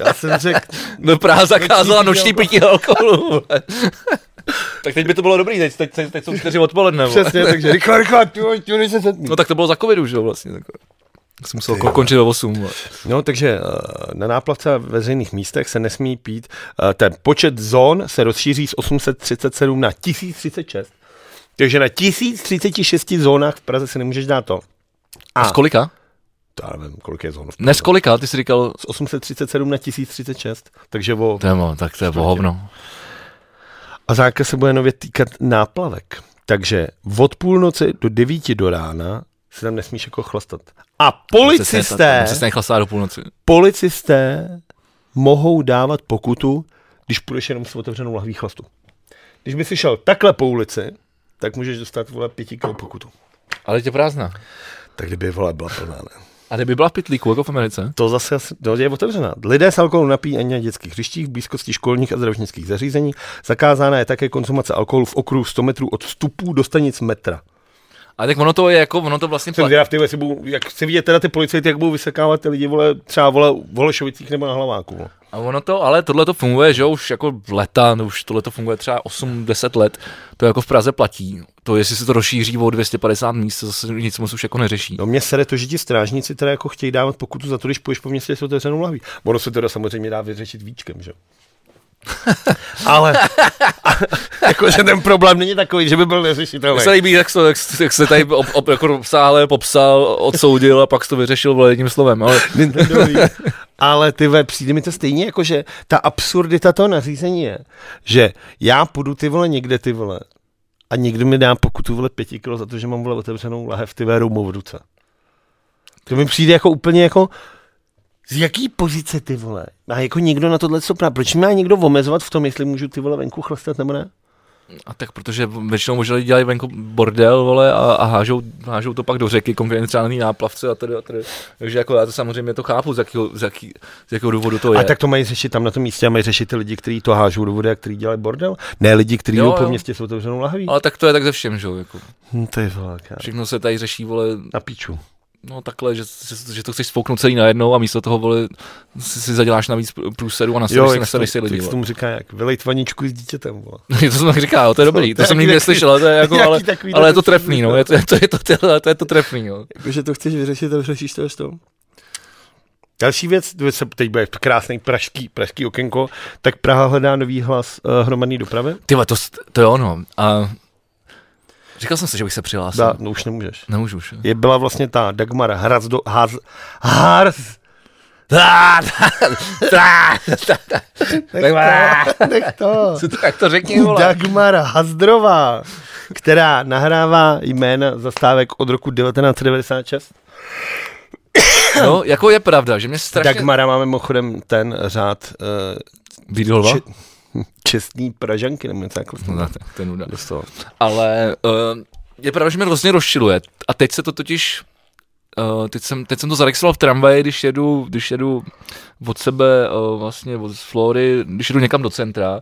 [SPEAKER 1] Já jsem řekl,
[SPEAKER 2] no Praha zakázala noční
[SPEAKER 1] Noční
[SPEAKER 2] pití alkoholu. vole. tak teď by to bylo dobrý, teď, teď, teď, teď jsou čtyři odpoledne. vole.
[SPEAKER 1] *laughs* přesně, takže rychle, rychle, ty vole, ty vole, se sedmi.
[SPEAKER 2] No tak to bylo za covidu, že jo vlastně. Tak. Tak jsem musel ko- končit ve 8. vole.
[SPEAKER 1] No, takže eh, na náplavce a veřejných místech se nesmí pít. Eh, Ten počet zón se rozšíří z 837 na 1036. Takže na 1036 zónách v Praze si nemůžeš dát to.
[SPEAKER 2] A z kolika?
[SPEAKER 1] To já nevím, kolik je zón. v Praze.
[SPEAKER 2] Ne z kolika, ty jsi říkal...
[SPEAKER 1] Z 837 na 1036. Takže o...
[SPEAKER 2] Témo, tak to je bohovno.
[SPEAKER 1] A zákaz se bude nově týkat náplavek. Takže od půlnoci do 9 do rána se tam nesmíš jako chlastat. A policisté...
[SPEAKER 2] Se nechlastá do půlnoci.
[SPEAKER 1] policisté mohou dávat pokutu, když půjdeš jenom s otevřenou lahví chlastu. Když by si šel takhle po ulici, tak můžeš dostat vole pěti kilo pokutu.
[SPEAKER 2] Ale tě prázdná.
[SPEAKER 1] Tak kdyby vole byla plná, ne?
[SPEAKER 2] A kdyby byla v pitlíku, jako v Americe?
[SPEAKER 1] To zase asi- to je otevřená. Lidé s alkoholu napijí ani na dětských hřištích, v blízkosti školních a zdravotnických zařízení. Zakázána je také konzumace alkoholu v okruhu 100 metrů od vstupů do stanic metra.
[SPEAKER 2] A tak ono to je jako, ono to vlastně...
[SPEAKER 1] Jsem
[SPEAKER 2] pla-
[SPEAKER 1] zvědav, ty, vole, jestli budou, jak chci vidět teda ty policajty, jak budou vysekávat ty lidi, vole, třeba vole, v Holešovicích nebo na Hlaváku. Vole.
[SPEAKER 2] A ono to, ale tohle to funguje, že jo, už jako leta, no už tohle to funguje třeba 8-10 let, to jako v Praze platí. To, jestli se to rozšíří o 250 míst, to zase nic moc už jako neřeší.
[SPEAKER 1] No mě sere to, že ti strážníci teda jako chtějí dávat pokutu za to, když půjdeš po městě s otevřenou lahví. Ono se teda samozřejmě dá vyřešit víčkem, že? jo? Ale *laughs* jakože ten problém není takový, že by byl
[SPEAKER 2] Mně se
[SPEAKER 1] neřešitelný.
[SPEAKER 2] líbí, jak, to, jak, jak se tady ob, ob, jako obsáhle popsal, odsoudil a pak jsi to vyřešil vole jedním slovem, ale
[SPEAKER 1] Nintendový. *laughs* Ale ty ve, přijde mi to stejně jako, že ta absurdita toho nařízení je, že já půjdu ty vole někde ty vole a někdo mi dá pokutu vole pěti kilo za to, že mám vole otevřenou lahev ty v ruce. To mi přijde jako úplně jako, z jaký pozice ty vole? Má jako někdo na tohle co Proč mě má někdo omezovat v tom, jestli můžu ty vole venku chlastat nebo ne?
[SPEAKER 2] A tak protože většinou možná lidi dělají venku bordel, vole, a, a hážou, hážou, to pak do řeky, konkrétně třeba na té náplavce a tady, a tady. Takže jako já to samozřejmě to chápu, z jakého, z, jaký, z jakého důvodu to je.
[SPEAKER 1] A tak to mají řešit tam na tom místě a mají řešit ty lidi, kteří to hážou do vody a kteří dělají bordel. Ne lidi, kteří jdou po městě s otevřenou lahví.
[SPEAKER 2] Ale tak to je tak ze všem, že jo? Jako.
[SPEAKER 1] Hm, to je vole, kára.
[SPEAKER 2] Všechno se tady řeší, vole.
[SPEAKER 1] Na píču
[SPEAKER 2] no takhle, že, že, že to chceš spouknout celý najednou a místo toho vole, si, si zaděláš navíc průsedu a nasadíš si, nasadíš si lidi.
[SPEAKER 1] Jo, tomu říká, jak vylejt vaničku s dítětem. Vole.
[SPEAKER 2] to jsem tak říká, jo, to *laughs* je dobrý, to, to jsem nikdy neslyšel, ale to je, jako, ale, ale je to trefný, no, je to, je to, je to, to, je to trefný, jo.
[SPEAKER 1] Jakože to chceš vyřešit a vyřešíš to s tom. Další věc, se teď bude krásný pražský, pražský okénko, tak Praha hledá nový hlas uh, hromadné dopravy.
[SPEAKER 2] Ty to, to je ono. A Říkal jsem si, že bych se přihlásil.
[SPEAKER 1] Da, no už nemůžeš.
[SPEAKER 2] Nemůžu už.
[SPEAKER 1] Je byla vlastně ta Dagmar Hraz do... Haz... Hars... *laughs*
[SPEAKER 2] Tak to, tak to řekni, vole.
[SPEAKER 1] Dagmar Hazdrová, která nahrává jména zastávek od roku 1996.
[SPEAKER 2] No, jako je pravda, že mě strašně...
[SPEAKER 1] Dagmara máme mimochodem ten řád... Uh,
[SPEAKER 2] Bídolva? Či
[SPEAKER 1] čestný pražanky, nebo něco takového.
[SPEAKER 2] No, tak, to je nuda. Dostal. Ale uh, je pravda, že mě hrozně rozčiluje. A teď se to totiž, uh, teď, jsem, teď jsem to zaregistroval v tramvaji, když jedu, když jedu od sebe, uh, vlastně od Flory, když jedu někam do centra,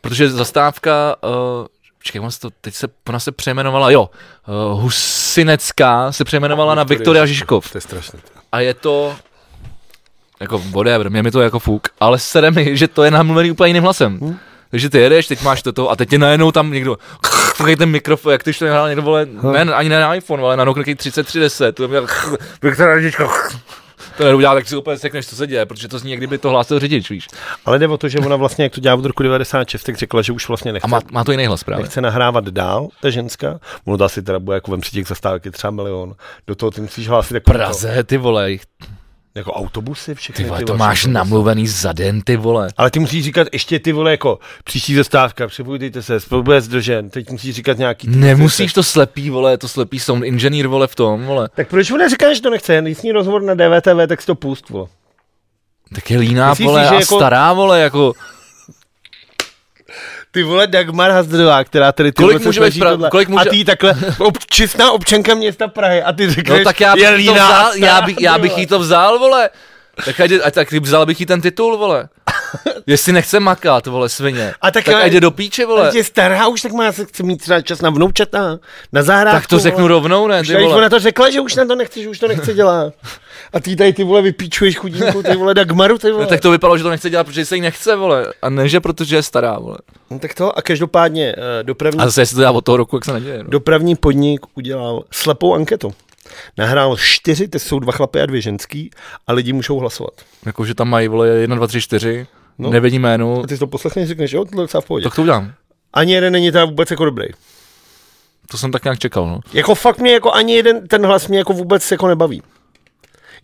[SPEAKER 2] protože zastávka, uh, Počkej, on to, teď se, ona se přejmenovala, jo, uh, Husinecká se přejmenovala na Viktoria Žižkov.
[SPEAKER 1] To je strašné.
[SPEAKER 2] A je to, jako whatever, mě mi to jako fuk, ale sere mi, že to je namluvený úplně jiným hlasem. Hmm. Takže ty jedeš, teď máš toto a teď tě najednou tam někdo, *laughs* takový ten mikrofon, jak ty to hrál někdo, vole, ne, ani ne na iPhone, ale na Nokia 3310, to měl, *laughs* Viktor *laughs* to neudělá, tak si úplně sekneš, co se děje, protože to zní, jak kdyby to hlásil řidič, víš.
[SPEAKER 1] Ale jde o to, že ona vlastně, jak to dělá od roku 96, tak řekla, že už vlastně nechce.
[SPEAKER 2] A má, má to jiný hlas právě.
[SPEAKER 1] Nechce nahrávat dál, ta ženská. Ono to asi teda bude, jako vem si těch zastávek je třeba milion. Do toho ty musíš hlásit jako.
[SPEAKER 2] Praze, to. ty vole,
[SPEAKER 1] jako autobusy, všechny.
[SPEAKER 2] Ty vole, ty to máš autobusy. namluvený za den, ty vole.
[SPEAKER 1] Ale ty musíš říkat ještě ty vole, jako příští zastávka, připojujte se, bude zdržen, teď musíš říkat nějaký... Ty
[SPEAKER 2] Nemusíš se. to slepý, vole, to slepý sound inženýr, vole, v tom, vole.
[SPEAKER 1] Tak proč mu neříkáš, že to nechce, jen lístní rozhovor na DVTV, tak si to pust, vole.
[SPEAKER 2] Tak je líná, Myslíš vole, si, a jako... stará, vole, jako...
[SPEAKER 1] Ty vole Dagmar Hazdrová, která tady ty
[SPEAKER 2] kolik může být pra- kolik může...
[SPEAKER 1] A ty takhle, ob, čistá občanka města Prahy a ty řekneš,
[SPEAKER 2] no, tak já bych je líná, to vzal, já, bych, já bych jí to vzal, vole. Tak ať, ať tak vzal bych jí ten titul, *laughs* vole. Jestli nechce makat, vole, svině. A tak, tak ať jde do píče, vole.
[SPEAKER 1] je stará už, tak má se chce mít třeba čas na vnoučata, na zahrádku.
[SPEAKER 2] Tak to řeknu vole. rovnou, ne, ty vole.
[SPEAKER 1] Ona to řekla, že už na to nechce, že už to nechce dělat. A ty tady ty vole vypíčuješ chudinku, ty vole Dagmaru, ty vole. No,
[SPEAKER 2] tak to vypadalo, že to nechce dělat, protože se jí nechce, vole. A ne, že protože je stará, vole.
[SPEAKER 1] No tak to a každopádně uh, dopravní...
[SPEAKER 2] A zase jestli to dá od toho roku, jak se neděje. No.
[SPEAKER 1] Dopravní podnik udělal slepou anketu. Nahrál čtyři, to jsou dva chlapy a dvě ženský a lidi můžou hlasovat.
[SPEAKER 2] Jakože Jako, tam mají, vole, 1, 2, 3, 4, no. nevědí jméno.
[SPEAKER 1] A ty si to poslechneš, řekneš, jo, tohle je v pohodě.
[SPEAKER 2] Tak to udělám.
[SPEAKER 1] Ani jeden není teda vůbec jako dobrý.
[SPEAKER 2] To jsem tak nějak čekal, no.
[SPEAKER 1] Jako fakt mě jako ani jeden ten hlas mě jako vůbec jako nebaví.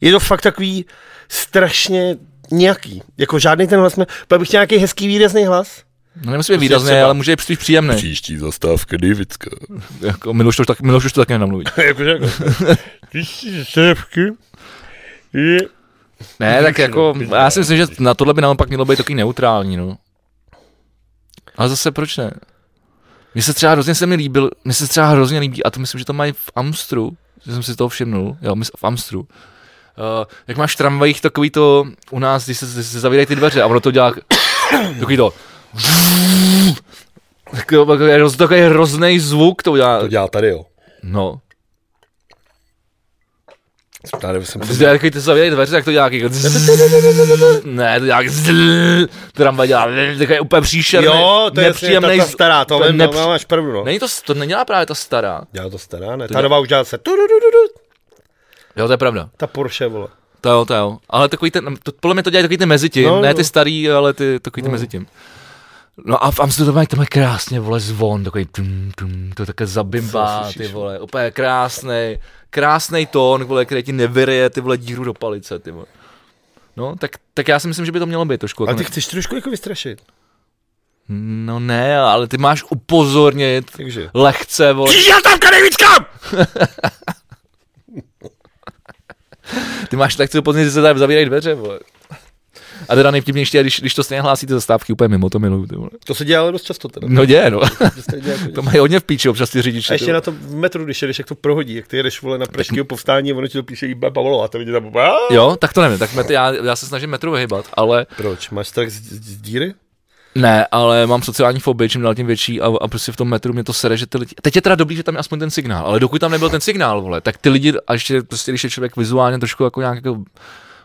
[SPEAKER 1] Je to fakt takový strašně nějaký. Jako žádný ten hlas, ne... pak bych chtěl nějaký hezký výrazný hlas.
[SPEAKER 2] No nemusí být výrazný, třeba... ale může být spíš příjemný.
[SPEAKER 1] Příští zastávka Divická.
[SPEAKER 2] Jako Miloš, to tak, Miloš už to také namluví.
[SPEAKER 1] Jakože *laughs* jako. Příští zastávky je...
[SPEAKER 2] Ne, tak jako, já si myslím, že na tohle by naopak mělo být takový neutrální, no. Ale zase proč ne? Mně se třeba hrozně se mi líbil, mně se třeba hrozně líbí, a to myslím, že to mají v Amstru, že jsem si toho všimnul, jo, v Amstru, Uh, jak máš v tramvajích takový to u nás, když se, se zavírají ty dveře a ono to dělá *coughs* takový to *coughs* takový, takový hrozný zvuk to dělá.
[SPEAKER 1] To dělá tady, jo.
[SPEAKER 2] No.
[SPEAKER 1] Tady jsem
[SPEAKER 2] si... Dělá takový ty zavírají dveře, jak to
[SPEAKER 1] *laughs*
[SPEAKER 2] dělá jaký... Ne, to dělá tramvaj dělá takový úplně příšerný,
[SPEAKER 1] Jo, to je nepříjemný, ta, ta stará, to, to nepří... máš pravdu, no.
[SPEAKER 2] Není to, to nedělá právě ta stará.
[SPEAKER 1] Dělá to stará, ne, to ta doba už dělá se... Jo,
[SPEAKER 2] to je pravda.
[SPEAKER 1] Ta Porsche, vole.
[SPEAKER 2] To jo, to jo. Ale takový ten, to, podle mě to dělají takový ty mezi tím, no, ne ty starý, ale ty, takový ty no. mezi tím. No a v Amsterdamu mají tam krásně, vole, zvon, takový tum, tum, to také zabimbá, ty vole, úplně krásný, krásný tón, vole, který ti nevyreje, ty vole, díru do palice, ty vole. No, tak, tak já si myslím, že by to mělo být trošku.
[SPEAKER 1] A ty ne... chceš trošku jako vystrašit.
[SPEAKER 2] No ne, ale ty máš upozornit
[SPEAKER 1] Takže.
[SPEAKER 2] lehce, vole.
[SPEAKER 1] Přišel tam Kadejvickam!
[SPEAKER 2] Ty máš tak co upozornit, že se tady zavírají dveře, vole. A teda nejvtipnější je, když, když to stejně hlásíte zastávky úplně mimo, to miluju, ty vole.
[SPEAKER 1] To se dělalo dost často teda.
[SPEAKER 2] No děje, no.
[SPEAKER 1] *laughs* To se dělá jako
[SPEAKER 2] To mají hodně v píči občas ty řidiči.
[SPEAKER 1] A ještě
[SPEAKER 2] ty
[SPEAKER 1] na
[SPEAKER 2] vole.
[SPEAKER 1] tom v metru, když jedeš, jak to prohodí, jak ty jedeš vole na pražského povstání a ono ti to píše iba Pavlo a to lidi tam "Aaa!"
[SPEAKER 2] Jo, tak to nevím, tak metr, já, já se snažím metru vyhybat, ale
[SPEAKER 1] Proč? Máš strach z, z, z díry?
[SPEAKER 2] ne, ale mám sociální fobii, čím dál tím větší a, a prostě v tom metru mě to sere, že ty lidi, teď je teda dobrý, že tam je aspoň ten signál, ale dokud tam nebyl ten signál, vole, tak ty lidi, a ještě prostě, když je člověk vizuálně trošku jako nějak jako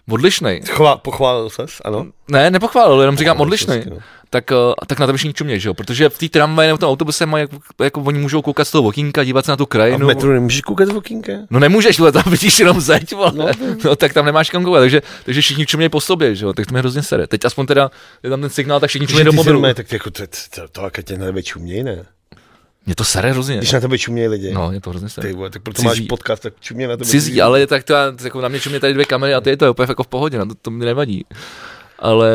[SPEAKER 2] odlišnej,
[SPEAKER 1] Chvá, pochválil ses, ano.
[SPEAKER 2] ne, nepochválil, jenom říkám odlišnej,
[SPEAKER 1] hezky, no.
[SPEAKER 2] tak, eh, tak na to všichni čumějí, že jo, protože v té tramvaji nebo v tom autobuse mají, jako, jako, oni můžou koukat z toho okýnka, dívat se na tu
[SPEAKER 1] A v
[SPEAKER 2] krajinu.
[SPEAKER 1] metru nemůžeš koukat v okýnka?
[SPEAKER 2] No nemůžeš, vole, tam vidíš jenom zeď, vole. No, no tak tam nemáš kam koukat, takže, takže všichni čumějí po sobě, že jo, tak to mě hrozně sere. Teď aspoň teda je tam ten signál, tak všichni čumějí do mobilu.
[SPEAKER 1] Ne, tak jako to, to, to, to, to tě na tebe čumějí, ne?
[SPEAKER 2] Mě to sere hrozně.
[SPEAKER 1] Když na tebe čumějí lidi.
[SPEAKER 2] No, mě to hrozně sere.
[SPEAKER 1] Ty vole, tak proto
[SPEAKER 2] Cizí.
[SPEAKER 1] máš podcast, tak čumějí na tebe.
[SPEAKER 2] Cizí, ale tak to, já- jako na mě čumějí tady dvě kamery a ty je to je úplně jako v pohodě, na to, to mi nevadí. Ale,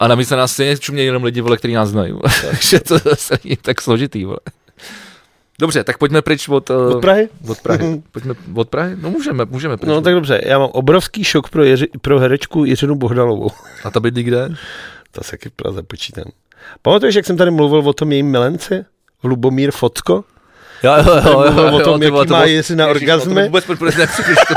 [SPEAKER 2] a navíc na nás stejně čumějí jenom lidi, vole, kteří nás znají, vole. takže to zase není tak složitý, vole. Dobře, tak pojďme pryč od, eh,
[SPEAKER 1] Od Prahy? Mhm.
[SPEAKER 2] od Prahy. Pojďme od Prahy? No můžeme, můžeme pryč.
[SPEAKER 1] No tak dobře, já mám obrovský šok pro, Jiři, pro herečku Jiřinu Bohdalovou.
[SPEAKER 2] A ta bydlí kde?
[SPEAKER 1] *laughs* To se taky v Praze počítám. Pamatuješ, jak jsem tady mluvil o tom jejím milenci? Lubomír Focko?
[SPEAKER 2] Jo, jo, jo,
[SPEAKER 1] mluvil
[SPEAKER 2] jo,
[SPEAKER 1] o tom,
[SPEAKER 2] ty
[SPEAKER 1] jaký
[SPEAKER 2] vole, to
[SPEAKER 1] má
[SPEAKER 2] bylo-
[SPEAKER 1] jestli na
[SPEAKER 2] Ježiš, no, to
[SPEAKER 1] orgazmy.
[SPEAKER 2] mi vůbec pro-
[SPEAKER 1] *laughs*
[SPEAKER 2] nepřišlo.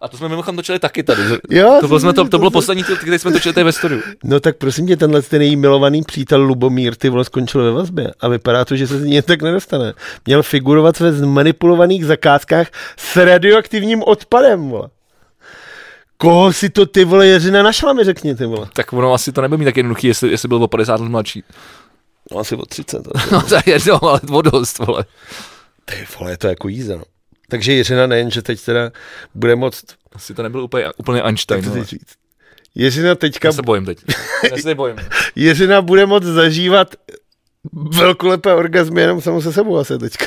[SPEAKER 2] A to jsme mimochodem točili taky tady.
[SPEAKER 1] Jo,
[SPEAKER 2] To bylo, jsme to, to bylo poslední díl, který jsme točili tady ve studiu.
[SPEAKER 1] No tak prosím tě, tenhle ten její milovaný přítel Lubomír, ty vole, skončil ve vazbě a vypadá to, že se z ní jen tak nedostane. Měl figurovat ve zmanipulovaných zakázkách s radioaktivním odpadem, vole. Koho si to ty vole Jeřina našla, mi řekni ty vole.
[SPEAKER 2] Tak ono asi to nebude mít tak jednoduchý, jestli, jestli byl o 50 let mladší.
[SPEAKER 1] No asi o 30.
[SPEAKER 2] *laughs* No to je jedno, ale o dost, vole.
[SPEAKER 1] *laughs* Ty vole, je to jako jízda, no. Takže Jiřina nejen, že teď teda bude moc,
[SPEAKER 2] Asi to nebyl úplně, úplně Einstein.
[SPEAKER 1] co
[SPEAKER 2] vole.
[SPEAKER 1] teď říct. Jiřina teďka
[SPEAKER 2] Já se
[SPEAKER 1] *laughs*
[SPEAKER 2] bojím teď. Já se teď bojím.
[SPEAKER 1] Jiřina bude moc zažívat velkolepé orgazmy jenom samo se sebou asi teďka.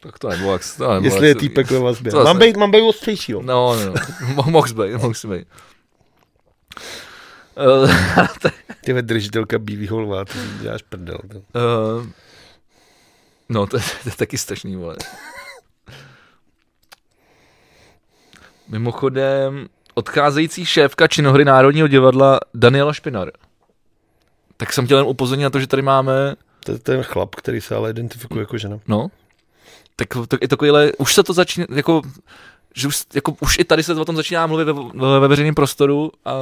[SPEAKER 2] Tak to nebylo, jak se to nebylo.
[SPEAKER 1] jestli je
[SPEAKER 2] jak se-
[SPEAKER 1] týpek ve vazbě.
[SPEAKER 2] To zase-
[SPEAKER 1] Mám být, mám být ostřejší, jo.
[SPEAKER 2] No, no, *laughs* no. mohl jsi být, mohl jsi *laughs* být. Eh,
[SPEAKER 1] Tyhle držitelka bílýho lva, ty si děláš prdel. ty.
[SPEAKER 2] Ehm, no, to, je- to je taky strašný, vole. Mimochodem, odcházející šéfka činohry Národního divadla Daniela Špinar. Tak jsem chtěl jen upozornit na to, že tady máme,
[SPEAKER 1] To je ten chlap, který se ale identifikuje jako žena.
[SPEAKER 2] no, tak to, i takovýhle, už se to začíná, jako, že už, jako, už i tady se o tom začíná mluvit ve, ve, ve veřejném prostoru a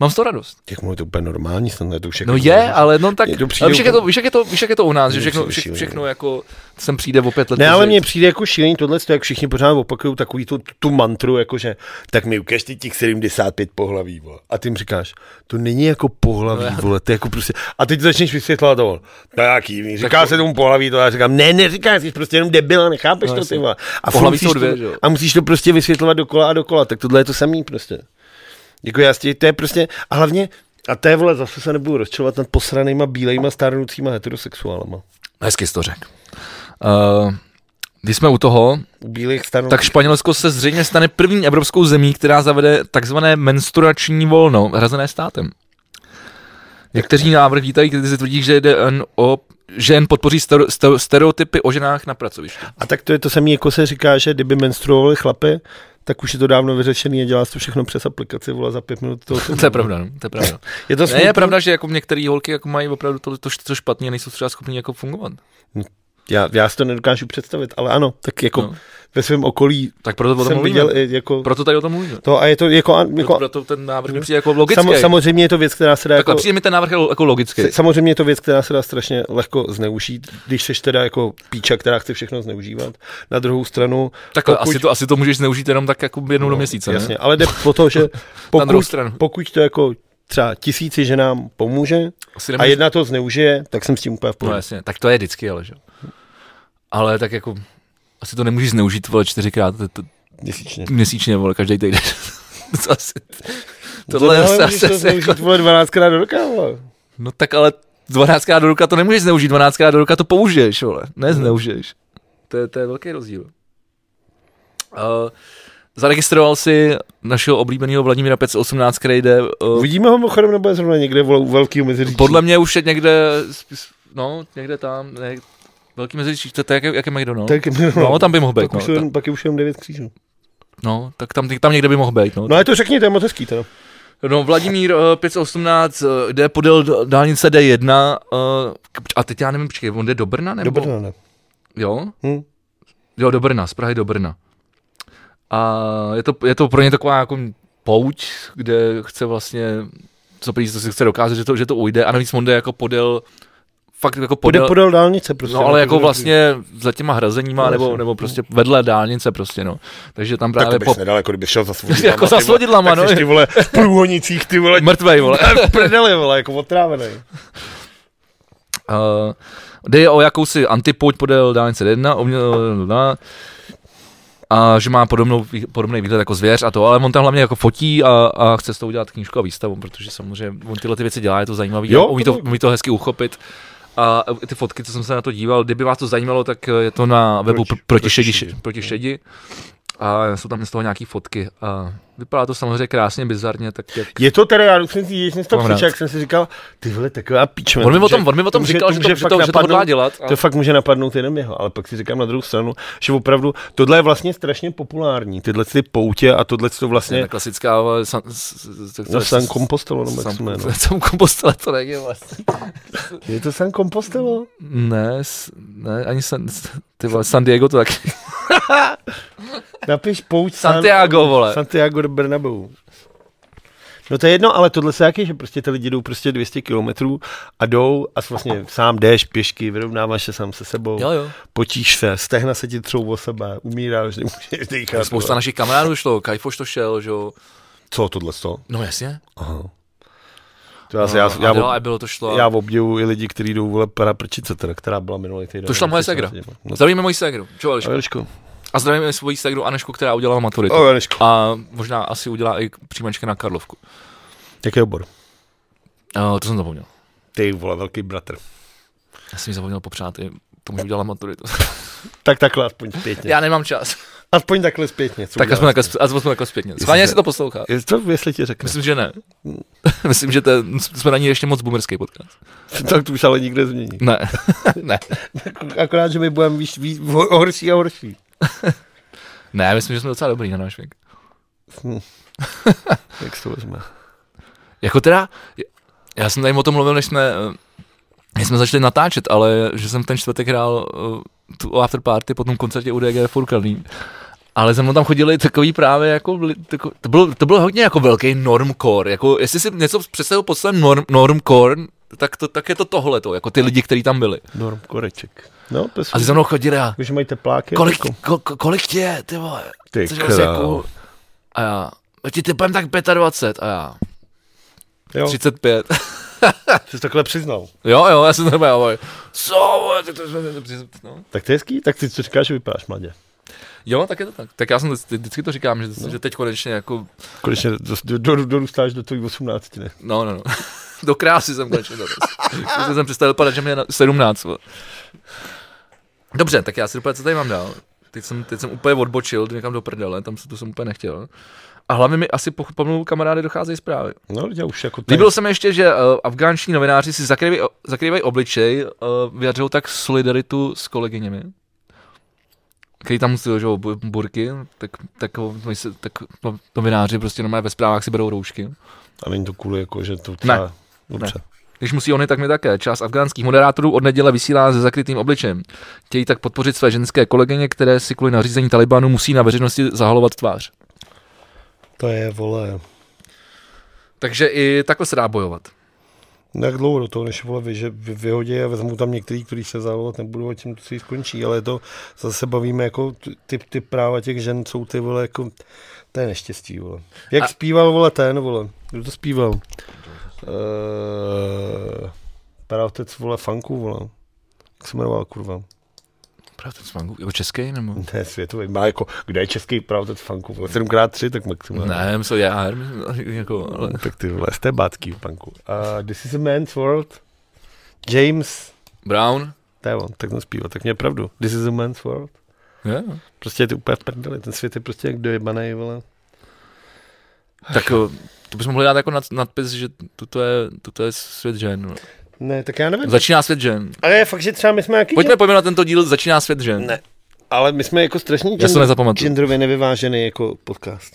[SPEAKER 2] mám z toho radost.
[SPEAKER 1] Jak mu je to úplně normální, snad je to všechno.
[SPEAKER 2] No je, ale no tak,
[SPEAKER 1] Mně to Jako přijde
[SPEAKER 2] ale však je to,
[SPEAKER 1] úplně-
[SPEAKER 2] však je to, však je to u nás, že
[SPEAKER 1] Mně
[SPEAKER 2] všechno,
[SPEAKER 1] přijde
[SPEAKER 2] vše,
[SPEAKER 1] šílený.
[SPEAKER 2] všechno jako sem přijde o pět let.
[SPEAKER 1] Ne, ale
[SPEAKER 2] později.
[SPEAKER 1] mně přijde jako šílený tohle, jak všichni pořád opakují takový tu, tu mantru, jakože tak mi ukažte těch 75 pohlaví, vole. A ty jim říkáš, to není jako
[SPEAKER 2] No,
[SPEAKER 1] pohlaví, vole, to je jako prostě, a teď začneš vysvětlovat to, to je jaký jiný, říká
[SPEAKER 2] to-
[SPEAKER 1] se tomu pohlaví, to já říkám, ne, neříkáš, jsi prostě jenom debila, nechápeš
[SPEAKER 2] No,
[SPEAKER 1] to,
[SPEAKER 2] jasně.
[SPEAKER 1] ty vole. A, furt
[SPEAKER 2] Pohlaví
[SPEAKER 1] musíš
[SPEAKER 2] jsou dvě,
[SPEAKER 1] to,
[SPEAKER 2] že jo.
[SPEAKER 1] a musíš to prostě vysvětlovat dokola a dokola, tak tohle je to samý prostě. Jako já si, to je prostě, a hlavně, a té vole zase se nebudu rozčilovat nad posranýma bílejma stárnoucíma heterosexuálama.
[SPEAKER 2] No, Hezky jsi to řekl. Uh, když jsme u toho,
[SPEAKER 1] U bílých stárnoucích.
[SPEAKER 2] tak Španělsko se zřejmě stane první evropskou zemí, která zavede takzvané menstruační volno, hrazené státem. Někteří návrh vítají, když se tvrdí, že jde jen o že jen podpoří stero- stero- stereotypy o ženách na pracovišti.
[SPEAKER 1] A tak to je to samé, jako se říká, že kdyby menstruovali chlapy, tak už je to dávno vyřešený a dělá se to všechno přes aplikaci, volá za pět minut toho.
[SPEAKER 2] To je pravda, no, to je pravda.
[SPEAKER 1] Je to
[SPEAKER 2] Ne,
[SPEAKER 1] smutný?
[SPEAKER 2] *laughs* je pravda, že jako některé holky jako mají opravdu to, to, to špatně, nejsou třeba schopní jako fungovat.
[SPEAKER 1] Já, já si to nedokážu představit, ale ano, tak jako
[SPEAKER 2] No.
[SPEAKER 1] no. ve svém okolí
[SPEAKER 2] Tak proto o tom
[SPEAKER 1] jsem
[SPEAKER 2] mluvíme.
[SPEAKER 1] viděl i jako
[SPEAKER 2] Proto tady o tom mluvíme.
[SPEAKER 1] to a je to jako, a-
[SPEAKER 2] Proto,
[SPEAKER 1] jako
[SPEAKER 2] proto ten návrh mi přijde jako logický.
[SPEAKER 1] samo,
[SPEAKER 2] Samo,
[SPEAKER 1] samozřejmě je to věc, která se dá
[SPEAKER 2] Takhle
[SPEAKER 1] jako,
[SPEAKER 2] přijde mi ten návrh jako jako logický.
[SPEAKER 1] se- samozřejmě je to věc, která se dá strašně lehko zneužít, když seš teda jako píča, která chce všechno zneužívat. Na druhou stranu,
[SPEAKER 2] Tak
[SPEAKER 1] pokud- No,
[SPEAKER 2] asi, to, asi to můžeš zneužít jenom tak jako jednou do měsíce, ne?
[SPEAKER 1] jasně, ale jde o to, že
[SPEAKER 2] *laughs* Na druhou
[SPEAKER 1] pokud,
[SPEAKER 2] stranu.
[SPEAKER 1] pokud to jako třeba tisíci ženám pomůže,
[SPEAKER 2] Asi
[SPEAKER 1] a
[SPEAKER 2] nemůžeš-
[SPEAKER 1] jedna to zneužije, tak jsem s tím úplně v
[SPEAKER 2] No
[SPEAKER 1] pohodě.
[SPEAKER 2] jasně, tak to je vždycky, ale že jo. Ale tak jako, asi to nemůžeš zneužít, vole, čtyřikrát t- t-
[SPEAKER 1] Měsíčně.
[SPEAKER 2] měsíčně, vole, každý týden. *laughs* to asi, *laughs* tohle
[SPEAKER 1] Tohle
[SPEAKER 2] je
[SPEAKER 1] ale
[SPEAKER 2] zase,
[SPEAKER 1] můžeš to
[SPEAKER 2] zase jako,
[SPEAKER 1] zneužít, vole, 12 krát do roka, vole.
[SPEAKER 2] no tak ale 12 krát do ruka to nemůžeš zneužít, 12 krát do ruka to použiješ, vole, nezneužiješ. To je, to je velký rozdíl. Uh, Zaregistroval si našeho oblíbeného Vladimíra Pec 18, který jde... Uh,
[SPEAKER 1] Uvidíme ho mimochodem, nebo je zrovna někde u velkého meziříčí? No,
[SPEAKER 2] podle mě už je někde, spíš- no, někde tam, ne, velký meziříčí, to, to je jak, jak je McDonald's.
[SPEAKER 1] Tak, no,
[SPEAKER 2] No, tam by mohl být,
[SPEAKER 1] pak,
[SPEAKER 2] no,
[SPEAKER 1] už
[SPEAKER 2] tak,
[SPEAKER 1] jen, pak je už jenom devět křížů.
[SPEAKER 2] no, tak tam, tam někde by mohl být, no.
[SPEAKER 1] No ale to řekni, to je moc hezký teda.
[SPEAKER 2] No, Vladimír eh, 518 eh, jde podél d- dálnice D1 eh, k- a teď já nevím, počkej, on jde do Brna nebo?
[SPEAKER 1] Dobrý ne.
[SPEAKER 2] Jo?
[SPEAKER 1] Hm.
[SPEAKER 2] Jo, do Brna, z Prahy do Brna. A je to, je to pro ně taková jako pouť, kde chce vlastně, co prý, co si chce dokázat, že to, že to ujde a navíc on jde jako podél, fakt jako
[SPEAKER 1] Půjde
[SPEAKER 2] podél,
[SPEAKER 1] podél dálnice prostě.
[SPEAKER 2] No
[SPEAKER 1] na
[SPEAKER 2] ale
[SPEAKER 1] to
[SPEAKER 2] jako
[SPEAKER 1] druhý.
[SPEAKER 2] vlastně za těma hrazeníma,
[SPEAKER 1] No,
[SPEAKER 2] nebo,
[SPEAKER 1] jasně.
[SPEAKER 2] nebo prostě vedle dálnice prostě, no. Takže tam
[SPEAKER 1] Tak
[SPEAKER 2] právě
[SPEAKER 1] to
[SPEAKER 2] po...
[SPEAKER 1] bys nedal, jako kdyby šel za svodidlama.
[SPEAKER 2] *laughs* Jako za
[SPEAKER 1] ty vole.
[SPEAKER 2] svodidlama,
[SPEAKER 1] Tak
[SPEAKER 2] no.
[SPEAKER 1] jsi, ty vole v průhonicích, ty vole.
[SPEAKER 2] Mrtvej, vole.
[SPEAKER 1] v Prdeli, vole, jako otrávený.
[SPEAKER 2] Uh, jde o jakousi antipouť podél dálnice 1 o mě, na, a že má podobnou, podobný výhled jako zvěř a to, ale on tam hlavně jako fotí a, a chce s tou udělat knížku a výstavu, protože samozřejmě on tyhle ty věci dělá, je to zajímavý,
[SPEAKER 1] Jo,
[SPEAKER 2] a umí, to,
[SPEAKER 1] to-
[SPEAKER 2] umí to hezky uchopit. A ty fotky, co jsem se na to díval, kdyby vás to zajímalo, tak je to na webu proti,
[SPEAKER 1] Proti-
[SPEAKER 2] proti, šedi,
[SPEAKER 1] proti šedi.
[SPEAKER 2] proti šedi. A jsou tam z toho nějaký fotky. A vypadá to samozřejmě krásně, bizarně, tak jak...
[SPEAKER 1] Je to teda, já jsem si, když jsem to
[SPEAKER 2] Mám
[SPEAKER 1] přišel,
[SPEAKER 2] rád.
[SPEAKER 1] jak jsem si říkal, ty vole, taková píčme.
[SPEAKER 2] On mi o tom, on mi o tom říkal, že to, že to, že to hodlá dělat. a-
[SPEAKER 1] To fakt může napadnout jenom jeho, ale pak si říkám na druhou stranu, že opravdu tohle je vlastně strašně populární, tyhle ty poutě a tohle to
[SPEAKER 2] To je
[SPEAKER 1] vlastně
[SPEAKER 2] ta klasická, ale san, s- s-
[SPEAKER 1] na
[SPEAKER 2] s-
[SPEAKER 1] San
[SPEAKER 2] s-
[SPEAKER 1] Compostelo, nebo jak
[SPEAKER 2] San-
[SPEAKER 1] se jmenuje. no.
[SPEAKER 2] *laughs* San Compostela to není vlastně.
[SPEAKER 1] Je to San Compostelo?
[SPEAKER 2] Ne, s- ne, ani San, s- ty vole, San Diego to taky.
[SPEAKER 1] Napiš pouť San-
[SPEAKER 2] Santiago, vole.
[SPEAKER 1] Santiago de Bernabeu. No to je jedno, ale tohle se jaký, že prostě ty lidi jdou prostě 200 kilometrů a jdou a vlastně sám jdeš pěšky, vyrovnáváš se sám se sebou,
[SPEAKER 2] Jo, jo.
[SPEAKER 1] potíš se, stehna se ti třou o sebe, umíráš, nemůžeš dýchat.
[SPEAKER 2] Spousta našich kamarádů šlo, Kajfoš to šel, že jo.
[SPEAKER 1] Co tohle to?
[SPEAKER 2] No jasně.
[SPEAKER 1] Aha. To já,
[SPEAKER 2] No,
[SPEAKER 1] no, já,
[SPEAKER 2] a
[SPEAKER 1] já,
[SPEAKER 2] dělá,
[SPEAKER 1] já,
[SPEAKER 2] a bylo to šlo.
[SPEAKER 1] já obdivju i lidi, kteří jdou vole para prčice, teda, která byla minulý týden.
[SPEAKER 2] To šla moje segra. No,
[SPEAKER 1] No,
[SPEAKER 2] Zdravíme moji segru, čo Elišku.
[SPEAKER 1] Elišku.
[SPEAKER 2] A zdravíme svoji segru Anešku, která udělala maturitu.
[SPEAKER 1] O, Elišku.
[SPEAKER 2] A možná asi udělá i přijímačka na Karlovku.
[SPEAKER 1] Jaký obor?
[SPEAKER 2] Uh, to jsem zapomněl.
[SPEAKER 1] Ty vole, velký bratr.
[SPEAKER 2] Já jsem ji zapomněl popřát i tomu, že udělala maturitu.
[SPEAKER 1] Tak takhle aspoň zpětně.
[SPEAKER 2] Já nemám čas.
[SPEAKER 1] Aspoň takhle zpětně. Co
[SPEAKER 2] tak aspoň
[SPEAKER 1] uděláš?
[SPEAKER 2] takhle, aspoň takhle zpětně. Schválně, jestli to poslouchá.
[SPEAKER 1] Je to, jestli ti řekne.
[SPEAKER 2] Myslím, že ne. *laughs* Myslím, že to je- jsme na ní ještě moc boomerský podcast.
[SPEAKER 1] *laughs* Tak to už ale nikde změní.
[SPEAKER 2] Ne, *laughs* ne.
[SPEAKER 1] Akorát, že my budeme víš, víš, ho- horší a horší.
[SPEAKER 2] Ne, myslím, že jsme docela dobrý na náš věk.
[SPEAKER 1] Hm. Jak se to vezme?
[SPEAKER 2] Jako teda, já jsem tady o tom mluvil, než jsme, eh, než jsme začali natáčet, ale že jsem ten čtvrtek hrál eh, tu after party po tom koncertě UDG Furkaný. Ale za mnou tam chodili takový právě jako, li- tako, to, bylo, to bylo hodně jako velký normcore, jako jestli si něco představuji pod slovem norm, normcore, tak, to, tak je to tohleto, jako ty lidi, kteří tam byli.
[SPEAKER 1] Norm Koreček. No, to je
[SPEAKER 2] A ty za mnou chodili a
[SPEAKER 1] Když mají tepláky.
[SPEAKER 2] kolik,
[SPEAKER 1] jako-
[SPEAKER 2] ko, ko- kolik tě je, ty vole?
[SPEAKER 1] Ty
[SPEAKER 2] Což
[SPEAKER 1] král.
[SPEAKER 2] asi jako, a já, "Já ti typem tak 25 a já,
[SPEAKER 1] Jo,
[SPEAKER 2] *laughs* 35.
[SPEAKER 1] jsi takhle přiznal.
[SPEAKER 2] jo, jo, já jsem normálně, ale co, vole, tak to jsme, no.
[SPEAKER 1] Tak to je hezký, tak ty co říkáš, že vypadáš mladě.
[SPEAKER 2] Jo, tak je to tak. Tak já jsem vždy- vždycky to říkám, že, že teď konečně jako,
[SPEAKER 1] Konečně dos- do- do- dorůstáš do tvých 18. Ne?
[SPEAKER 2] no, *laughs* no, no. Do krásy jsem konečně dorazil. Když jsem přestal vypadat, že mě je na- 17. vole. Dobře, tak já si dopadl, co tady mám dál. Teď jsem, teď jsem úplně odbočil, jdu někam do prdele, tam se to jsem úplně nechtěl. A hlavně mi asi po, pomluvu kamarády docházejí zprávy.
[SPEAKER 1] No, já už jako
[SPEAKER 2] Líbilo se mi ještě, že uh, afgánští novináři si zakrývají, zakrývají obličej, uh, vyjadřují tak solidaritu s kolegyněmi, který tam musí že jo, bu- burky, tak, tak, ho- my se- tak no, novináři prostě normálně ve zprávách si berou roušky.
[SPEAKER 1] A není to kvůli, jako, že to
[SPEAKER 2] třeba-
[SPEAKER 1] třeba... Dobře.
[SPEAKER 2] Když musí oni, tak my také. Část afgánských moderátorů od neděle vysílá se zakrytým obličem. Chtějí tak podpořit své ženské kolegyně, které si kvůli nařízení Talibanu musí na veřejnosti zahalovat tvář.
[SPEAKER 1] To je, vole,
[SPEAKER 2] Takže i takhle se dá bojovat.
[SPEAKER 1] No Jak dlouho do toho, než vole, vy, že vy- vyhodí a vezmu tam některý, který se zálohovat nebudou a tím to si skončí, ale je to zase bavíme jako t- ty, ty práva těch žen jsou ty vole jako, to je neštěstí vole. Jak
[SPEAKER 2] A-
[SPEAKER 1] a... zpíval vole ten vole, kdo to zpíval? Uh, Pravotec vole funku vole. Jak se jmenoval kurva?
[SPEAKER 2] Pravda, to smangu, jako český nebo?
[SPEAKER 1] Ne, světový, má jako, kde je český pravotec funku vole? 7x3 tak maximálně.
[SPEAKER 2] Ne, myslím, já, jako, ale...
[SPEAKER 1] Tak ty vole, jste bátský v punku. Uh, this is a man's world. James
[SPEAKER 2] Brown?
[SPEAKER 1] To je on, tak on zpívá, tak mě pravdu. This is a man's world.
[SPEAKER 2] Je?
[SPEAKER 1] Prostě je to úplně v prdeli. Ten svět je prostě jak dojebanej, vole.
[SPEAKER 2] Tak jo, to bychom mohli dát jako nad, nadpis, že toto je, toto je svět žen. no.
[SPEAKER 1] Ne, tak já nevím.
[SPEAKER 2] Začíná svět žen.
[SPEAKER 1] Ale je fakt, že třeba my jsme nějaký...
[SPEAKER 2] Pojďme pojmenovat tento díl Začíná svět žen.
[SPEAKER 1] Ne. Ale my jsme jako strašně
[SPEAKER 2] Já se
[SPEAKER 1] gender-
[SPEAKER 2] nezapamatuju.
[SPEAKER 1] genderově nevyvážený jako podcast.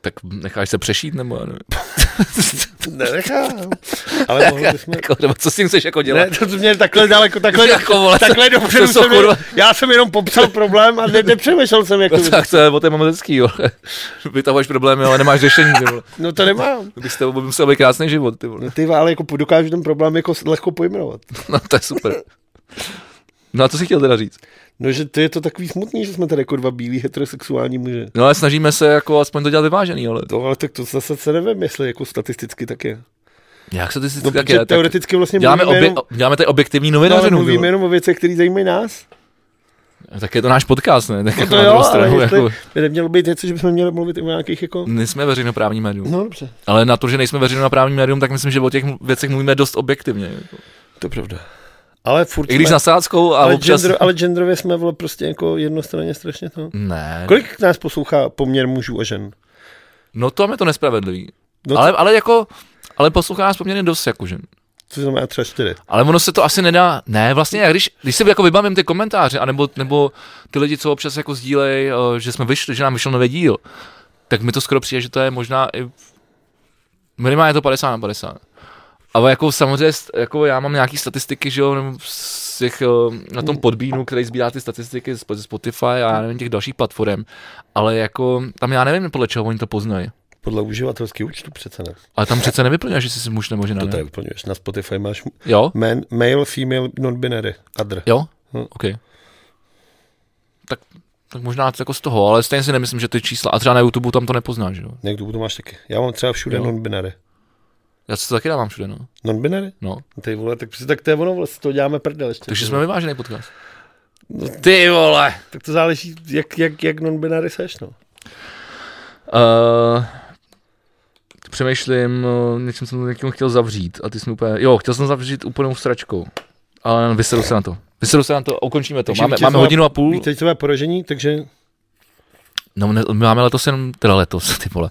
[SPEAKER 2] Tak necháš se přešít nebo já nevím.
[SPEAKER 1] *laughs* Nenechám. *laughs* Ale mohli bychom...
[SPEAKER 2] Jako, nebo co s tím chceš jako dělat?
[SPEAKER 1] Ne, to jsi měl takhle daleko, takhle,
[SPEAKER 2] *laughs* Jako, vole,
[SPEAKER 1] takhle
[SPEAKER 2] to-
[SPEAKER 1] dopředu
[SPEAKER 2] to jsou
[SPEAKER 1] jsem,
[SPEAKER 2] kurva-
[SPEAKER 1] já jsem jenom popsal problém a ne, nepřemýšlel jsem, jak *laughs* to,
[SPEAKER 2] Jako, tak to je o té mamezecký, jo. *laughs* Vytahuješ problémy, ale nemáš řešení, ty vole.
[SPEAKER 1] No to nemám.
[SPEAKER 2] Bych s tebou by musel být krásný život, ty vole.
[SPEAKER 1] No ty, ale jako dokážu ten problém jako s- lehko pojmenovat.
[SPEAKER 2] No, to je super. No a co jsi chtěl teda říct?
[SPEAKER 1] No, že to je to takový smutný, že jsme tady jako dva bílí heterosexuální muže.
[SPEAKER 2] No ale snažíme se jako aspoň to dělat vyvážený, ale
[SPEAKER 1] To, ale tak to zase se nevím, jestli jako statisticky tak je.
[SPEAKER 2] jak se to si
[SPEAKER 1] No,
[SPEAKER 2] tak
[SPEAKER 1] protože
[SPEAKER 2] je, tak
[SPEAKER 1] teoreticky vlastně
[SPEAKER 2] děláme,
[SPEAKER 1] mluvíme,
[SPEAKER 2] obě,
[SPEAKER 1] jenom,
[SPEAKER 2] děláme tady objektivní
[SPEAKER 1] no, ale
[SPEAKER 2] novinařinu.
[SPEAKER 1] mluvíme
[SPEAKER 2] vole.
[SPEAKER 1] jenom o věcech, které zajímají nás.
[SPEAKER 2] Tak je to náš podcast, ne? Tak
[SPEAKER 1] No
[SPEAKER 2] jako
[SPEAKER 1] to
[SPEAKER 2] na
[SPEAKER 1] jo,
[SPEAKER 2] druhou
[SPEAKER 1] ale
[SPEAKER 2] stranu,
[SPEAKER 1] jestli
[SPEAKER 2] jako, Mm.
[SPEAKER 1] by nemělo být něco, že bychom měli mluvit i o nějakých jako...
[SPEAKER 2] nejsme veřejnoprávní médium.
[SPEAKER 1] No dobře,
[SPEAKER 2] Ale na to, že nejsme veřejnoprávní médium, tak myslím, že o těch věcech mluvíme dost objektivně. Jako.
[SPEAKER 1] to je pravda. Ale furt
[SPEAKER 2] I když
[SPEAKER 1] jsme,
[SPEAKER 2] na sádskou a
[SPEAKER 1] ale,
[SPEAKER 2] občas...
[SPEAKER 1] gender, ale genderově jsme vole, prostě jako jednostranně strašně to.
[SPEAKER 2] Ne,
[SPEAKER 1] Kolik nás poslouchá poměr mužů a žen?
[SPEAKER 2] no to je to nespravedlivý.
[SPEAKER 1] No
[SPEAKER 2] No ale, ale jako, ale poslouchá nás poměrně dost, jako že.
[SPEAKER 1] To znamená třeba čtyři.
[SPEAKER 2] Ale ono se to asi nedá, ne, vlastně, jak když, když si jako vybavím ty komentáře, anebo, nebo ty lidi, co občas jako sdílej, eh, že jsme vyšli, že nám vyšel nový díl, tak mi to skoro přijde, že to je možná i, minimálně je to 50 na 50. Ale jako samozřejmě, st- jako já mám nějaký statistiky, že jo, nebo z těch, eh, na tom podbínu, který sbírá ty statistiky z- ze Spotify a já nevím, těch dalších platform, ale jako tam já nevím, podle čeho oni to poznají.
[SPEAKER 1] Podle uživatelských účtu přece ne.
[SPEAKER 2] Ale tam přece nevyplňuje, že jsi si muž nebo žena.
[SPEAKER 1] To
[SPEAKER 2] ne?
[SPEAKER 1] tady vyplňuješ. Na Spotify máš
[SPEAKER 2] Jo?
[SPEAKER 1] man, male, female, non-binary, other.
[SPEAKER 2] Jo?
[SPEAKER 1] Hm.
[SPEAKER 2] OK. Tak, tak možná jako z toho, ale stejně si nemyslím, že ty čísla, a třeba na YouTube tam to nepoznáš, že jo?
[SPEAKER 1] Někdo to máš taky. Já mám třeba všude
[SPEAKER 2] Jo.
[SPEAKER 1] non-binary.
[SPEAKER 2] Já si to taky dávám všude, no.
[SPEAKER 1] Non-binary?
[SPEAKER 2] no.
[SPEAKER 1] Ty vole, tak, přece- tak to je ono, vlastně to děláme prdel ještě.
[SPEAKER 2] Takže jsme vyvážený podcast. Ty vole!
[SPEAKER 1] Tak to záleží, jak, jak, jak non-binary seš, no.
[SPEAKER 2] Uh, přemýšlím, eh, něčím jsem to někým chtěl zavřít a ty jsi mi úplně, jo, chtěl jsem zavřít úplnou sračkou, ale vyseru se na to. Vyseru se na to, ukončíme to.
[SPEAKER 1] Takže
[SPEAKER 2] Máme,
[SPEAKER 1] vítězové-
[SPEAKER 2] máme hodinu a půl.
[SPEAKER 1] Víte, to je poražení, takže
[SPEAKER 2] No, ne, my máme letos jenom, teda letos, ty vole.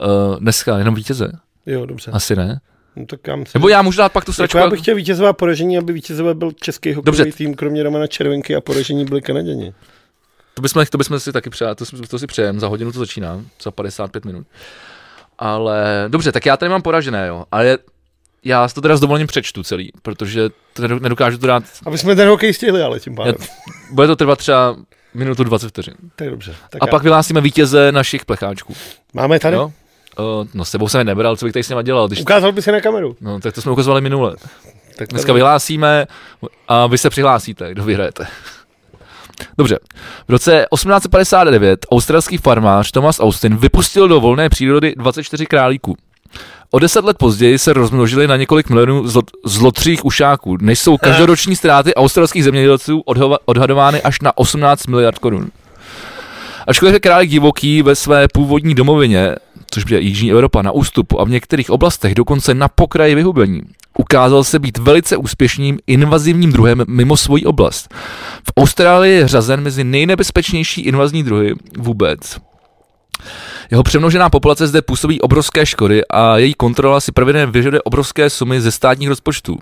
[SPEAKER 2] Uh, dneska jenom vítěze,
[SPEAKER 1] jo, dobře.
[SPEAKER 2] asi ne.
[SPEAKER 1] No, tak já myslím,
[SPEAKER 2] Nebo já můžu dát pak tu
[SPEAKER 1] jako
[SPEAKER 2] sračku.
[SPEAKER 1] já
[SPEAKER 2] a-
[SPEAKER 1] bych chtěl vítězové a poražení, aby vítězové byl český hokejový
[SPEAKER 2] Dobře.
[SPEAKER 1] tým, kromě Romana Červenky a poražení byli Kanaděni.
[SPEAKER 2] To bychom, to bychom si taky přeje, to, si- to si přejem, za hodinu to začíná, za 55 minut. Ale dobře, tak já tady mám poražené, jo, ale já si to teda s dovolením přečtu celý, protože to nedo- nedokážu to dát,
[SPEAKER 1] Aby jsme ten hokej stihli, ale tím pádem.
[SPEAKER 2] bude to trvat třeba minutu 20 vteřin.
[SPEAKER 1] Tak dobře. Tak
[SPEAKER 2] A pak vyhlásíme vítěze našich plecháčků.
[SPEAKER 1] Máme tady?
[SPEAKER 2] Jo? Uh, no s tebou jsem je nebral, co bych tady s nima dělal, když...
[SPEAKER 1] Ukázal by se na kameru.
[SPEAKER 2] No, tak to jsme ukazovali minule.
[SPEAKER 1] Tak
[SPEAKER 2] Dneska vyhlásíme a vy se přihlásíte, kdo vyhrajete. *laughs* Dobře. V roce 1859 australský farmář Thomas Austin vypustil do volné přírody 24 králíků. O deset let později se rozmnožili na několik milionů zlo- zlotřích ušáků, než jsou každoroční ztráty australských zemědělců odhova- odhadovány až na 18 miliard korun. Ačkoliv je králík divoký ve své původní domovině, což je Jižní Evropa, na ústupu a v některých oblastech dokonce na pokraji vyhubení, ukázal se být velice úspěšným invazivním druhem mimo svoji oblast. V Austrálii je řazen mezi nejnebezpečnější invazní druhy vůbec. Jeho přemnožená populace zde působí obrovské škody a její kontrola si pravidelně vyžaduje obrovské sumy ze státních rozpočtů.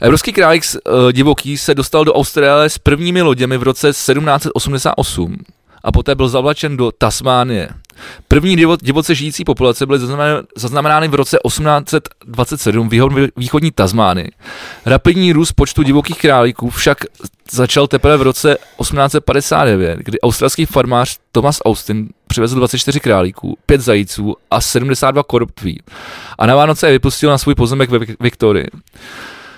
[SPEAKER 2] Evropský králík s- eh, divoký se dostal do Austrálie s prvními loděmi v roce 1788 a poté byl zavlačen do Tasmánie. První divo- divoce žijící populace byly zaznamená- zaznamenány v roce 1827 v jeho východní Tasmánii. Rapidní růst počtu divokých králíků však začal teprve v roce 1859, kdy australský farmář Thomas Austin přivezl 24 králíků, 5 zajíců a 72 koroptví a na Vánoce je vypustil na svůj pozemek ve Vik- Viktorii.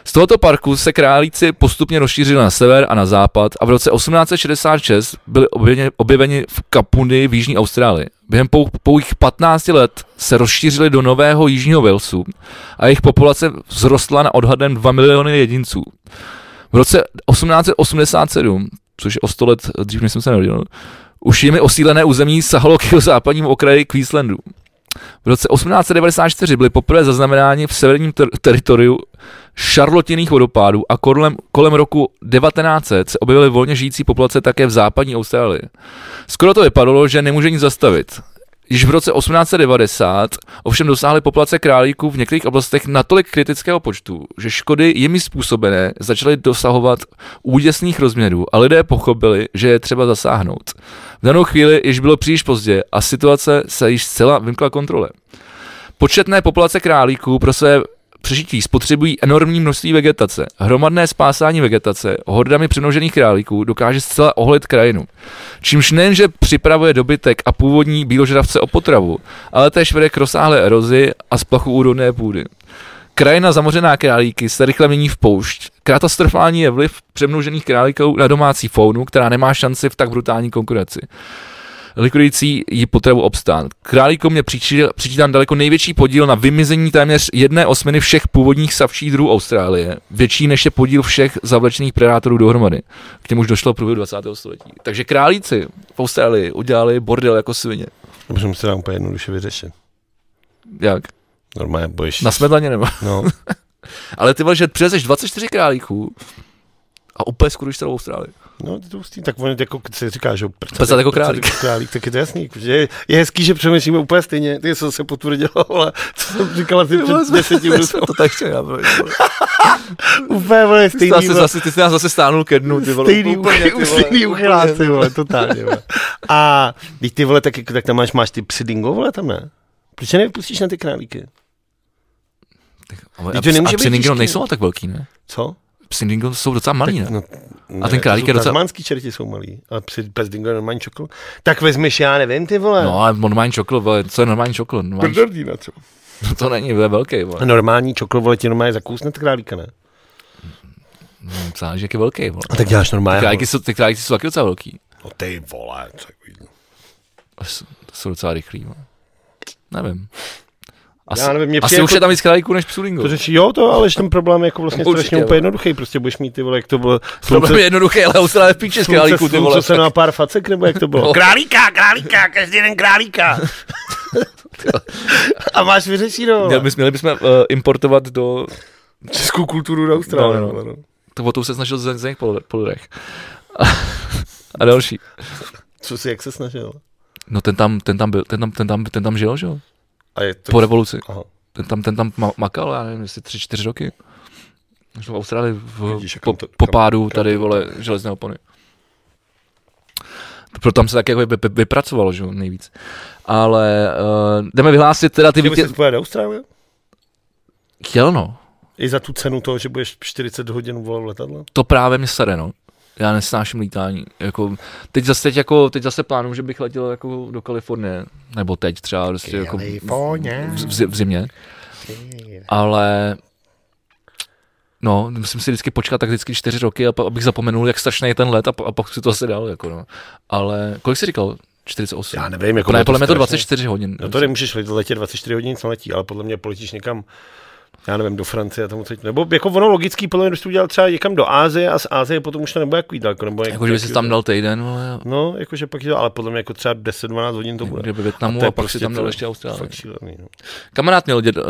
[SPEAKER 2] Z tohoto parku se králíci postupně rozšířili na sever a na západ a v roce 1866 byli objeveni, objeveni v Kapuni v Jižní Austrálii. Během pou, pouhých 15 let se rozšířili do Nového Jižního Walesu a jejich populace vzrostla na odhadem 2 miliony jedinců. V roce 1887, což je o 100 let dřív, než jsem se narodil, už jimi osídlené území sahalo k jeho západnímu okraji Queenslandu. V roce 1894 byly poprvé zaznamenáni v severním ter- teritoriu šarlotinných vodopádů a kolem, kolem roku 1900 se objevily volně žijící populace také v západní Austrálii. Skoro to vypadalo, že nemůže nic zastavit. Již v roce 1890 ovšem dosáhly populace králíků v některých oblastech natolik kritického počtu, že škody jimi způsobené začaly dosahovat úděsných rozměrů a lidé pochopili, že je třeba zasáhnout. V danou chvíli již bylo příliš pozdě a situace se již zcela vymkla kontrole. Početné populace králíků pro své přežití spotřebují enormní množství vegetace. Hromadné spásání vegetace hordami přemnožených králíků dokáže zcela ohlit krajinu. Čímž nejenže připravuje dobytek a původní bíložravce o potravu, ale též vede k rozsáhlé erozi a splachu úrodné půdy. Krajina zamořená králíky se rychle mění v poušť. Katastrofální je vliv přemnožených králíků na domácí faunu, která nemá šanci v tak brutální konkurenci likující ji potřebu obstát. Králíkům je přičítán daleko největší podíl na vymizení téměř jedné osminy všech původních savčích druhů Austrálie, větší než je podíl všech zavlečených predátorů dohromady. K němuž došlo v průběhu 20. století. Takže králíci v Austrálii udělali bordel jako svině.
[SPEAKER 1] Dobře, musím se dá úplně jednoduše vyřešit.
[SPEAKER 2] Jak?
[SPEAKER 1] Normálně bojíš.
[SPEAKER 2] Na smedlaně nebo?
[SPEAKER 1] *laughs*
[SPEAKER 2] *laughs*
[SPEAKER 1] No.
[SPEAKER 2] Ale ty vole, že přezeš 24 králíků a úplně skuruješ celou Austrálii.
[SPEAKER 1] No, to hustý, tak on jako se říká, že prcat,
[SPEAKER 2] prcat jako králík.
[SPEAKER 1] Prcat jako králík, tak je to jasný. Že je, je hezký, že přemýšlíme úplně stejně. Ty co se potvrdilo, ale co jsem říkala ty před deseti minutami.
[SPEAKER 2] to tak chtěl, bro.
[SPEAKER 1] úplně vole, stejný.
[SPEAKER 2] Zase, zase, ty jsi nás zase stánul ke dnu, ty vole.
[SPEAKER 1] Stejný úplně, už stejný uchylás, ty vole, totálně. Vole. A když ty vole, tak, jako, tak tam máš, máš ty psy dingo, vole, tam ne? Proč je nevypustíš na ty králíky?
[SPEAKER 2] Tak, ale, a, a psy dingo nejsou tak velký, ne?
[SPEAKER 1] Co?
[SPEAKER 2] Psy dingo jsou docela malí, ne?
[SPEAKER 1] No,
[SPEAKER 2] a ten králík je docela...
[SPEAKER 1] Tasmanský čerti jsou malí, a při bez dingo normální čokl. Tak vezmeš, já nevím, ty vole.
[SPEAKER 2] No ale normální čokl, vole, co je normální
[SPEAKER 1] *laughs*
[SPEAKER 2] čokl? Normální...
[SPEAKER 1] Brdardína, co?
[SPEAKER 2] No *laughs* to není, vole, velký, vole.
[SPEAKER 1] Normální čokl, vole, ti normálně zakousne králíka, ne?
[SPEAKER 2] No, záleží, jak je velký, vole.
[SPEAKER 1] A tak děláš normálně.
[SPEAKER 2] Ty králíky jsou, ty králíky jsou taky docela velký.
[SPEAKER 1] No ty vole, co je
[SPEAKER 2] jsou, jsou docela rychlí, vole. Nevím.
[SPEAKER 1] Asi, já nevím, mě
[SPEAKER 2] asi jako, už je tam víc králíků než psulingo.
[SPEAKER 1] To řeči, jo, to, ale ten problém je jako vlastně Určitě, strašně úplně jednoduchý. Prostě budeš mít ty vole, jak to bylo.
[SPEAKER 2] Slunce, problém je jednoduchý, ale Austrálie píče z králíků. Ty vole. No.
[SPEAKER 1] Co se na pár facek, nebo jak to bylo? králíka, králíka, každý den králíka. A máš no. vyřešeno.
[SPEAKER 2] Měli bychom, měli bychom uh, importovat do...
[SPEAKER 1] Českou kulturu do Austrálie. No, no, no.
[SPEAKER 2] To o to se snažil z jiných poludech. *laughs* A další.
[SPEAKER 1] Co si, jak se snažil?
[SPEAKER 2] No ten tam, ten tam byl, ten tam, ten tam, ten tam žil, že jo?
[SPEAKER 1] A je to...
[SPEAKER 2] Po revoluci.
[SPEAKER 1] Aha.
[SPEAKER 2] Ten tam, ten tam ma- makal, já nevím, jestli tři, čtyři roky. Žil v Austrálii v,
[SPEAKER 1] Vidíš, jak
[SPEAKER 2] po,
[SPEAKER 1] on to-
[SPEAKER 2] po
[SPEAKER 1] kam-
[SPEAKER 2] pádu
[SPEAKER 1] kam-
[SPEAKER 2] tady, vole, železné opony. Proto tam se tak jako vy- vy- vypracovalo, že jo, nejvíc. Ale uh, jdeme vyhlásit teda ty
[SPEAKER 1] Ty bys
[SPEAKER 2] vítěz...
[SPEAKER 1] jsi pojel do Austrálie?
[SPEAKER 2] Chtěl no,
[SPEAKER 1] I za tu cenu toho, že budeš 40 hodin vole v letadle?
[SPEAKER 2] to právě mě sere, no. Já nesnáším lítání. Jako, teď zase, teď, jako, teď zase plánuju, že bych letěl jako do Kalifornie. Nebo teď třeba prostě jako v,
[SPEAKER 1] Kalifornie.
[SPEAKER 2] v, v zimě. ale no, musím si vždycky počkat tak vždycky čtyři roky, a pa- abych zapomenul, jak strašný je ten let a, pa- a pak si to asi dal, jako no. Ale kolik jsi říkal? 48?
[SPEAKER 1] Já nevím, jako
[SPEAKER 2] ne,
[SPEAKER 1] bylo
[SPEAKER 2] podle mě to
[SPEAKER 1] strašně.
[SPEAKER 2] 24 hodin.
[SPEAKER 1] No to nemůžeš let- letět 24 hodin, co letí, ale podle mě poletíš někam, já nevím, do Francie a tam odsaď. Nebo jako ono logický, podle mě, když to udělal třeba někam do Ázie a z Ázie potom už to nebude jako daleko. Nebo jak-
[SPEAKER 2] Jako, že by si
[SPEAKER 1] jak-
[SPEAKER 2] tam dal týden, vole,
[SPEAKER 1] No, jakože pak je to, ale podle mě jako třeba 10-12 hodin to bude.
[SPEAKER 2] někde ve Větnamu
[SPEAKER 1] to
[SPEAKER 2] Jako, no, a,
[SPEAKER 1] je
[SPEAKER 2] a pak
[SPEAKER 1] prostě
[SPEAKER 2] si tam dal
[SPEAKER 1] to-
[SPEAKER 2] ještě Austrálii. Jako
[SPEAKER 1] Fakt šílený, no.
[SPEAKER 2] Kamarád měl dět, uh,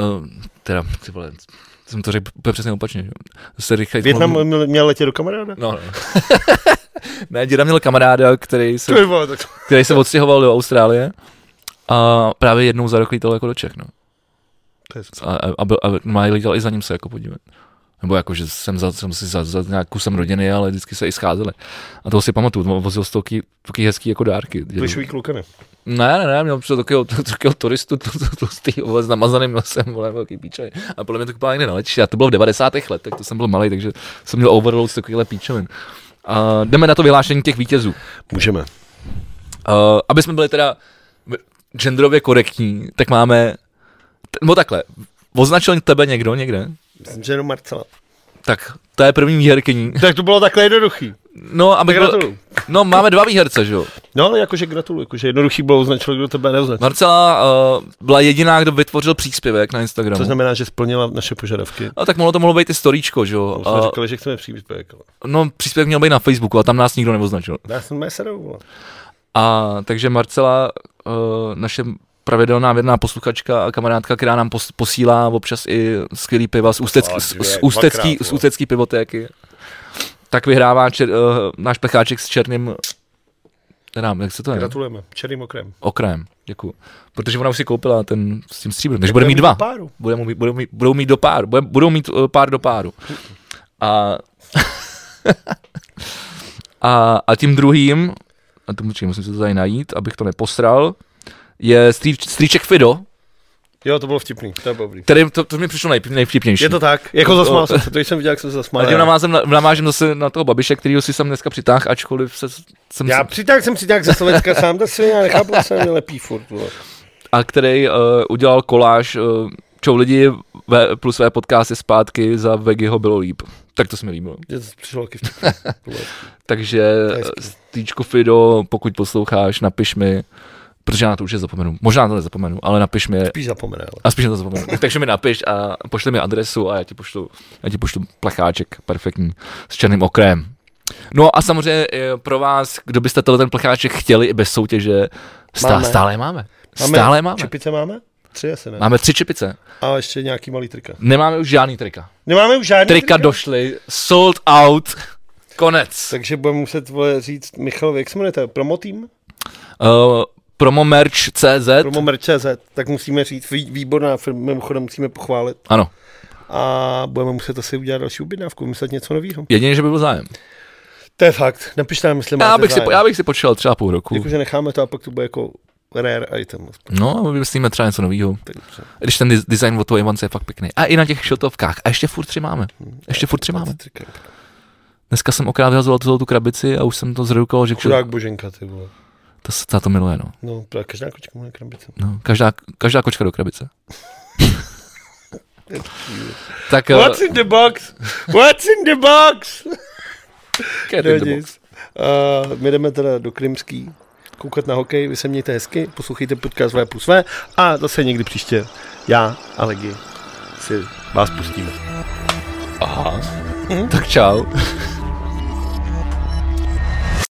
[SPEAKER 2] teda, ty vole, jsem to řekl úplně přesně opačně. že jo. Se rychle,
[SPEAKER 1] Větnam měl, měl letět do kamaráda? *laughs*
[SPEAKER 2] No, no. ne, děda měl kamaráda, který se,
[SPEAKER 1] Ty vole, tak
[SPEAKER 2] který se odstěhoval do Austrálie a právě jednou za rok lítal jako do Čech, no.
[SPEAKER 1] to je
[SPEAKER 2] a, a, a, byl, a normálně lítal i za ním se jako podívat. Nebo jako, že jsem, za, jsem si za, za nějakou jsem rodiny, ale vždycky se i scházeli. A toho si pamatuju, on vozil stoky, taky hezký jako dárky.
[SPEAKER 1] Plišový klukany.
[SPEAKER 2] Ne, ne, ne, měl před *laughs* takového, takového turistu, to, to, to, to, to, s namazaným nosem, vole, velký píčovin. A podle mě to kupá někde na letišti. A to bylo v 90. letech, to jsem byl malý, takže jsem měl overload z takovýhle píčovin. A jdeme na to vyhlášení těch vítězů.
[SPEAKER 1] Můžeme.
[SPEAKER 2] Uh, aby jsme byli teda v- genderově korektní, tak máme, t- no takhle, označil tebe někdo někde?
[SPEAKER 1] Myslím, že jenom Marcela.
[SPEAKER 2] Tak to je první výherkyní.
[SPEAKER 1] Tak to bylo takhle jednoduchý.
[SPEAKER 2] No, aby byl,
[SPEAKER 1] Gratuluju.
[SPEAKER 2] no máme dva výherce, že jo.
[SPEAKER 1] No ale jakože gratuluju, jakože jednoduchý bylo označil, kdo tebe
[SPEAKER 2] No.
[SPEAKER 1] neoznačil.
[SPEAKER 2] Marcela uh, byla jediná, kdo vytvořil příspěvek na
[SPEAKER 1] To
[SPEAKER 2] Instagramu.
[SPEAKER 1] znamená, že splnila naše požadavky.
[SPEAKER 2] No tak mohlo to mohlo být i storíčko, že jo.
[SPEAKER 1] Už jsme
[SPEAKER 2] A,
[SPEAKER 1] říkali, že chceme příspěvek. ale
[SPEAKER 2] no příspěvek měl být na Facebooku a tam nás nikdo neoznačil.
[SPEAKER 1] Já jsem mé serou.
[SPEAKER 2] A takže Marcela, uh, eh, naše pravidelná věrná posluchačka a kamarádka, která nám pos, posílá občas i skvělý piva z ústecký,
[SPEAKER 1] Fakt,
[SPEAKER 2] z,
[SPEAKER 1] dvě,
[SPEAKER 2] z ústecký,
[SPEAKER 1] dvakrát,
[SPEAKER 2] z
[SPEAKER 1] jo.
[SPEAKER 2] ústecký pivotéky, tak vyhrává čer, uh, náš plecháček s černým, teda, jak se to je?
[SPEAKER 1] Gratulujeme, černým okrem.
[SPEAKER 2] Okrajem, děkuju. Protože ona už si koupila ten s tím stříbrem, takže bude mít dva.
[SPEAKER 1] Páru.
[SPEAKER 2] Bude mu, mít- budou, mít, budou mít do páru, bude, budou mít eh, pár do páru. A, a, a tím druhým, a to počkej, musím se to tady najít, abych to neposral, je strýč, strýček Fido,
[SPEAKER 1] Jo, to bylo vtipný, to bylo dobrý.
[SPEAKER 2] který, to, to mi přišlo nej, nejvtipnější.
[SPEAKER 1] Je to tak, jako zasmál jsem *laughs* se, to když jsem viděl, jak jsem se zasmál.
[SPEAKER 2] ale tím namážem, na- namážem zase na toho babiše, kterýho si jsem dneska přitáhl, ačkoliv se, jsem
[SPEAKER 1] Já
[SPEAKER 2] se,
[SPEAKER 1] přitáhl jsem přitáhl ze Slovenska *laughs* sám, to si já nechápu, že se mi lepí furt. vole.
[SPEAKER 2] a který uh, udělal koláž uh, Čau lidi v, plus své podcasty zpátky za Vegiho bylo líp. Tak to se mi líbilo.
[SPEAKER 1] Že to přišlo taky vtipný. *laughs* vole.
[SPEAKER 2] Takže
[SPEAKER 1] To je hezký.
[SPEAKER 2] Stýčko Fido, pokud posloucháš, napiš mi, protože já na to už je zapomenu. Možná na to nezapomenu, ale napiš mi
[SPEAKER 1] Spíš zapomene, ale.
[SPEAKER 2] a spíš na to zapomenu. *laughs* Takže mi napiš a pošli mi adresu a já ti pošlu, já ti pošlu plecháček perfektní s černým okrem. No a samozřejmě eh, pro vás, kdo byste tenhle ten plecháček chtěli i bez soutěže, stá,
[SPEAKER 1] Máme.
[SPEAKER 2] stále je máme.
[SPEAKER 1] Máme
[SPEAKER 2] Stále je máme.
[SPEAKER 1] Čepice máme? Tři asi ne.
[SPEAKER 2] Máme tři čepice.
[SPEAKER 1] A ještě nějaký malý trika.
[SPEAKER 2] Nemáme už žádný trika.
[SPEAKER 1] Nemáme už žádný
[SPEAKER 2] Trika došly, sold out, konec.
[SPEAKER 1] Takže budeme muset vole, říct Michalovi, jak se jmenujete? Promotým?
[SPEAKER 2] Uh, promomerch.cz
[SPEAKER 1] Promomer.cz, tak musíme říct, vý- výborná firma, mimochodem musíme pochválit.
[SPEAKER 2] Ano.
[SPEAKER 1] A budeme muset asi udělat další objednávku, vymyslet něco nového.
[SPEAKER 2] Jedině, že by byl zájem.
[SPEAKER 1] To je fakt, napište nám, jestli máte
[SPEAKER 2] Já bych, si,
[SPEAKER 1] zájem.
[SPEAKER 2] po- já bych si počkal třeba půl roku.
[SPEAKER 1] Děkuji, že necháme to a pak to bude jako rare item. aspoň.
[SPEAKER 2] No a vymyslíme třeba něco nového.
[SPEAKER 1] Tak dobře.
[SPEAKER 2] Když ten dis- design od tvoje Ivance je fakt pěkný. A i na těch šiltovkách. A ještě furt tři máme. Ještě furt tři máme.
[SPEAKER 1] Trika.
[SPEAKER 2] Dneska jsem okrát vyhazoval celou tu krabici a už jsem to zrujkoval, že
[SPEAKER 1] Chudák boženka, ty vole.
[SPEAKER 2] to, se- ta to miluje. No.
[SPEAKER 1] No, pra- každá kočka má krabice.
[SPEAKER 2] No, každá, každá kočka do krabice.
[SPEAKER 1] *laughs*
[SPEAKER 2] tak eh,
[SPEAKER 1] What's in the box? What's in the box?
[SPEAKER 2] cat in the
[SPEAKER 1] Lidi,
[SPEAKER 2] box.
[SPEAKER 1] uh, my jdeme teda do Krymský koukat na hokej, vy se mějte hezky, poslouchejte podcast V plus V a zase někdy příště já a Legi si vás pustíme.
[SPEAKER 2] tak čau.